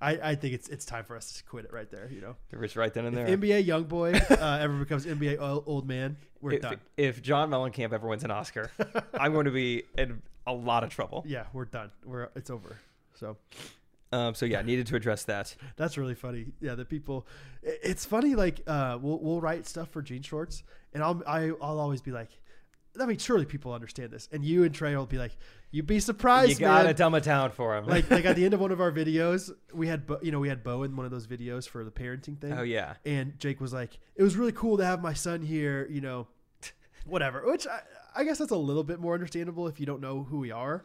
S1: I, I think it's it's time for us to quit it right there. You know,
S2: it was right then and there.
S1: NBA young boy uh, ever becomes NBA ol- old man, we're
S2: if,
S1: done.
S2: if John Mellencamp ever wins an Oscar, I'm going to be in a lot of trouble.
S1: Yeah, we're done. We're it's over. So
S2: Um, so yeah, needed to address that.
S1: that's really funny. Yeah, the people. i- It's funny. Like uh, we'll we'll write stuff for Jean Shorts, and I'll I, I'll always be like, I mean, surely people understand this. And you and Trey will be like, you'd be surprised.
S2: you gotta
S1: man."
S2: dumb it down for him.
S1: like like at the end of one of our videos, we had Bo, you know we had Bo in one of those videos for the parenting thing.
S2: Oh, yeah.
S1: And Jake was like, "It was really cool to have my son here," you know, whatever. Which I, I guess that's a little bit more understandable if you don't know who we are,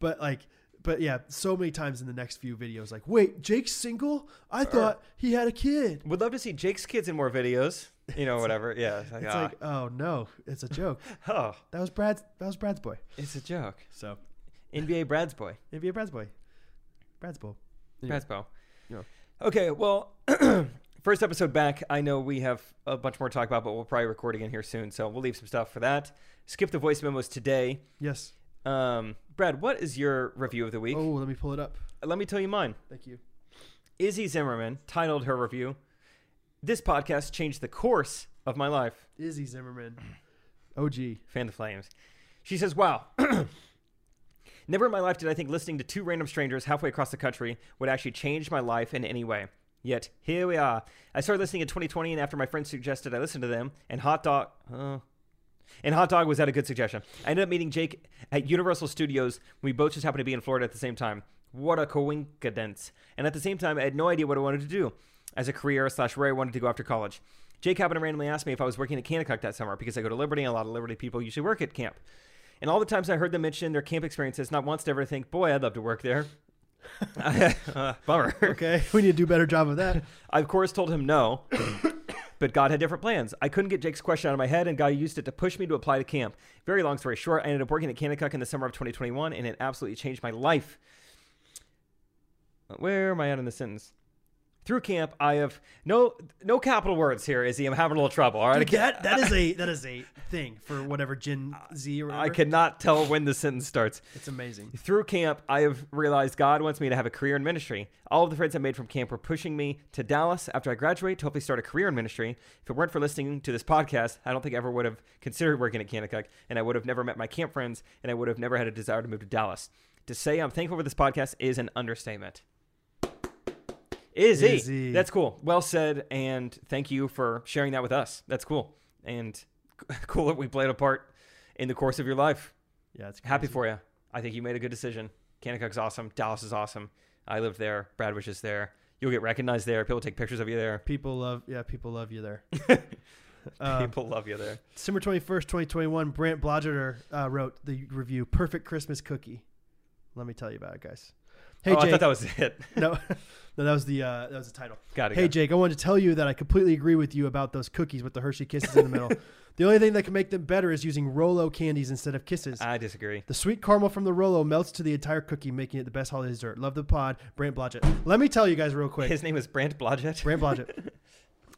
S1: but like. But yeah, so many times in the next few videos, like, wait, Jake's single? I thought he had a kid.
S2: Would love to see Jake's kids in more videos. You know, whatever. yeah. It's like,
S1: It's
S2: ah,
S1: like, oh no, it's a joke.
S2: oh,
S1: that was Brad's. That was Brad's boy.
S2: it's a joke.
S1: So
S2: NBA Brad's boy.
S1: maybe a Brad's boy, Brad's boy.
S2: Brad's bow.
S1: Yeah.
S2: Okay, well, first episode back. I know we have a bunch more to talk about, but we'll probably record again here soon. So we'll leave some stuff for that. Skip the voice memos today.
S1: Yes.
S2: Um, Brad, what is your review of the week?
S1: Oh, let me pull it up.
S2: Let me tell you mine.
S1: Thank you.
S2: Izzy Zimmerman titled her review, This podcast changed the course of my life.
S1: Izzy Zimmerman. OG.
S2: Fan the Flames. She says, Wow. Never in my life did I think listening to two random strangers halfway across the country would actually change my life in any way. Yet, here we are. I started listening in 2020, and after my friend suggested I listen to them, and Hot Dog. Uh, and Hot Dog was that a good suggestion. I ended up meeting Jake at Universal Studios. We both just happened to be in Florida at the same time. What a coincidence. And at the same time, I had no idea what I wanted to do as a career slash where I wanted to go after college. Jake happened to randomly ask me if I was working at Kanakuk that summer because I go to Liberty and a lot of Liberty people usually work at camp. And all the times I heard them mention their camp experiences, not once did I ever think, boy, I'd love to work there. Uh, bummer.
S1: Okay. We need to do a better job of that.
S2: I, of course, told him no, but God had different plans. I couldn't get Jake's question out of my head, and God used it to push me to apply to camp. Very long story short, I ended up working at Kanakuk in the summer of 2021, and it absolutely changed my life. Where am I at in the sentence? Through camp, I have no no capital words here, Izzy. I'm having a little trouble. All right, I
S1: Dude,
S2: can't- Uh,
S1: that, that is a that is a thing for whatever Gen Z or whatever.
S2: I cannot tell when the sentence starts.
S1: It's amazing.
S2: Through camp, I have realized God wants me to have a career in ministry. All of the friends I made from camp were pushing me to Dallas after I graduate to hopefully start a career in ministry. If it weren't for listening to this podcast, I don't think I ever would have considered working at Kanakuk, and I would have never met my camp friends, and I would have never had a desire to move to Dallas. To say I'm thankful for this podcast is an understatement. Izzy.
S1: Izzy.
S2: That's cool. Well said, and thank you for sharing that with us. That's cool. And cool that we played a part in the course of your life.
S1: Yeah, it's crazy.
S2: Happy for you. I think you made a good decision. Kanakuk's awesome. Dallas is awesome. I lived there. Brad was just there. You'll get recognized there. People take pictures of you there.
S1: people love yeah, people love you there. Uh,
S2: People love you there.
S1: December twenty first, twenty twenty one, Brant Blodgeter uh, wrote the review Perfect Christmas Cookie. Let me tell you about it, guys. Hey
S2: oh, I
S1: Jake.
S2: thought that was it.
S1: no, no, that was the uh, that was the title.
S2: Got it,
S1: Hey
S2: got it.
S1: Jake, I wanted to tell you that I completely agree with you about those cookies with the Hershey kisses in the middle. The only thing that can make them better is using Rolo candies instead of kisses.
S2: I disagree.
S1: the sweet caramel from the Rolo melts to the entire cookie, making it the best holiday dessert. Love the pod, Brant Blodgett. Let me tell you guys real quick.
S2: His name is Brant Blodgett.
S1: Brant Blodgett.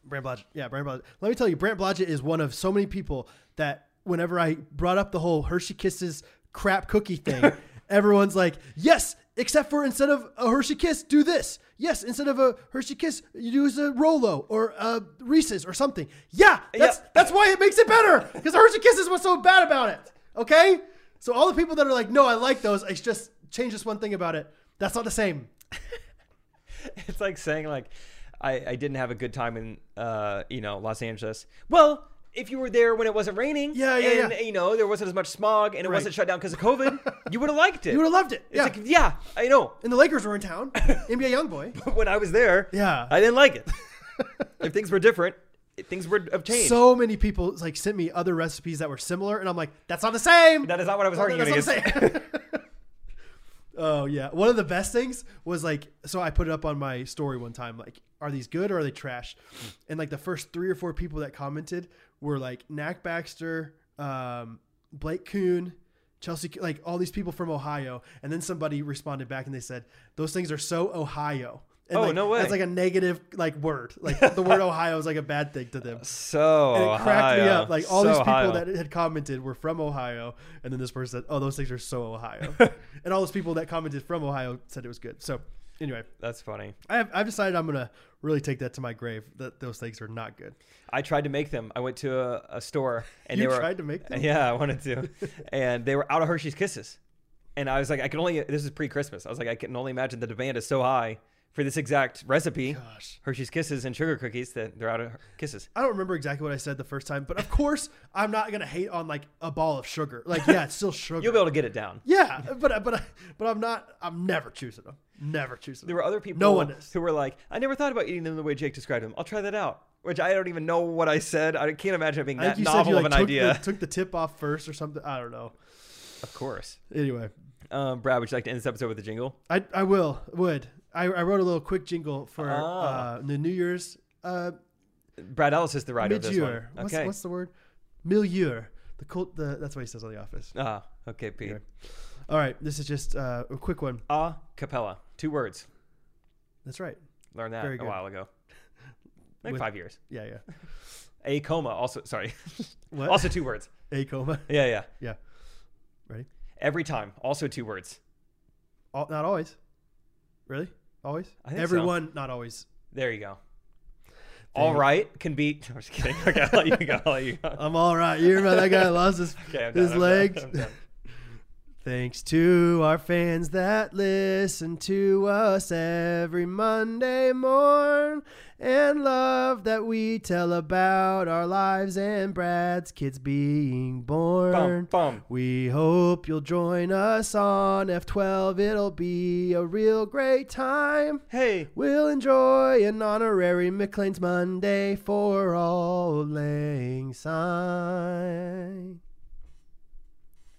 S1: Brant Blodgett. Yeah, Brant Blodgett. Let me tell you, Brant Blodgett is one of so many people that whenever I brought up the whole Hershey Kisses crap cookie thing, everyone's like, yes, except for instead of a Hershey Kiss, do this. Yes, instead of a Hershey Kiss, you use a Rolo or a Reese's or something. Yeah, that's,
S2: Yeah.
S1: that's why it makes it better because Hershey Kisses was so bad about it. Okay? So all the people that are like, no, I like those, I just change this one thing about it. That's not the same.
S2: it's like saying like, I, I didn't have a good time in uh you know Los Angeles. Well, if you were there when it wasn't raining,
S1: Yeah, yeah,
S2: and
S1: yeah.
S2: you know there wasn't as much smog and it wasn't shut down because of COVID, you would have liked it.
S1: You would have loved it.
S2: It's like, yeah, I know.
S1: and the Lakers were in town. NBA YoungBoy.
S2: when I was there,
S1: Yeah.
S2: I didn't like it. if things were different, things were have changed.
S1: So many people like sent me other recipes that were similar, and I'm like, that's not the same.
S2: that is not what I was arguing
S1: That's
S2: against.
S1: what I'm saying. oh yeah, one of the best things was like, so I put it up on my story one time, like, are these good or are they trash? And like the first three or four people that commented were like Knack Baxter, um, Blake Coon. Chelsea, K- like all these people from Ohio, and then somebody responded back and they said, "Those things are so Ohio." And
S2: Oh,
S1: like,
S2: no way.
S1: That's like a negative like word. Like the word Ohio is like a bad thing to them.
S2: So
S1: And it cracked me
S2: Ohio.
S1: up. Like all
S2: So
S1: these people
S2: Ohio.
S1: that had commented were from Ohio, and then this person said, "Oh, those things are so Ohio," and all those people that commented from Ohio said it was good. So anyway,
S2: That's funny.
S1: I have, I've decided I'm gonna really take that to my grave that those things are not good.
S2: I tried to make them. I went to a, a store and
S1: You
S2: they were
S1: tried to make them?
S2: Yeah, I wanted to, and they were out of Hershey's Kisses, and I was like, I can only. This is pre-Christmas. I was like, I can only imagine the demand is so high for this exact recipe,
S1: Gosh.
S2: Hershey's Kisses and sugar cookies that they're out of Kisses.
S1: I don't remember exactly what I said the first time, but of course I'm not gonna hate on like a ball of sugar. Like yeah, it's still sugar.
S2: You'll be able to get it down.
S1: yeah, but but but I'm not. I'm never choosing them. Never choosing.
S2: There
S1: them.
S2: were other people
S1: No one is.
S2: who were like, I never thought about eating them the way Jake described them. I'll try that out. Which I don't even know what I said. I can't imagine it being
S1: I think
S2: that
S1: you said
S2: novel
S1: you
S2: of
S1: like
S2: an
S1: took
S2: idea.
S1: the, took the tip off first or something. I don't know.
S2: of course.
S1: Anyway,
S2: Um, Brad, would you like to end this episode with a jingle?
S1: I, I will would I, I wrote a little quick jingle for
S2: Ah.
S1: uh, the New Year's uh,
S2: Brad Ellis is the writer of this one.
S1: mid-year. What's,
S2: okay.
S1: what's the word? Milieu. The cult. The that's what he says on the office.
S2: Ah, okay, Pete.
S1: Anyway. All right, this is just uh, a quick one.
S2: A cappella. Two words.
S1: That's right.
S2: Learned that
S1: Very
S2: a
S1: good.
S2: while ago. Like
S1: With-
S2: five years.
S1: Yeah, yeah.
S2: A coma. Also, sorry.
S1: What?
S2: Also two words.
S1: a coma.
S2: Yeah, yeah.
S1: Yeah. Ready?
S2: Every time. Also two words.
S1: All, not always. Really? Always?
S2: I think so.
S1: Everyone, not always.
S2: There you go. All right can be. I'm just kidding. Okay, I'll let you go. I'll let you go.
S1: I'm all right. You remember that guy that lost his
S2: Okay, I'm done,
S1: his
S2: I'm done,
S1: legs?
S2: I'm done.
S1: Thanks to our fans that listen to us every Monday morn and love that we tell about our lives and Brad's kids being born.
S2: Bum, bum.
S1: We hope you'll join us on F12. It'll be a real great time.
S2: Hey.
S1: We'll enjoy an honorary McLean's Monday for all lang syne.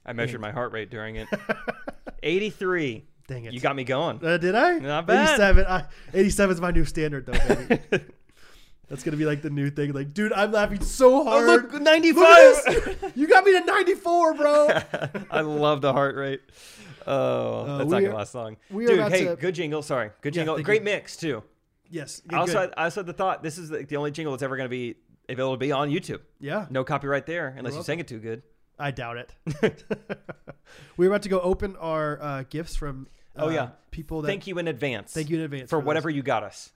S2: I measured my heart rate during it. 83.
S1: Dang it.
S2: You got me going.
S1: Uh, did I?
S2: Not bad.
S1: 87. I, 87 is my new standard, though, baby. That's going to be like the new thing. Like, dude, I'm laughing so hard.
S2: Oh, look,
S1: at
S2: 95.
S1: this. you got me to 94, bro.
S2: I love the heart rate. Oh, that's not
S1: Uh, we
S2: gonna
S1: are-
S2: last long.
S1: we are
S2: Dude,
S1: about
S2: hey,
S1: to-
S2: good jingle. Sorry, good
S1: Yeah,
S2: jingle.
S1: thank
S2: Great
S1: you.
S2: mix too.
S1: yes.
S2: I
S1: yeah,
S2: also,
S1: good.
S2: had, I also had the thought this is like the only jingle that's ever gonna be available to be on YouTube.
S1: yeah,
S2: No copyright there, unless you
S1: welcome.
S2: sang it too good.
S1: I doubt it. we were about to go open our uh, gifts from uh,
S2: Oh, yeah.
S1: people that
S2: thank you in advance.
S1: thank you in advance
S2: for
S1: those.
S2: whatever you got us.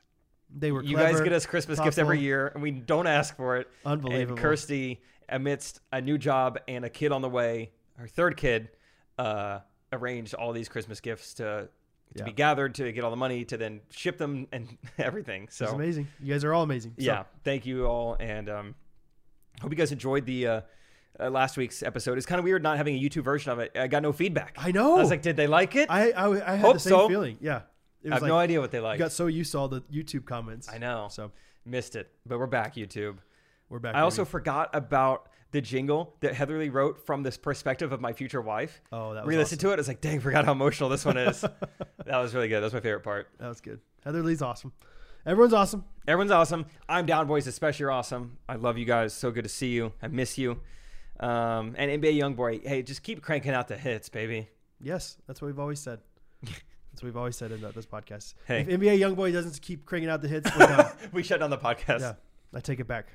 S1: They were
S2: You guys
S1: clever,
S2: get us Christmas gifts every
S1: thoughtful.
S2: year, and we don't ask for it.
S1: Unbelievable.
S2: And Kirsty, amidst a new job and a kid on the way, her third kid, uh, arranged all these Christmas gifts to to
S1: Yeah.
S2: be gathered to get all the money to then ship them and everything. So
S1: It's amazing. You guys are all amazing. So,
S2: yeah, thank you all, and um, hope you guys enjoyed the. Uh, uh, last week's episode. It's kind of weird not having a YouTube version of it. I got no feedback.
S1: I know.
S2: I was like, did they like it? I,
S1: I, I, I had
S2: Hope
S1: the same
S2: so.
S1: feeling. Yeah. It was
S2: have
S1: like,
S2: no idea what they like.
S1: You got so used to all the YouTube comments.
S2: I know.
S1: So
S2: Missed it, but we're back, YouTube.
S1: we're back.
S2: I also
S1: baby.
S2: forgot about the jingle that Heatherly wrote from this perspective of my future wife.
S1: Oh, that was
S2: re-listened to it. I was like, dang, forgot how emotional this one is. that was really good. That was my favorite part.
S1: That was good. Heather Lee's awesome. Everyone's awesome.
S2: Everyone's awesome. I'm down, boys. Especially you're awesome. I love you guys. So good to see you. I miss you. Um, and NBA YoungBoy, hey, just keep cranking out the hits, baby.
S1: Yes, that's what we've always said. That's what we've always said about this podcast.
S2: Hey.
S1: If NBA YoungBoy doesn't keep cranking out the hits, we're done.
S2: We shut down the podcast.
S1: yeah, I take it back.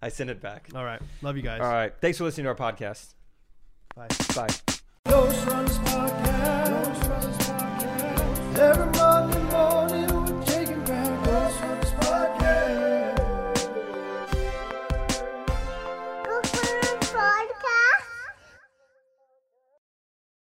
S2: I send it back.
S1: All right, love you guys.
S2: All right. Thanks for listening to our podcast.
S1: Bye.
S2: Bye.
S1: Ghost Runners Podcast. Ghost Runners Podcast. Every